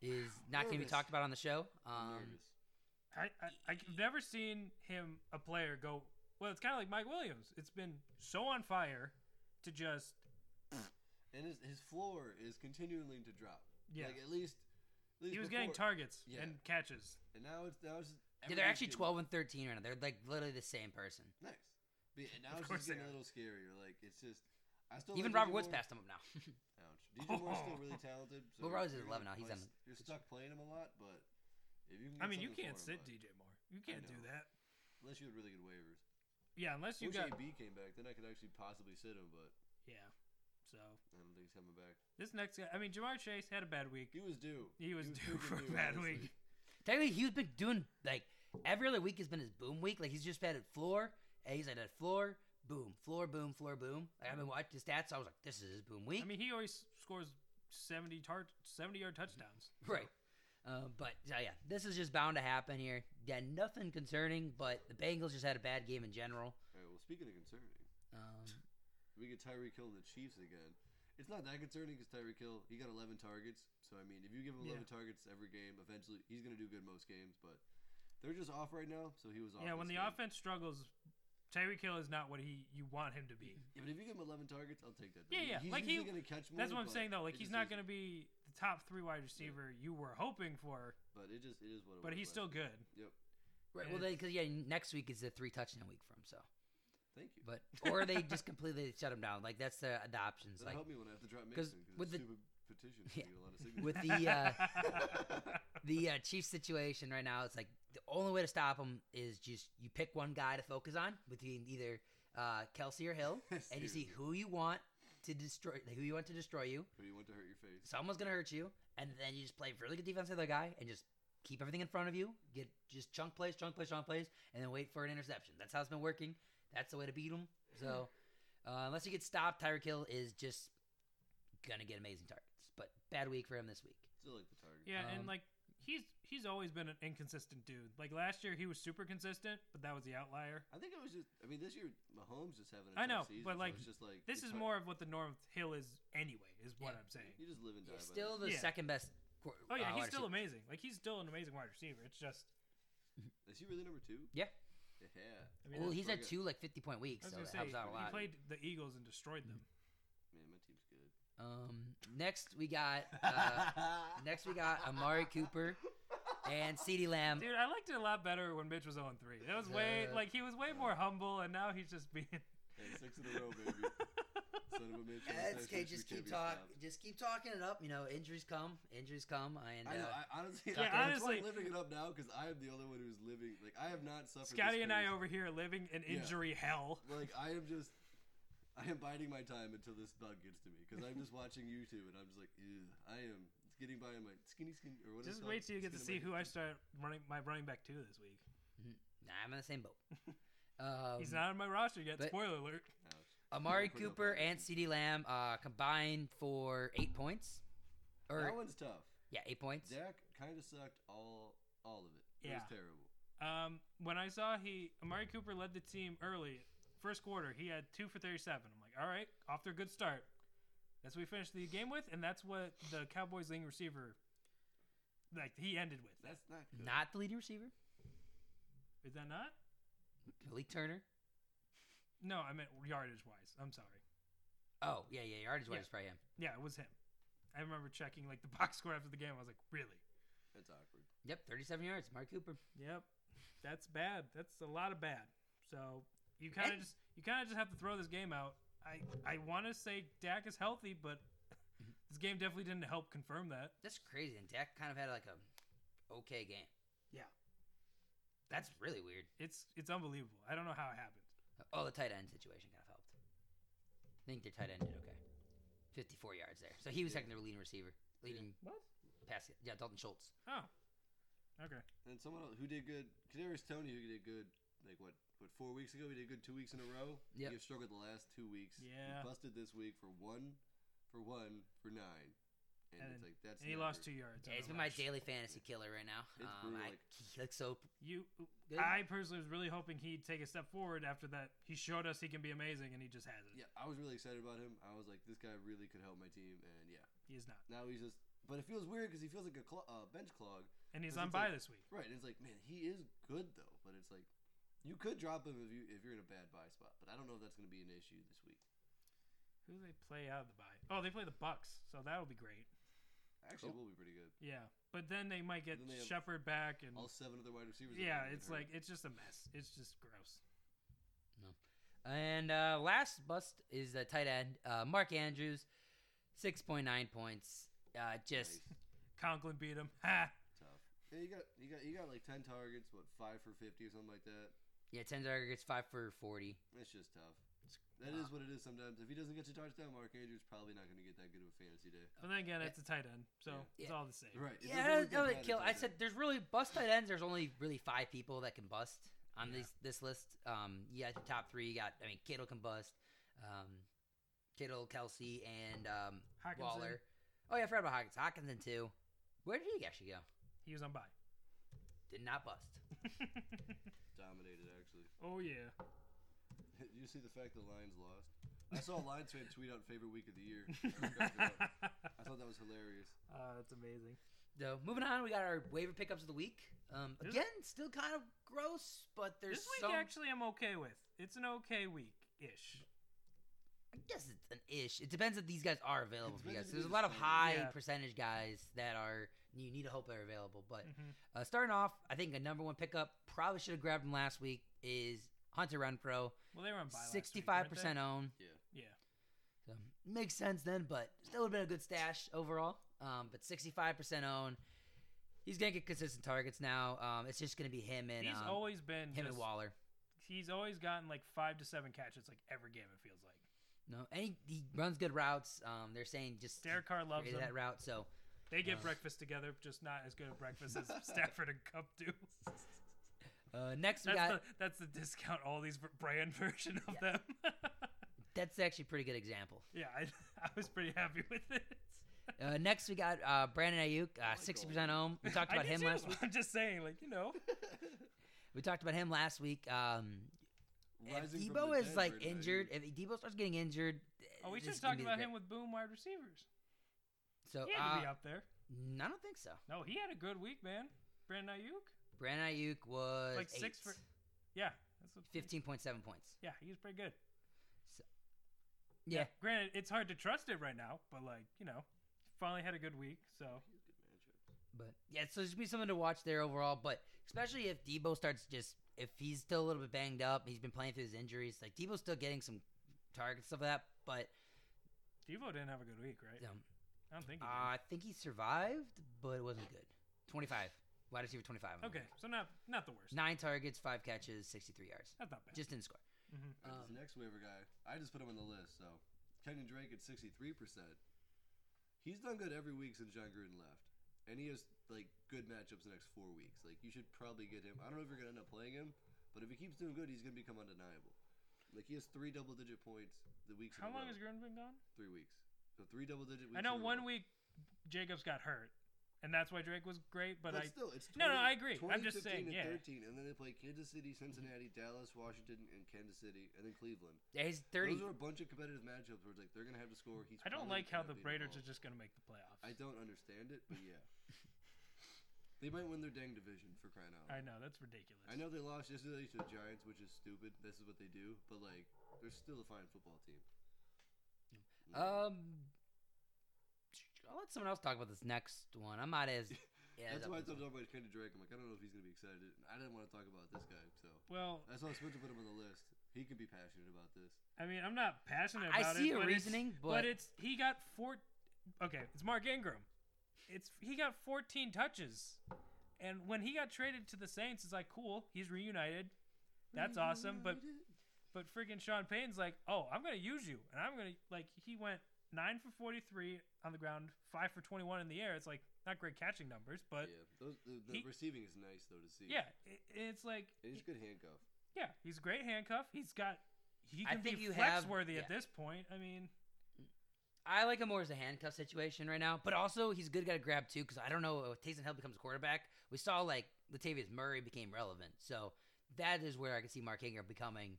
Speaker 1: is not going to be
Speaker 2: Nervous.
Speaker 1: talked about on the show.
Speaker 2: I'm
Speaker 1: Um,
Speaker 2: nervous.
Speaker 3: I, I I've never seen him a player go. Well, it's kind of like Mike Williams. It's been so on fire to just
Speaker 2: And his, his floor is continuing to drop.
Speaker 3: yeah.
Speaker 2: Like at least, at least
Speaker 3: he was getting
Speaker 2: before-
Speaker 3: targets
Speaker 2: Yeah.
Speaker 3: and catches.
Speaker 2: And now it's now it's just
Speaker 1: yeah, they're
Speaker 2: everything's
Speaker 1: actually
Speaker 2: getting-
Speaker 1: 12 and 13 right now. They're like literally the same person.
Speaker 2: Nice. But yeah, now
Speaker 3: Of
Speaker 2: it's just
Speaker 3: course they
Speaker 2: getting a
Speaker 3: are.
Speaker 2: little scarier. Like it's just I still
Speaker 1: Even
Speaker 2: like
Speaker 1: Robert
Speaker 2: DJ
Speaker 1: Woods
Speaker 2: Moore.
Speaker 1: passed him up now.
Speaker 2: Ouch. DJ Moore's
Speaker 3: Oh.
Speaker 2: still really talented. So
Speaker 1: Well, Robert's
Speaker 2: you're
Speaker 1: at
Speaker 2: gonna
Speaker 1: 11 now. He's
Speaker 2: play-
Speaker 1: on-
Speaker 2: You're stuck playing him a lot, but if you can
Speaker 3: I
Speaker 2: get
Speaker 3: mean, you
Speaker 2: something
Speaker 3: can't
Speaker 2: for him,
Speaker 3: sit
Speaker 2: but-
Speaker 3: DJ Moore. You can't do
Speaker 2: know.
Speaker 3: that.
Speaker 2: unless you had really good waivers.
Speaker 3: Yeah, unless you
Speaker 2: Wish
Speaker 3: got.
Speaker 2: AB came back, then I could actually possibly sit him, but
Speaker 3: Yeah. So
Speaker 2: I don't think he's coming back.
Speaker 3: this next guy, I mean, Jamar Chase had a bad week.
Speaker 2: He was due.
Speaker 3: He was due
Speaker 2: freaking
Speaker 3: for a bad
Speaker 2: honestly.
Speaker 3: week.
Speaker 1: Technically, he's been doing like every other week has been his boom week. Like he's just had a floor, and he's had a floor, boom, floor, boom, floor, boom. Like, I've been watching his stats. I was like, this is his boom
Speaker 2: eh?
Speaker 1: week,
Speaker 3: I mean, he always scores 70 tar- 70 yard touchdowns.
Speaker 1: right? Uh, but uh, yeah, this is just bound to happen here. Yeah, nothing concerning, but the Bengals just had a bad game in general.
Speaker 2: All right, well, speaking of concerning,
Speaker 1: Um,
Speaker 2: we get Tyreek Hill and the Chiefs again. It's not that concerning because Tyreek Hill, he got 11 targets. So, I mean, if you give him
Speaker 3: Yeah.
Speaker 2: 11 targets every game, eventually he's going to do good most games, but they're just off right now, so he was off.
Speaker 3: yeah, when
Speaker 2: this
Speaker 3: the
Speaker 2: game.
Speaker 3: offense struggles, Tyreek Hill is not what he you want him to be.
Speaker 2: Yeah, but if you give him 11 targets, I'll take that.
Speaker 3: Yeah, yeah,
Speaker 2: He's
Speaker 3: like he-
Speaker 2: usually going to catch more.
Speaker 3: That's what I'm
Speaker 2: but
Speaker 3: saying though. Like
Speaker 2: it just
Speaker 3: he's
Speaker 2: is-
Speaker 3: not going to be the top three wide receiver you were hoping for,
Speaker 2: But it just it is what it
Speaker 3: but
Speaker 2: was
Speaker 3: he's
Speaker 2: last
Speaker 3: still
Speaker 2: year.
Speaker 3: good.
Speaker 1: right. Well, because yeah, next week is the three touchdown week for him. So,
Speaker 2: Thank you.
Speaker 1: but or they just completely shut him down. Like that's the the options.
Speaker 2: That'll
Speaker 1: Like
Speaker 2: help me when I have to drop
Speaker 1: 'cause
Speaker 2: Mixon because
Speaker 1: with the-
Speaker 2: stupid petition
Speaker 1: Yeah.
Speaker 2: to get a lot of
Speaker 1: with
Speaker 2: signatures.
Speaker 1: the uh, the uh, Chiefs situation right now, it's like the only way to stop them is just you pick one guy to focus on between either uh, Kelsey or Hill, and you see
Speaker 2: Seriously.
Speaker 1: who you want to destroy, who you want to destroy you.
Speaker 2: Who you want to hurt your face?
Speaker 1: Someone's gonna hurt you, and then you just play really good defense to the other guy, and just keep everything in front of you. Get just chunk plays, chunk plays, chunk plays, and then wait for an interception. That's how it's been working. That's the way to beat them. So uh, unless you get stopped, Tyreek Hill is just gonna get amazing targets. But bad week for him this week.
Speaker 2: Still like the target.
Speaker 3: Yeah,
Speaker 1: Um,
Speaker 3: and like he's he's always been an inconsistent dude. Like last year he was super consistent, but that was the outlier.
Speaker 2: I think it was just. I mean, this year Mahomes just having. a
Speaker 3: I
Speaker 2: tough
Speaker 3: know,
Speaker 2: season,
Speaker 3: but,
Speaker 2: so
Speaker 3: like,
Speaker 2: it's just like
Speaker 3: This
Speaker 2: it's
Speaker 3: is
Speaker 2: hard-
Speaker 3: more of what the norm of Hill is anyway, is what
Speaker 1: Yeah.
Speaker 3: I'm saying.
Speaker 2: You just live and die.
Speaker 1: Yeah,
Speaker 2: by this.
Speaker 1: still the
Speaker 3: Yeah.
Speaker 1: second best. qu-
Speaker 3: Oh yeah,
Speaker 1: uh,
Speaker 3: he's
Speaker 1: wide
Speaker 3: still
Speaker 1: receiver.
Speaker 3: amazing. Like he's still an amazing wide receiver. It's just
Speaker 2: Is he really number two?
Speaker 1: Yeah.
Speaker 2: Yeah.
Speaker 3: I mean,
Speaker 1: well,
Speaker 2: that's
Speaker 1: he's
Speaker 2: pretty
Speaker 1: had
Speaker 2: good.
Speaker 1: two like fifty point
Speaker 3: I
Speaker 1: weeks,
Speaker 3: was
Speaker 1: so
Speaker 3: gonna
Speaker 1: it
Speaker 3: say
Speaker 1: helps out a
Speaker 3: he
Speaker 1: lot.
Speaker 3: played the Eagles and destroyed them.
Speaker 2: Man, my team's good.
Speaker 1: Um, next we got uh, next we got Amari Cooper and Ceedee Lamb.
Speaker 3: Dude, I liked it a lot better when Mitch was 0 3. That was way
Speaker 1: Uh,
Speaker 3: like he was way more humble, and now he's just being.
Speaker 2: Hey, six in a row, baby. Son of a bitch.
Speaker 1: Yeah,
Speaker 2: Last
Speaker 1: it's
Speaker 2: night, we
Speaker 1: okay. Just
Speaker 2: can't be
Speaker 1: keep talk.
Speaker 2: stopped.
Speaker 1: Just keep talking it up. You know, injuries come. Injuries come. And
Speaker 2: I
Speaker 1: uh,
Speaker 2: know. I, honestly,
Speaker 3: Yeah,
Speaker 2: I,
Speaker 3: honestly-
Speaker 2: I'm living it up now because I am the only one who's living. Like I have not suffered. this
Speaker 3: Scotty and
Speaker 2: curse.
Speaker 3: I over here living in
Speaker 2: Yeah.
Speaker 3: injury hell.
Speaker 2: Like I am just, I am biding my time until this bug gets to me because I'm just watching YouTube and I'm just like, Ew, I am getting by on my skinny skin or what is it called?
Speaker 3: Just wait till you get to
Speaker 2: Skin
Speaker 3: see
Speaker 2: of my-
Speaker 3: who I start running my running back to this week.
Speaker 1: nah, I'm in the same boat. Um,
Speaker 3: He's not on my roster yet.
Speaker 1: but-
Speaker 3: Spoiler alert.
Speaker 2: Ouch.
Speaker 1: Amari
Speaker 2: I'm putting up
Speaker 1: Cooper
Speaker 2: with it.
Speaker 1: and Ceedee Lamb uh, combined for eight points. Or
Speaker 2: That one's tough.
Speaker 1: yeah, eight points.
Speaker 2: Dak kind of sucked all all of it. It
Speaker 3: Yeah.
Speaker 2: was terrible.
Speaker 3: Um, when I saw he Amari Cooper led the team early, first quarter he had two for thirty-seven. I'm like, all right, off to a good start. That's what we finished the game with, and that's what the Cowboys' leading receiver, like he ended with.
Speaker 2: That's not good.
Speaker 1: Not the leading receiver,
Speaker 3: Is that not?
Speaker 1: Malik Turner.
Speaker 3: No, I meant yardage wise. I'm sorry.
Speaker 1: Oh yeah, yeah, yardage wise
Speaker 3: Yeah.
Speaker 1: is probably him.
Speaker 3: Yeah, it was him. I remember checking like the box score after the game. I was like, really?
Speaker 2: That's awkward.
Speaker 1: Yep, 37 yards, Mark Cooper.
Speaker 3: Yep, that's bad. That's a lot of bad. So you kind
Speaker 1: And-
Speaker 3: of just you kind of just have to throw this game out. I I want to say Dak is healthy, but this game definitely didn't help confirm that.
Speaker 1: That's crazy. And Dak kind of had like a okay game.
Speaker 3: Yeah.
Speaker 1: That's really weird.
Speaker 3: It's it's unbelievable. I don't know how it happened.
Speaker 1: Oh, the tight end situation kind of helped. I think their tight end did okay. 54 yards there. So he was
Speaker 2: Yeah.
Speaker 1: technically leading receiver, leading
Speaker 3: What?
Speaker 1: pass. Yeah, Dalton Schultz.
Speaker 3: Oh, okay.
Speaker 2: And someone else who did good, Kadarius Tony, who did good, like what, what four weeks ago? He did good two weeks in a row.
Speaker 1: Yep.
Speaker 2: He struggled the last two weeks.
Speaker 3: Yeah.
Speaker 2: He busted this week for one, for one, for nine, and,
Speaker 3: And
Speaker 2: it's
Speaker 3: then-
Speaker 2: like that's.
Speaker 3: And he
Speaker 2: never-
Speaker 3: lost two yards.
Speaker 1: Yeah,
Speaker 3: on
Speaker 1: he's
Speaker 3: the
Speaker 1: been my
Speaker 3: rush.
Speaker 1: daily fantasy killer right now.
Speaker 2: It's
Speaker 1: um, I,
Speaker 2: brutal,
Speaker 1: he looks so
Speaker 3: You,
Speaker 1: good.
Speaker 3: I personally was really hoping he'd take a step forward after that. He showed us he can be amazing, and he just hasn't.
Speaker 2: Yeah, I was really excited about him. I was like, this guy really could help my team, and yeah,
Speaker 3: He is not,
Speaker 2: now he's just. But it feels weird because he feels like a clo uh, bench clog,
Speaker 3: and he's
Speaker 2: Does it
Speaker 3: on bye
Speaker 2: take-
Speaker 3: this week.
Speaker 2: right? And it's like, man, he is good though. But it's like, you could drop him if you if you're in a bad buy spot. But I don't know if that's going to be an issue this week.
Speaker 3: Who do they play out of the bye? Oh, they play the Bucks, so that'll be great.
Speaker 2: Actually,
Speaker 1: Cool.
Speaker 2: it will be pretty good.
Speaker 3: Yeah, but then they might get
Speaker 2: Then they have
Speaker 3: Shepard back, and
Speaker 2: All seven of the wide receivers. are
Speaker 3: yeah,
Speaker 2: gonna get
Speaker 3: it's
Speaker 2: hurt.
Speaker 3: like it's just a mess. It's just gross.
Speaker 1: And uh, last bust is a tight end, uh, Mark Andrews, six point nine points. Uh, just
Speaker 2: Nice.
Speaker 3: Conklin beat him. Ha!
Speaker 2: Tough. Yeah, you got you got you got like ten targets, what five for fifty or something like that.
Speaker 1: yeah, ten targets, five for forty.
Speaker 2: It's just tough. That is what it is sometimes. If he doesn't get your touchdown, Mark Andrews probably not going to get that good of a fantasy day.
Speaker 3: But then again, it's a tight end, so
Speaker 2: Yeah.
Speaker 3: it's
Speaker 1: Yeah.
Speaker 3: all the same.
Speaker 2: Right? it
Speaker 1: Yeah, I
Speaker 2: doesn't
Speaker 1: don't,
Speaker 2: look that
Speaker 1: I don't
Speaker 2: bad at
Speaker 1: kill. I
Speaker 2: tight
Speaker 1: said
Speaker 2: end.
Speaker 1: there's really bust tight ends. There's only really five people that can bust on
Speaker 3: Yeah.
Speaker 1: this this list. Um, you got your top three. You got I mean Kittle can bust. Um, Kittle, Kelsey, and um,
Speaker 3: Hockenson,
Speaker 1: Waller. Oh yeah, I forgot about Hawkins. Hawkinson too. Where did he actually go?
Speaker 3: he was on bye.
Speaker 1: Did not bust.
Speaker 2: dominated actually.
Speaker 3: oh yeah.
Speaker 2: Did you see the fact the Lions lost? I saw a Lions fan tweet out favorite week of the year. I cracked it up. I thought that was hilarious.
Speaker 1: Ah,
Speaker 3: Uh, that's amazing.
Speaker 1: So moving on, we got our waiver pickups of the week. Um,
Speaker 3: This-
Speaker 1: again, still kind of gross, but there's
Speaker 3: this week
Speaker 1: some.
Speaker 3: actually I'm okay with. It's an okay week ish.
Speaker 1: I guess it's an ish. It depends if these guys are available for you guys.
Speaker 2: depends if
Speaker 1: There's a
Speaker 2: you
Speaker 1: lot of
Speaker 2: just-
Speaker 1: high
Speaker 3: Yeah.
Speaker 1: percentage guys that are you need to hope they're available. But
Speaker 3: Mhm.
Speaker 1: uh, starting off, I think a number one pickup probably should have grabbed him last week is Hunter Renfro,
Speaker 3: Well, they were on bye. last week, weren't they?
Speaker 1: sixty five percent owned.
Speaker 3: Yeah.
Speaker 1: So makes sense then, but still would have been a good stash overall. Um, but sixty five percent owned. He's gonna get consistent targets now. Um, it's just gonna be him and
Speaker 3: he's
Speaker 1: um,
Speaker 3: always been
Speaker 1: him
Speaker 3: just,
Speaker 1: and Waller.
Speaker 3: he's always gotten like five to seven catches like every game. It feels like
Speaker 1: No, and he, he runs good routes. Um, they're saying just
Speaker 3: Derek Carr loves
Speaker 1: created
Speaker 3: him.
Speaker 1: that route. So
Speaker 3: They get
Speaker 1: Uh.
Speaker 3: breakfast together, just not as good a breakfast as Stafford and Cup do.
Speaker 1: uh, next we
Speaker 3: That's
Speaker 1: got
Speaker 3: the that's the discount all these v- brand version of them.
Speaker 1: that's actually a pretty good example.
Speaker 3: yeah, I, I was pretty happy with it.
Speaker 1: Uh, next we got uh, Brandon Ayuk,
Speaker 2: like
Speaker 1: sixty percent home. We talked
Speaker 3: I
Speaker 1: about
Speaker 3: did
Speaker 1: him
Speaker 3: too.
Speaker 1: last week.
Speaker 3: I'm just saying, like you know,
Speaker 1: We talked about him last week. Um, if
Speaker 2: Rising from the
Speaker 1: Debo is
Speaker 2: dead,
Speaker 1: like
Speaker 2: Brandon Ayuk.
Speaker 1: injured, if Debo starts getting injured,
Speaker 3: oh, we
Speaker 1: this
Speaker 3: should
Speaker 1: is
Speaker 3: have
Speaker 1: gonna
Speaker 3: talked
Speaker 1: be the
Speaker 3: about
Speaker 1: great-
Speaker 3: him with boom wide receivers.
Speaker 1: So
Speaker 3: He had to
Speaker 1: uh,
Speaker 3: be up there.
Speaker 1: n- I don't think so.
Speaker 3: No, he had a good week, man. Brandon Ayuk.
Speaker 1: Brandon Ayuk was
Speaker 3: Like six for- Yeah, that's a,
Speaker 1: fifteen point seven points.
Speaker 3: Yeah, he was pretty good.
Speaker 1: Yeah,
Speaker 3: Granted, it's hard to trust it right now, but like you know, finally had a good week. So
Speaker 1: But yeah, so there's gonna be something to watch there overall. But especially if Debo starts just if he's still a little bit banged up, he's been playing through his injuries. Like Debo's still getting some targets stuff like that. But
Speaker 3: Devo didn't have a good week, right?
Speaker 1: um,
Speaker 3: I don't think.
Speaker 1: uh,
Speaker 3: He
Speaker 1: I think he survived, but it wasn't good. Twenty five wide receiver, twenty five.
Speaker 3: did. Okay, so not not the worst.
Speaker 1: nine targets, five catches, sixty three yards.
Speaker 3: That's not bad. Mm-hmm.
Speaker 1: Just didn't score.
Speaker 2: All right,
Speaker 1: Um,
Speaker 2: this next waiver guy, I just put him on the list. So Kenyon Drake at sixty three percent. He's done good every week since John Gruden left, and he has like good matchups the next four weeks. Like you should probably get him. I don't know if you're gonna end up playing him, but if he keeps doing good, he's gonna become undeniable. Like he has three double digit points the weeks.
Speaker 3: How
Speaker 2: in a
Speaker 3: long
Speaker 2: row.
Speaker 3: has Gruden been gone?
Speaker 2: three weeks? So three double digit. weeks
Speaker 3: I know
Speaker 2: in a
Speaker 3: one
Speaker 2: row.
Speaker 3: week Jacobs got hurt, and that's why Drake was great. But
Speaker 2: But
Speaker 3: I
Speaker 2: still, it's 20,
Speaker 3: No, no, I agree. I'm just
Speaker 2: 15,
Speaker 3: saying,
Speaker 2: and
Speaker 3: yeah.
Speaker 2: 13, and then they play Kansas City, Cincinnati, Dallas, Washington, and Kansas City, and then Cleveland.
Speaker 1: Yeah, he's thirty.
Speaker 2: Those are a bunch of competitive matchups where it's like they're gonna have to score. He's
Speaker 3: I don't
Speaker 2: probably
Speaker 3: like how
Speaker 2: gonna
Speaker 3: the
Speaker 2: beat
Speaker 3: Raiders
Speaker 2: ball.
Speaker 3: are just going to make the playoffs.
Speaker 2: I don't understand it, but yeah, they might win their dang division for crying out.
Speaker 3: I
Speaker 2: loud.
Speaker 3: know that's ridiculous.
Speaker 2: I know they lost yesterday to the Giants, which is stupid. This is what they do, but like they're still a fine football team.
Speaker 1: Um, I'll let someone else talk about this next one. I'm not as. Yeah,
Speaker 2: That's
Speaker 1: up
Speaker 2: why I
Speaker 1: with
Speaker 2: thought
Speaker 1: this one.
Speaker 2: about Kenny Drake. I'm like, I don't know if he's gonna be excited. I didn't want to talk about this guy, so
Speaker 3: Well,
Speaker 2: that's why I switched to put him on the list. He could be passionate about this.
Speaker 3: I mean, I'm not passionate
Speaker 1: I
Speaker 3: about it.
Speaker 1: see your
Speaker 3: but it's-
Speaker 1: reasoning,
Speaker 3: but,
Speaker 1: but-
Speaker 3: it's he got four. Okay, it's Mark Ingram. It's he got 14 touches, and when he got traded to the Saints, it's like cool, he's reunited. That's awesome, but but freaking Sean Payton's like, oh, I'm gonna use you, and I'm gonna like he went nine for 43 on the ground, five for 21 in the air. It's like not great catching numbers, but
Speaker 2: yeah, those, the, the
Speaker 3: he-
Speaker 2: receiving is nice though to see.
Speaker 3: yeah, it, it's like
Speaker 2: and he's a good handcuff.
Speaker 3: yeah, he's a great handcuff. He's got he
Speaker 1: I
Speaker 3: can
Speaker 1: think
Speaker 3: be
Speaker 1: you
Speaker 3: flex
Speaker 1: have-
Speaker 3: worthy at
Speaker 1: yeah.
Speaker 3: this point. I mean,
Speaker 1: I like him more as a handcuff situation right now, but also he's a good guy to grab too because I don't know if Taysom Hill becomes quarterback. We saw like Latavius Murray became relevant, so that is where I can see Mark Ingram becoming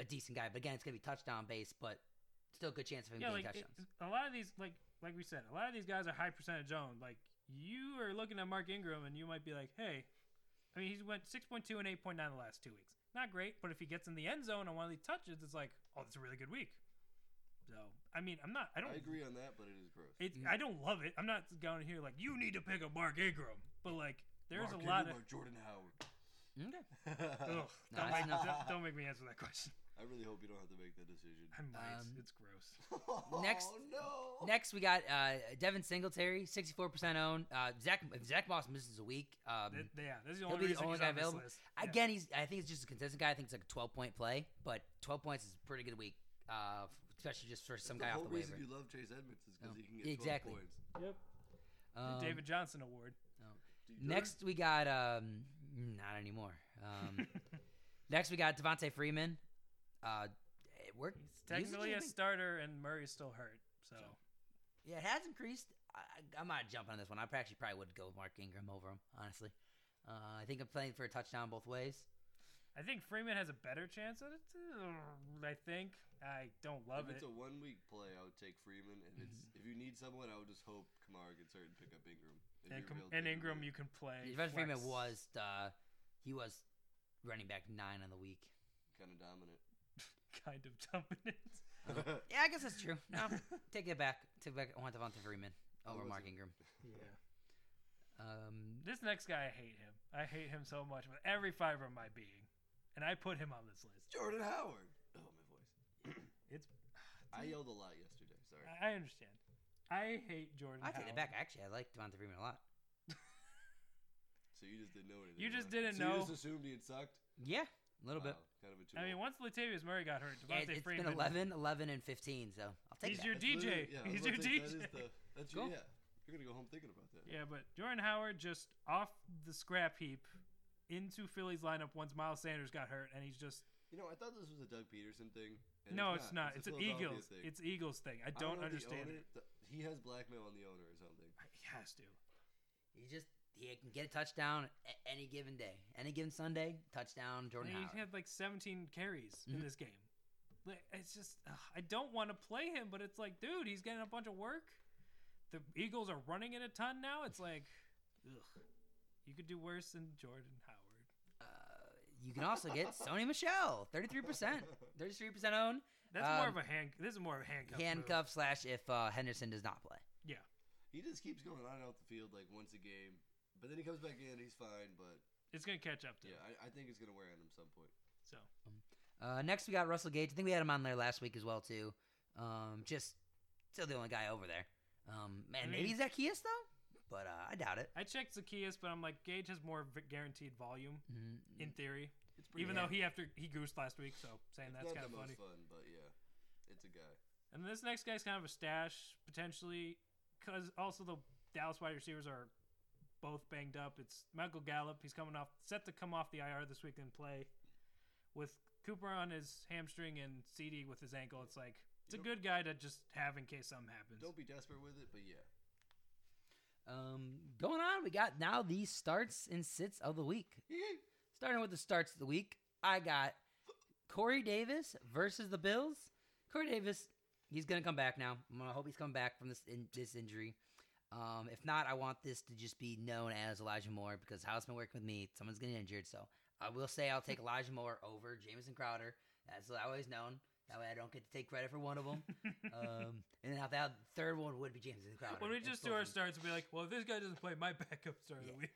Speaker 1: a decent guy. But again, it's gonna be touchdown based, but still a good chance of him
Speaker 3: yeah,
Speaker 1: getting
Speaker 3: like it-
Speaker 1: touchdowns.
Speaker 3: a lot of these, like like we said, a lot of these guys are high percentage owned. Like you are looking at Mark Ingram, and you might be like, hey, I mean, he's went six point two and eight point nine the last two weeks. Not great, but if he gets in the end zone on one of these touches, it's like, oh, that's a really good week. So I mean, I'm not, I don't,
Speaker 2: I agree on that, but it is gross.
Speaker 1: Mm-hmm.
Speaker 3: It, I don't love it. I'm not going here like you need to pick up Mark Ingram, but like there's
Speaker 2: Mark
Speaker 3: a lot
Speaker 2: Ingram or Jordan Howard.
Speaker 1: okay,
Speaker 3: of. Ugh,
Speaker 1: No,
Speaker 3: don't,
Speaker 1: that's
Speaker 3: make,
Speaker 1: not-
Speaker 3: don't- don't make me answer that question.
Speaker 2: I really hope you don't have to make that decision.
Speaker 3: I might.
Speaker 1: Um,
Speaker 3: it's gross.
Speaker 1: Next-
Speaker 2: Oh, no.
Speaker 1: Next, we got uh, Devin Singletary, 64% owned. Uh, Zach, if Zach Moss misses a week, um,
Speaker 3: That- yeah, that's the
Speaker 1: he'll
Speaker 3: only
Speaker 1: be the
Speaker 3: reason
Speaker 1: only
Speaker 3: he's
Speaker 1: guy
Speaker 3: on this
Speaker 1: available.
Speaker 3: list. Yeah.
Speaker 1: again, he's I think he's just a consistent guy. I think it's like a 12 point play, but 12 points is a pretty good week, uh, especially just for some
Speaker 2: the
Speaker 1: guy
Speaker 2: whole
Speaker 1: off the
Speaker 2: reason
Speaker 1: waiver.
Speaker 2: you love Chase Edmonds is because
Speaker 1: No.
Speaker 2: he can get 12
Speaker 1: Exactly.
Speaker 2: points.
Speaker 3: The
Speaker 1: Um,
Speaker 3: David Johnson Award.
Speaker 2: Do you-
Speaker 1: Next, we got um, not anymore. Um, next, we got Devontae Freeman. Uh, it worked.
Speaker 3: He's technically a
Speaker 1: big-
Speaker 3: starter, and Murray's still hurt. So
Speaker 1: Yeah, it has increased. I, I- I'm not jumping on this one. I actually probably would go with Mark Ingram over him, honestly. Uh, I think I'm playing for a touchdown both ways.
Speaker 3: I think Freeman has a better chance at it. uh, I think I don't love
Speaker 2: if
Speaker 3: it.
Speaker 2: it's
Speaker 3: Mm-hmm.
Speaker 2: a one week play, I would take Freeman. If it's if you need someone, I would just hope Kamara gets hurt and pick up Ingram. If
Speaker 3: and,
Speaker 2: you're
Speaker 3: com-
Speaker 2: real
Speaker 3: and
Speaker 2: David
Speaker 3: Ingram,
Speaker 2: Moore.
Speaker 3: you can play.
Speaker 1: Devontae Freeman
Speaker 3: flex.
Speaker 1: was uh, he was running back nine on the week.
Speaker 2: kind of dominant.
Speaker 3: kind of dominant.
Speaker 1: Yeah, I guess that's true. No, take it back. Take it back. I want Devontae Freeman over
Speaker 2: Oh, was
Speaker 1: Mark
Speaker 2: it?
Speaker 1: Ingram.
Speaker 3: yeah.
Speaker 1: Um,
Speaker 3: This next guy, I hate him. I hate him so much with every fiber of my being, and I put him on this list.
Speaker 2: Jordan Howard. Oh my voice.
Speaker 3: It's.
Speaker 2: I yelled a lot yesterday. Sorry.
Speaker 3: I- I understand. I hate Jordan.
Speaker 1: I take
Speaker 3: Howard.
Speaker 1: it back. Actually, I like Devontae Freeman a lot.
Speaker 2: So you just didn't know anything.
Speaker 3: You just
Speaker 2: about it.
Speaker 3: didn't
Speaker 2: so You
Speaker 3: know.
Speaker 2: just assumed he had sucked.
Speaker 1: Yeah, a little bit.
Speaker 2: Wow, Kind of a
Speaker 3: I mean,
Speaker 2: tool.
Speaker 3: once Latavius Murray got hurt,
Speaker 1: Yeah,
Speaker 3: Devontae
Speaker 1: it's
Speaker 3: Freeman.
Speaker 1: been 11, 11, and 15, so I'll take
Speaker 3: He's
Speaker 1: that.
Speaker 3: your
Speaker 2: That's
Speaker 3: DJ.
Speaker 2: literally- yeah, I was
Speaker 3: He's
Speaker 2: about
Speaker 3: your
Speaker 2: to say, That is
Speaker 3: DJ.
Speaker 2: the, that's
Speaker 1: Cool.
Speaker 2: your, yeah. You're gonna go home thinking about that.
Speaker 3: Yeah, but Jordan Howard just off the scrap heap into Philly's lineup once Miles Sanders got hurt, and he's just
Speaker 2: You know, I thought this was a Doug Peterson thing. and
Speaker 3: no, it's not. It's,
Speaker 2: a
Speaker 3: an
Speaker 2: Philadelphia
Speaker 3: Eagles.
Speaker 2: thing.
Speaker 3: It's Eagles thing. I
Speaker 2: I don't
Speaker 3: don't
Speaker 2: know if the
Speaker 3: understand
Speaker 2: owner-
Speaker 3: it.
Speaker 2: the- he has blackmail on the owner or something.
Speaker 3: He has to.
Speaker 1: He just he can get a touchdown a- any given day, any given Sunday. Touchdown, Jordan
Speaker 3: And he
Speaker 1: Howard.
Speaker 3: had like 17 carries
Speaker 1: Mhm.
Speaker 3: in this game. Like, It's just ugh, I don't want to play him, but it's like, dude, he's getting a bunch of work. The Eagles are running it a ton now. It's like, ugh, you could do worse than Jordan Howard.
Speaker 1: Uh, you can also get Sony Michelle, thirty-three percent, thirty-three percent own
Speaker 3: That's more
Speaker 1: Um,
Speaker 3: of a hand. This is more of a handcuff. move.
Speaker 1: handcuff slash if uh, Henderson does not play.
Speaker 2: He just keeps going on and off the field like once a game, but then he comes back in. He's fine, but
Speaker 3: It's gonna catch up to
Speaker 2: yeah,
Speaker 3: him.
Speaker 2: I, I think it's gonna wear on him some point.
Speaker 3: So
Speaker 1: Uh, next we got Russell Gage. I think we had him on there last week as well too. Um, just still the only guy over there. Um, man,
Speaker 3: I
Speaker 1: maybe
Speaker 3: mean-
Speaker 1: Zacchaeus though, but uh, I doubt it.
Speaker 3: I checked Zacchaeus, but I'm like Gage has more v- guaranteed volume
Speaker 1: Mm,
Speaker 3: in theory,
Speaker 2: It's pretty.
Speaker 3: even
Speaker 1: yeah.
Speaker 3: though he after he goosed last week. So saying
Speaker 2: it's
Speaker 3: that's
Speaker 2: not
Speaker 3: kind of
Speaker 2: the
Speaker 3: funny.
Speaker 2: most fun, but yeah, it's a guy.
Speaker 3: And this next guy's kind of a stash potentially, because also the Dallas wide receivers are both banged up. It's Michael Gallup. He's coming off set to come off the IR this week and play with Cooper on his hamstring and CD with his ankle. It's like it's a
Speaker 2: You
Speaker 3: good guy to just have in case something happens.
Speaker 2: Don't be desperate with it, but yeah.
Speaker 1: Um, going on, we got now the starts and sits of the week. Um, Starting with the starts of the week, I got Corey Davis versus the Bills. Corey Davis, he's gonna come back now. I'm gonna hope he's coming back from this in, this injury. Um, if not, I want this to just be known as Elijah Moore because how it's been working with me, someone's getting injured. So I will say I'll take Elijah Moore over Jameson Crowder. That's always known. That way I don't get to take credit for one of them. um, and now that third one would be Jameson Crowder.
Speaker 3: when we
Speaker 1: It's
Speaker 3: just
Speaker 1: both
Speaker 3: do our
Speaker 1: of them.
Speaker 3: starts and be like, well, if this guy doesn't play, my backup star of
Speaker 1: Yeah.
Speaker 3: the week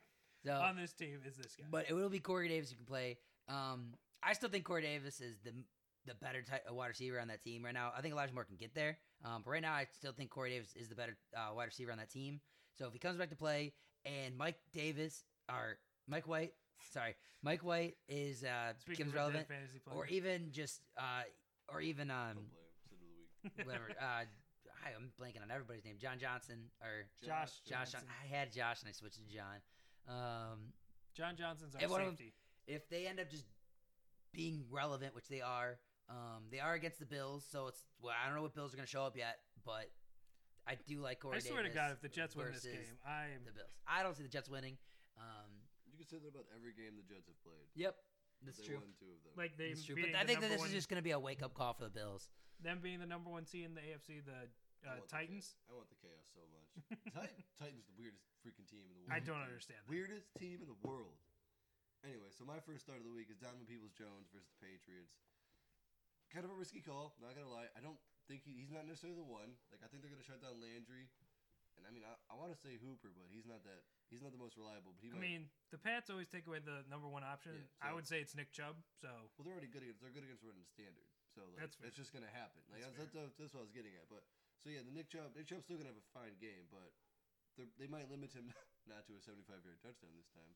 Speaker 1: So-
Speaker 3: on this team is this guy.
Speaker 1: But it will be Corey Davis who can play. Um, I still think Corey Davis is the the better type wide receiver on that team right now. I think Elijah Moore can get there, um, but right now I still think Corey Davis is the better uh, wide receiver on that team. So if he comes back to play, and Mike Davis or Mike White, sorry, Mike White is uh,
Speaker 3: Speaking
Speaker 1: becomes
Speaker 3: of a dead
Speaker 1: relevant,
Speaker 3: fantasy player,
Speaker 1: or E- even just uh, or even um
Speaker 2: Don't play him. Sit of the week.
Speaker 1: whatever. uh, hi, I'm blanking on everybody's name. John Johnson or
Speaker 3: Josh
Speaker 1: Josh.
Speaker 3: Johnson.
Speaker 1: I had Josh and I switched to John. Um,
Speaker 3: John Johnson's our
Speaker 1: And one of 'em-
Speaker 3: safety.
Speaker 1: if they end up just being relevant, which they are, um, they are against the Bills, so it's well, I don't know what Bills are going to show up yet, but I do like Corey.
Speaker 3: I swear to
Speaker 1: Davis
Speaker 3: God, if the Jets win this
Speaker 1: versus
Speaker 3: game, I'm
Speaker 1: the Bills, I don't see the Jets winning. Um,
Speaker 2: You can say that about every game the Jets have played.
Speaker 1: yep, that's
Speaker 2: they
Speaker 1: true.
Speaker 2: won two of them.
Speaker 3: like they
Speaker 1: That's true.
Speaker 3: beating
Speaker 1: But I
Speaker 3: the
Speaker 1: think that this
Speaker 3: number
Speaker 1: is
Speaker 3: one-
Speaker 1: just going to be a wake up call for the Bills.
Speaker 3: them being the number one seed in the AFC, the
Speaker 2: I
Speaker 3: uh,
Speaker 2: want the chaos-
Speaker 3: Titans.
Speaker 2: I want the chaos so much. Titan, Titans the weirdest freaking team in the world.
Speaker 3: I don't understand that.
Speaker 2: Weirdest team in the world. Anyway, so my first start of the week is Donovan Peoples Jones versus the Patriots. Kind of a risky call, not gonna lie. I don't think he, he's not necessarily the one. Like I think they're gonna shut down Landry, and I mean I, I want to say Hooper, but he's not that. He's not the most reliable. But he
Speaker 3: I
Speaker 2: might.
Speaker 3: mean, the Pats always take away the number one option.
Speaker 2: Yeah,
Speaker 3: I
Speaker 2: so-
Speaker 3: would say it's Nick Chubb. So
Speaker 2: well, they're already good against. They're good against running the standard. So like,
Speaker 3: That's
Speaker 2: that's,
Speaker 3: fair.
Speaker 2: just gonna happen. Like
Speaker 3: That's
Speaker 2: that's, that's, that's, what I was getting at. But so yeah, the Nick Chubb, Nick Chubb's still gonna have a fine game, but they're- they might limit him not to a 75 yard touchdown this time.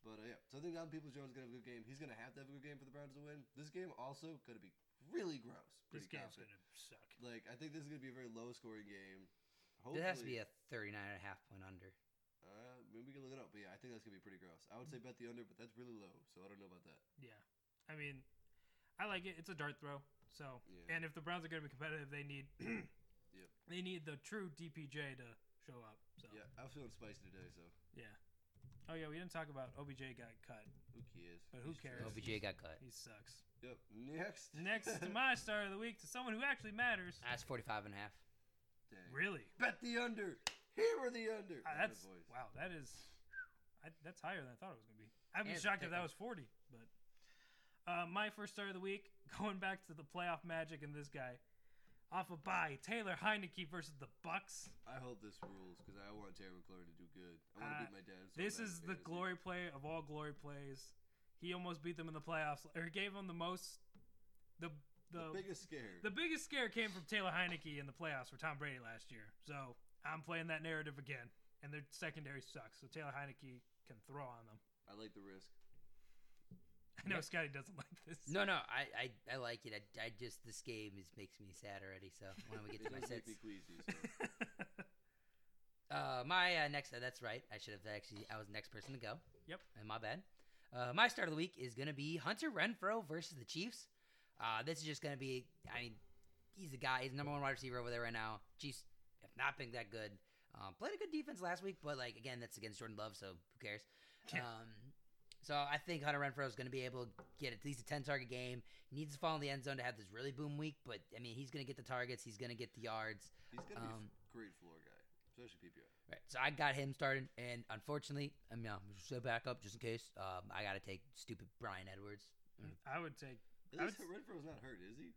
Speaker 2: But uh, yeah, so I think Donovan Peoples Jones is gonna have a good game. He's gonna have to have a good game for the Browns to win. This game also gonna be really gross.
Speaker 3: This
Speaker 2: Pretty
Speaker 3: game's
Speaker 2: confident.
Speaker 3: gonna suck.
Speaker 2: Like I think this is gonna be a very low scoring game.
Speaker 1: It has to be
Speaker 2: Hopefully-
Speaker 1: a 39 and a half point under.
Speaker 2: uh, maybe we can look it up, but yeah, I think that's gonna be pretty gross. I would say
Speaker 3: Mm-hmm.
Speaker 2: bet the under, but that's really low, so I don't know about that.
Speaker 3: Yeah, I mean, I like it. It's a dart throw. So,
Speaker 2: Yeah.
Speaker 3: and if the Browns are going to be competitive, they need
Speaker 2: Yep.
Speaker 3: they need the true DPJ to show up. So
Speaker 2: Yeah, I was feeling spicy today, so
Speaker 3: yeah. Oh yeah, we didn't talk about OBJ got cut.
Speaker 2: who cares?
Speaker 3: But who
Speaker 2: He's
Speaker 3: cares?
Speaker 2: trash.
Speaker 1: OBJ got cut.
Speaker 3: He sucks.
Speaker 2: Yep. Next.
Speaker 3: Next to my star of the week to someone who actually matters.
Speaker 1: That's 45 and a half.
Speaker 2: Dang.
Speaker 3: Really?
Speaker 2: Bet the under. Here are the under.
Speaker 3: Uh,
Speaker 2: Not a
Speaker 3: that's
Speaker 2: voice.
Speaker 3: wow. That is I, that's higher than I thought it was going to be. I'd be
Speaker 1: And
Speaker 3: shocked if that
Speaker 1: pick'em.
Speaker 3: was forty. But uh, my first star of the week, going back to the playoff magic and this guy, off a bye, Taylor Heineke versus the Bucks.
Speaker 2: I hope this rules because I want Terry McLaurin to do good. I want
Speaker 3: Uh,
Speaker 2: to beat my dad. so
Speaker 3: This
Speaker 2: bad in
Speaker 3: is the
Speaker 2: fantasy.
Speaker 3: glory play of all glory plays. He almost beat them in the playoffs, or gave them the most. The the,
Speaker 2: The biggest scare.
Speaker 3: the biggest scare came from Taylor Heineke in the playoffs for Tom Brady last year. So I'm playing that narrative again, and their secondary sucks. So Taylor Heineke can throw on them.
Speaker 2: I like the risk.
Speaker 3: I know
Speaker 1: Yeah.
Speaker 3: Scotty doesn't like this.
Speaker 1: No, no, I, I, I like it. I, I just this game is makes me sad already. So when we get
Speaker 2: It
Speaker 1: to my
Speaker 2: does make
Speaker 1: sets,
Speaker 2: me queasy. So.
Speaker 1: uh, my uh, next. Uh, that's right. I should have actually. I was the next person to go.
Speaker 3: Yep.
Speaker 1: And my bad. Uh, my start of the week is gonna be Hunter Renfro versus the Chiefs. Uh, this is just gonna be. I mean, he's a guy. He's the number one wide receiver over there right now. Chiefs have not been that good. Um, played a good defense last week, but like again, that's against Jordan Love, so who cares?
Speaker 3: Yeah.
Speaker 1: Um, so I think Hunter Renfro is going to be able to get at least a ten target game. He needs to fall in the end zone to have this really boom week, but I mean, he's going to get the targets. He's going to get the yards.
Speaker 2: He's gonna be
Speaker 1: Um,
Speaker 2: a great floor guy, especially PPR.
Speaker 1: Right. So I got him started, and unfortunately, um, I mean, I'm just gonna back up just in case. Um, I got to take stupid Brian Edwards.
Speaker 3: I would take
Speaker 2: At
Speaker 3: I
Speaker 2: least
Speaker 3: would-
Speaker 2: Renfro's not hurt, is he?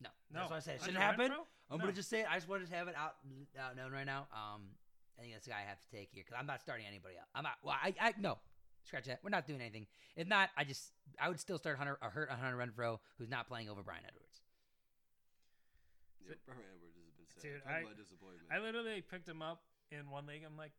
Speaker 1: No,
Speaker 3: no.
Speaker 1: that's what I said. It
Speaker 3: Hunter
Speaker 1: shouldn't happen.
Speaker 3: Renfro?
Speaker 1: I'm
Speaker 3: No.
Speaker 1: gonna just say it. I just wanted to have it out, out known right now. Um, I think that's the guy I have to take here because I'm not starting anybody up. I'm not. Well, I, I no, scratch that. We're not doing anything. If not, I just I would still start Hunter or hurt Hunter Renfro, who's not playing over Brian Edwards.
Speaker 2: Yeah, Brian Edwards has been sad.
Speaker 3: Dude,
Speaker 2: Talk
Speaker 3: I-
Speaker 2: about disappointment.
Speaker 3: I literally picked him up in one league. I'm like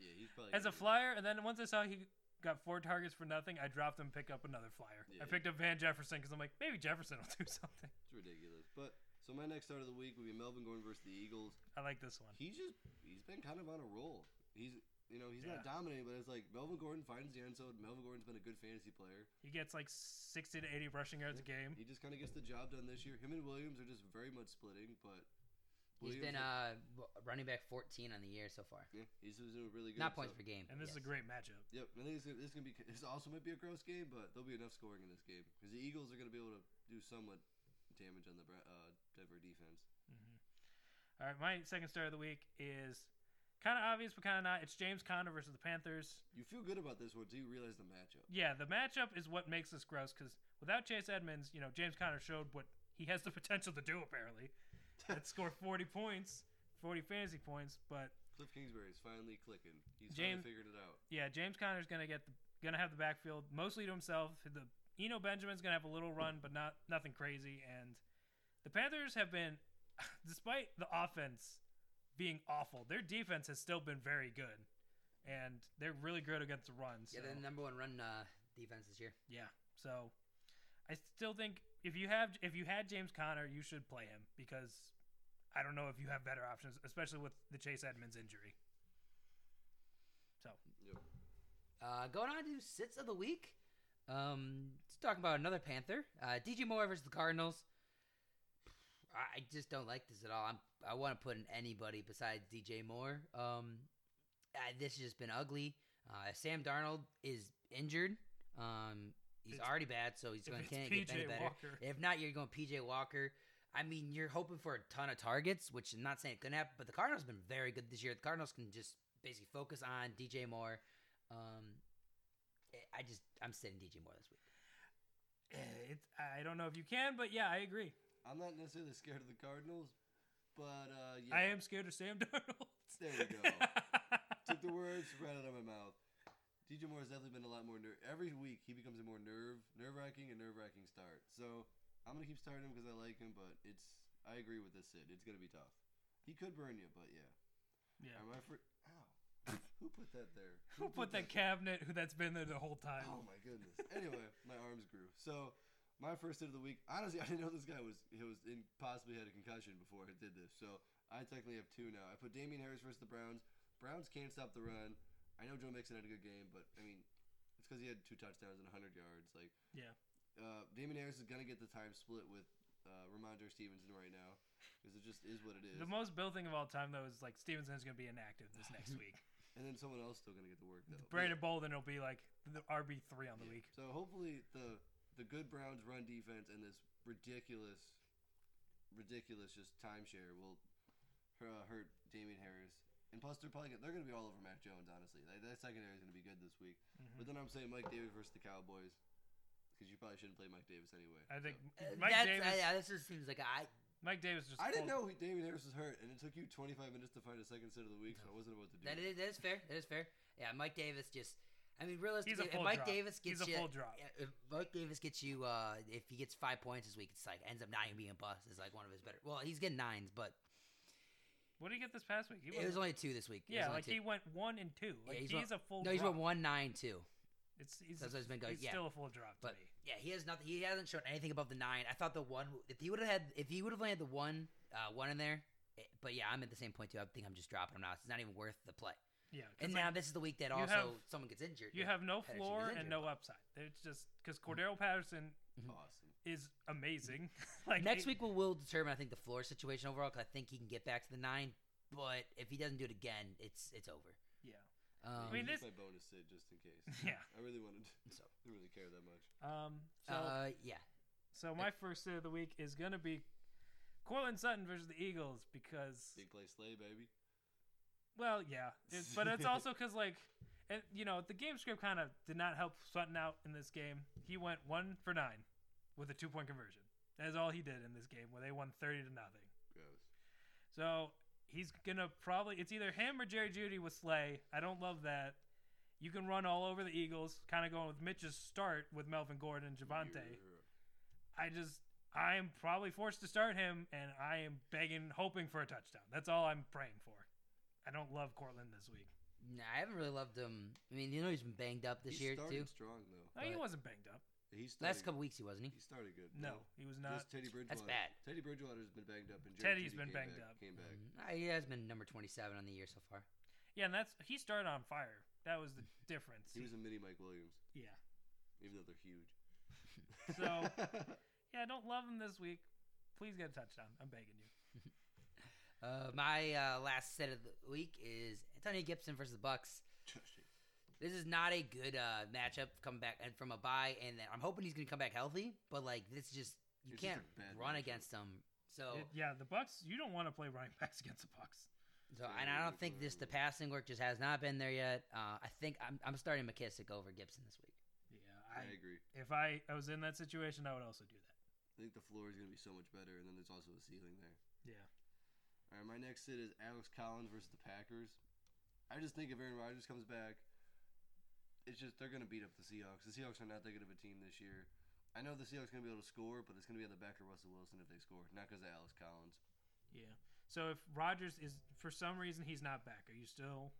Speaker 2: yeah, he's probably
Speaker 3: as
Speaker 2: gonna
Speaker 3: a
Speaker 2: be-
Speaker 3: flyer, and then once I saw he got four targets for nothing, I dropped him. Pick up another flyer.
Speaker 2: Yeah.
Speaker 3: I picked up Van Jefferson because I'm like maybe Jefferson will do something.
Speaker 2: It's ridiculous. But so my next start of the week will be Melvin Gordon versus the Eagles.
Speaker 3: I like this one.
Speaker 2: He's just he's been kind of on a roll. He's you know he's
Speaker 3: Yeah.
Speaker 2: not dominating, but it's like Melvin Gordon finds the end zone. Melvin Gordon's been a good fantasy player.
Speaker 3: He gets like 60 to 80 rushing yards a game.
Speaker 2: He just kind of gets the job done this year. Him and Williams are just very much splitting, but
Speaker 1: He's
Speaker 2: Williams
Speaker 1: been uh w- running back 14 on the year so far,
Speaker 2: yeah, he's just doing really good.
Speaker 1: not points
Speaker 2: so-
Speaker 1: per game.
Speaker 3: And this is a
Speaker 1: yes.
Speaker 3: great matchup.
Speaker 2: Yep, I think it's gonna, this is gonna be this also might be a gross game, but there'll be enough scoring in this game because the Eagles are gonna be able to do somewhat damage on the Bra- uh, Denver defense.
Speaker 3: Mm-hmm. All right, my second star of the week is kind of obvious, but kind of not. It's James Conner versus the Panthers.
Speaker 2: You feel good about this one, do you realize the matchup?
Speaker 3: Yeah, the matchup is what makes this gross because without Chase Edmonds, you know, James Conner showed what he has the potential to do, apparently. That score 40 points, 40 fantasy points. But
Speaker 2: Cliff Kingsbury is finally clicking. He's
Speaker 3: James-
Speaker 2: finally figured it out.
Speaker 3: yeah, James Conner's going to get the, going to have the backfield mostly to himself. The Eno Benjamin's going to have a little run, but not nothing crazy. And the Panthers have been, despite the offense being awful, their defense has still been very good. And they're really good against the run. So.
Speaker 1: Yeah, they're the number one run uh, defense this year.
Speaker 3: Yeah. So I still think if you have if you had James Conner, you should play him because I don't know if you have better options, especially with the Chase Edmonds injury. So
Speaker 2: Yep.
Speaker 1: Uh, going on to sits of the week. Um, let's talk about another Panther. Uh, DJ Moore versus the Cardinals. I I just don't like this at all. I'm, I want to put in anybody besides DJ Moore. Um, uh, this has just been ugly. Uh, Sam Darnold is injured. Um, he's
Speaker 3: It's-
Speaker 1: already bad, so he's
Speaker 3: if
Speaker 1: going to
Speaker 3: it's
Speaker 1: can't get any
Speaker 3: PJ
Speaker 1: better.
Speaker 3: Walker,
Speaker 1: If not, you're going PJ Walker. I mean, you're hoping for a ton of targets, which I'm not saying it couldn't happen, but the Cardinals have been very good this year. The Cardinals can just basically focus on DJ Moore. Um, I- I just, I'm sitting DJ Moore this week.
Speaker 3: eh, it's, I don't know if you can, but yeah, I agree.
Speaker 2: I'm not necessarily scared of the Cardinals, but uh, yeah.
Speaker 3: I am scared of Sam Darnold.
Speaker 2: There we go. Took the words right out of my mouth. DJ Moore has definitely been a lot more ner- every week. He becomes a more nerve nerve wracking and nerve wracking start. So I'm gonna keep starting him because I like him, but it's I agree with this Sid. It's gonna be tough. He could burn you, but yeah.
Speaker 3: Yeah.
Speaker 2: Am I fr- Ow. Who put that there?
Speaker 3: Who put that cabinet who that's been there the whole time?
Speaker 2: Oh my goodness. Anyway, my arms grew. So my first hit of the week. Honestly, I didn't know this guy was he was in, possibly had a concussion before I did this. So I technically have two now. I put Damian Harris versus the Browns. Browns can't stop the run. I know Joe Mixon had a good game, but I mean, it's because he had two touchdowns and 100 yards. Like,
Speaker 3: Yeah.
Speaker 2: uh, Damian Harris is gonna get the time split with uh, Ramondre Stevenson right now because it just is what it is.
Speaker 3: The most Bill thing of all time though is like Stevenson's gonna be inactive this next week.
Speaker 2: and then someone else still gonna get the work though. But-
Speaker 3: Brandon Bolden will be like the RB three on the
Speaker 2: Yeah.
Speaker 3: week.
Speaker 2: So hopefully the the good Browns run defense and this ridiculous, ridiculous just timeshare will uh, hurt Damian Harris. And plus, they're probably gonna, they're going to be all over Mac Jones. Honestly, like, that secondary is going to be good this week.
Speaker 1: Mm-hmm.
Speaker 3: Hmm.
Speaker 2: But then I'm saying Mike Davis versus the Cowboys because you probably shouldn't play Mike Davis anyway.
Speaker 3: I think
Speaker 2: so.
Speaker 1: Uh,
Speaker 3: Mike
Speaker 1: that's,
Speaker 3: Davis.
Speaker 1: uh, yeah, this just seems like I.
Speaker 3: Mike Davis just.
Speaker 2: I didn't know
Speaker 3: pulled-
Speaker 2: he- Damian Harris was hurt, and it took you 25 minutes to find a second set of the week, so I wasn't about to do
Speaker 1: That
Speaker 2: it.
Speaker 1: is, that is fair. That is fair. Yeah, Mike Davis just. I mean, realistically, if
Speaker 3: full
Speaker 1: Mike
Speaker 3: drop.
Speaker 1: Davis gets
Speaker 3: He's a
Speaker 1: you,
Speaker 3: full drop.
Speaker 1: yeah, if Mike Davis gets you, uh, if he gets five points this week, it's like ends up not even being a bust. Is like one of his better. Well, he's getting nines, but
Speaker 3: What did he get this past week? He
Speaker 1: it was
Speaker 3: went-
Speaker 1: only two this week. It was
Speaker 3: yeah,
Speaker 1: only
Speaker 3: like
Speaker 1: two.
Speaker 3: he went one and two. Like
Speaker 1: he's
Speaker 3: he's,
Speaker 1: went-
Speaker 3: a full.
Speaker 1: No, he's
Speaker 3: drop.
Speaker 1: went one nine two.
Speaker 3: It's he's,
Speaker 1: That's what he's been going-
Speaker 3: he's
Speaker 1: yeah.
Speaker 3: still a full drop to
Speaker 1: But
Speaker 3: me.
Speaker 1: yeah, he has nothing. He hasn't shown anything above the nine. I thought the one. If he would have had, if he would have landed the one, uh, one in there. It, but yeah, I'm at the same point too. I think I'm just dropping him now. It's not even worth the play.
Speaker 3: Yeah, 'cause,
Speaker 1: And
Speaker 3: like,
Speaker 1: now this is the week that
Speaker 3: you
Speaker 1: also
Speaker 3: have-
Speaker 1: someone gets injured.
Speaker 3: you have no
Speaker 1: Patterson
Speaker 3: floor
Speaker 1: is injured,
Speaker 3: and no upside. It's just because Cordero Patterson
Speaker 2: Awesome.
Speaker 3: is amazing. like
Speaker 1: Next
Speaker 3: he-
Speaker 1: week will will determine I think the floor situation overall because I think he can get back to the nine. But if he doesn't do it again, it's it's over.
Speaker 3: Yeah.
Speaker 1: Um,
Speaker 3: mean,
Speaker 2: Use
Speaker 3: this-
Speaker 2: my bonus sit just in case.
Speaker 3: Yeah.
Speaker 2: I really wanted.
Speaker 1: So.
Speaker 2: I really care that much.
Speaker 3: Um. So
Speaker 1: uh, yeah,
Speaker 3: so my first sit of the week is gonna be Cortland Sutton versus the Eagles because
Speaker 2: Big play Slay, baby.
Speaker 3: Well, yeah, it's, but it's also because like, and you know, the game script kind of did not help Sutton out in this game. He went one for nine with a two point conversion. That is all he did in this game, where they won thirty to nothing.
Speaker 2: Gross.
Speaker 3: So he's gonna probably it's either him or Jerry Judy with Slay. I don't love that. You can run all over the Eagles, kind of going with Mitch's start with Melvin Gordon and Javante.
Speaker 2: Yeah.
Speaker 3: I just I am probably forced to start him, and I am begging, hoping for a touchdown. That's all I'm praying for. I don't love Cortland this week.
Speaker 1: nah, I haven't really loved him. I mean, you know he's been banged up this
Speaker 2: he
Speaker 1: year
Speaker 2: started
Speaker 1: too.
Speaker 2: strong though.
Speaker 3: No, he
Speaker 1: But-
Speaker 3: wasn't banged up.
Speaker 2: He's
Speaker 1: Last couple weeks he wasn't he.
Speaker 2: He started good.
Speaker 3: No, he was not.
Speaker 2: Just Teddy Bridgewater.
Speaker 1: bad.
Speaker 2: Teddy Bridgewater's been banged up. And Jerry
Speaker 3: Teddy's
Speaker 2: Judy
Speaker 3: been
Speaker 2: came
Speaker 3: banged
Speaker 2: back,
Speaker 3: up.
Speaker 2: Came back.
Speaker 1: Mm, uh, he has been number twenty-seven on the year so far.
Speaker 3: Yeah, and that's he started on fire. That was the difference.
Speaker 2: He was a mini Mike Williams,
Speaker 3: yeah,
Speaker 2: even though they're huge.
Speaker 3: So- yeah. I don't love him this week. Please get a touchdown. I'm begging you.
Speaker 1: Uh, my uh, last set of the week is Antonio Gibson versus the Bucks. This is not a good uh, matchup. Come back and from a bye, and then I'm hoping he's going to come back healthy. But like this, just you
Speaker 2: It's just
Speaker 1: can't
Speaker 2: a bad
Speaker 1: run
Speaker 2: matchup.
Speaker 1: against him. So,
Speaker 3: It- yeah, the Bucks. You don't want to play running backs against the Bucks.
Speaker 1: so
Speaker 2: Yeah,
Speaker 1: and
Speaker 2: you're
Speaker 1: I
Speaker 2: looking
Speaker 1: don't think this
Speaker 2: at
Speaker 1: the
Speaker 2: it.
Speaker 1: passing work just has not been there yet. Uh, I think I'm I'm starting McKissick over Gibson this week.
Speaker 3: Yeah,
Speaker 2: I agree.
Speaker 3: if I, I was in that situation, I would also do that.
Speaker 2: I think the floor is going to be so much better, and then there's also a ceiling there.
Speaker 3: Yeah,
Speaker 2: All right, my next sit is Alex Collins versus the Packers. I just think if Aaron Rodgers comes back, it's just they're going to beat up the Seahawks. The Seahawks are not that good of a team this year. I know the Seahawks going to be able to score, but it's going to be on the back of Russell Wilson if they score, not because of Alex Collins.
Speaker 3: yeah. So if Rogers is for some reason he's not back, are you still?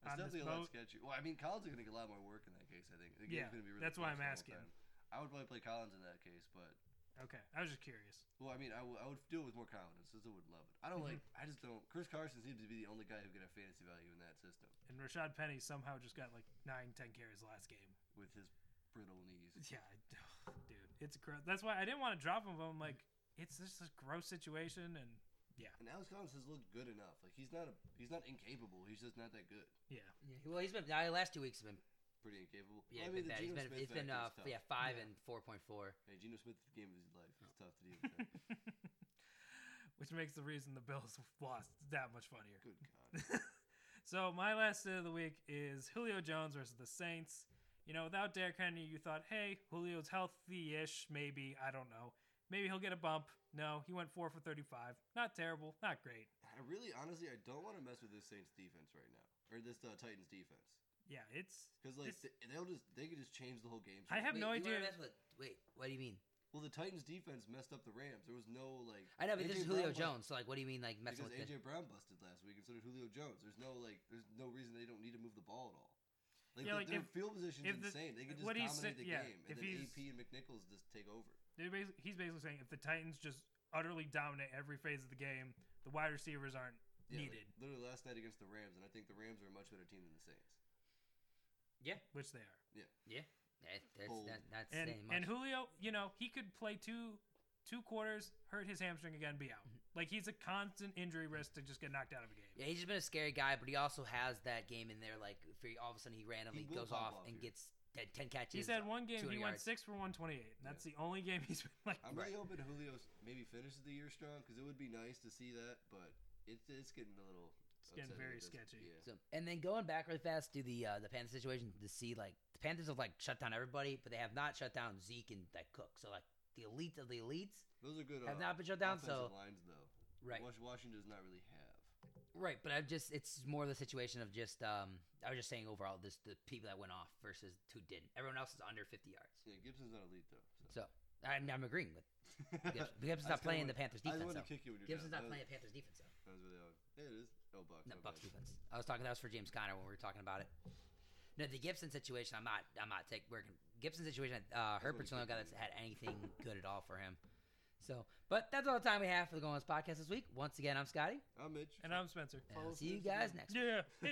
Speaker 2: It's
Speaker 3: on this
Speaker 2: definitely a lot
Speaker 3: boat.
Speaker 2: sketchier. Well, I mean, Collins is going to get a lot more work in that case. I think. The
Speaker 3: Yeah,
Speaker 2: gonna be really
Speaker 3: that's why
Speaker 2: close
Speaker 3: I'm
Speaker 2: the whole
Speaker 3: asking.
Speaker 2: time. I would probably play Collins in that case, but
Speaker 3: Okay, I was just curious.
Speaker 2: well, I mean, I would- I would do it with more confidence. I still would love it. I don't
Speaker 3: Mm-hmm.
Speaker 2: like. I just don't. Chris Carson seems to be the only guy who could have fantasy value in that system
Speaker 3: And Rashad Penny somehow just got like nine, ten carries last game.
Speaker 2: with his brittle knees.
Speaker 3: Yeah, I, dude, it's gross. That's why I didn't want to drop him. But I'm like, it's just a gross situation, and
Speaker 2: And Alex Collins has looked good enough. Like he's not a he's not incapable. He's just not that good.
Speaker 3: yeah,
Speaker 1: Well, he's been the last two weeks have been
Speaker 2: Pretty incapable. Well, I
Speaker 1: yeah, been
Speaker 2: mean, the
Speaker 1: bad. He's
Speaker 2: Geno
Speaker 1: been
Speaker 2: Smith
Speaker 1: it's been
Speaker 2: factor
Speaker 1: uh,
Speaker 2: is tough.
Speaker 1: yeah five
Speaker 3: Yeah.
Speaker 1: and four point four.
Speaker 2: Hey, Geno Smith is the game of his life. It's tough to deal with. That.
Speaker 3: which makes the reason the Bills lost that much funnier.
Speaker 2: Good God.
Speaker 3: so my last sit of the week is Julio Jones versus the Saints. You know, without Derrick Henry, you thought, hey, Julio's healthy-ish, maybe. I don't know. Maybe he'll get a bump. No, he went four for thirty-five. Not terrible. Not great.
Speaker 2: I really, honestly, I don't want to mess with this Saints defense right now, or this uh, Titans defense.
Speaker 3: Yeah, it's
Speaker 2: Because like
Speaker 3: This-
Speaker 2: th- they'll just they could just change the whole game.
Speaker 3: I
Speaker 2: script.
Speaker 3: have
Speaker 1: Wait,
Speaker 3: no
Speaker 1: you wanna
Speaker 3: idea.
Speaker 1: mess with- Wait, what do you mean?
Speaker 2: Well, the Titans defense messed up the Rams. There was no like.
Speaker 1: I know, but
Speaker 2: AJ
Speaker 1: this is Julio
Speaker 2: Brown bu-
Speaker 1: Jones. So, like, what do you mean, like messing
Speaker 2: Because
Speaker 1: with the
Speaker 2: AJ Brown busted last week, and so did Julio Jones. There's no like, there's no reason they don't need to move the ball at all. Like,
Speaker 3: Yeah,
Speaker 2: the-
Speaker 3: like,
Speaker 2: their
Speaker 3: if-
Speaker 2: field position is
Speaker 3: if the-
Speaker 2: insane. They can just
Speaker 3: what he's
Speaker 2: dominate
Speaker 3: sa-
Speaker 2: the
Speaker 3: yeah,
Speaker 2: game, and
Speaker 3: if
Speaker 2: then
Speaker 3: he's-
Speaker 2: AP and McNichols just take over.
Speaker 3: They're basi- he's basically saying if the Titans just utterly dominate every phase of the game, the wide receivers aren't
Speaker 2: Yeah, like,
Speaker 3: needed,
Speaker 2: literally last night against the Rams, and I think the Rams are a much better team than the Saints.
Speaker 3: which they are.
Speaker 1: Yeah, that, that's
Speaker 2: Bold.
Speaker 1: that, that's
Speaker 3: And
Speaker 1: saying much.
Speaker 3: and Julio, you know, he could play two two quarters, hurt his hamstring again, be out. Like he's a constant injury risk to just get knocked out of a game.
Speaker 1: yeah, he's just been a scary guy, but he also has that game in there. Like, if he, all of a sudden he randomly
Speaker 2: will
Speaker 1: goes
Speaker 2: pop
Speaker 1: off
Speaker 2: off
Speaker 1: and
Speaker 2: here.
Speaker 1: gets ten, 10 catches.
Speaker 3: He's had one game he
Speaker 1: 200
Speaker 3: went
Speaker 1: yards.
Speaker 3: six for one twenty eight. That's the only game he's been like.
Speaker 2: I'm really hoping Julio s- maybe finishes the year strong because it would be nice to see that, but it's it's getting a little. It's
Speaker 3: getting very sketchy.
Speaker 2: Yeah.
Speaker 1: So, and then going back really fast to the uh, the Panthers situation to see like the Panthers have like shut down everybody, but they have not shut down Zeke and like Cook. So like the elite of the elites,
Speaker 2: Those are good.
Speaker 1: Have
Speaker 2: uh,
Speaker 1: not been shut down,
Speaker 2: offensive
Speaker 1: so-
Speaker 2: lines though.
Speaker 1: right?
Speaker 2: Wash- Washington does not really have.
Speaker 1: Right, but I'm just it's more the situation of just um I was just saying overall this the people that went off versus who didn't. Everyone else is under 50 yards.
Speaker 2: Yeah, Gibson's not elite though. So.
Speaker 1: So I'm, I'm agreeing with Gibson. Gibson's
Speaker 2: I
Speaker 1: not
Speaker 2: just kinda
Speaker 1: playing
Speaker 2: wanna-
Speaker 1: the Panthers
Speaker 2: I
Speaker 1: defense.
Speaker 2: want to
Speaker 1: Though.
Speaker 2: kick you when you're
Speaker 1: Gibson's
Speaker 2: down.
Speaker 1: not
Speaker 2: That
Speaker 1: playing
Speaker 2: was-
Speaker 1: the Panthers defense though.
Speaker 2: That was really odd. Yeah, it is. Oh, Bucks.
Speaker 1: Not
Speaker 2: my
Speaker 1: Bucks
Speaker 2: bad.
Speaker 1: defense. I was talking that was for James Conner when we were talking about it. No, the Gibson situation. I'm not. I'm not taking working. Gibson situation. Uh,
Speaker 2: what
Speaker 1: Herbert's
Speaker 2: he
Speaker 1: the only
Speaker 2: could
Speaker 1: guy that's
Speaker 2: do.
Speaker 1: had anything good at all for him. So, but that's all the time we have for the Going Once podcast this week. Once again, I'm Scotty,
Speaker 2: I'm Mitch.
Speaker 3: And I'm Spencer.
Speaker 1: and I'll
Speaker 2: Follow us
Speaker 1: see you
Speaker 2: on Instagram.
Speaker 1: guys next. week.
Speaker 3: Yeah.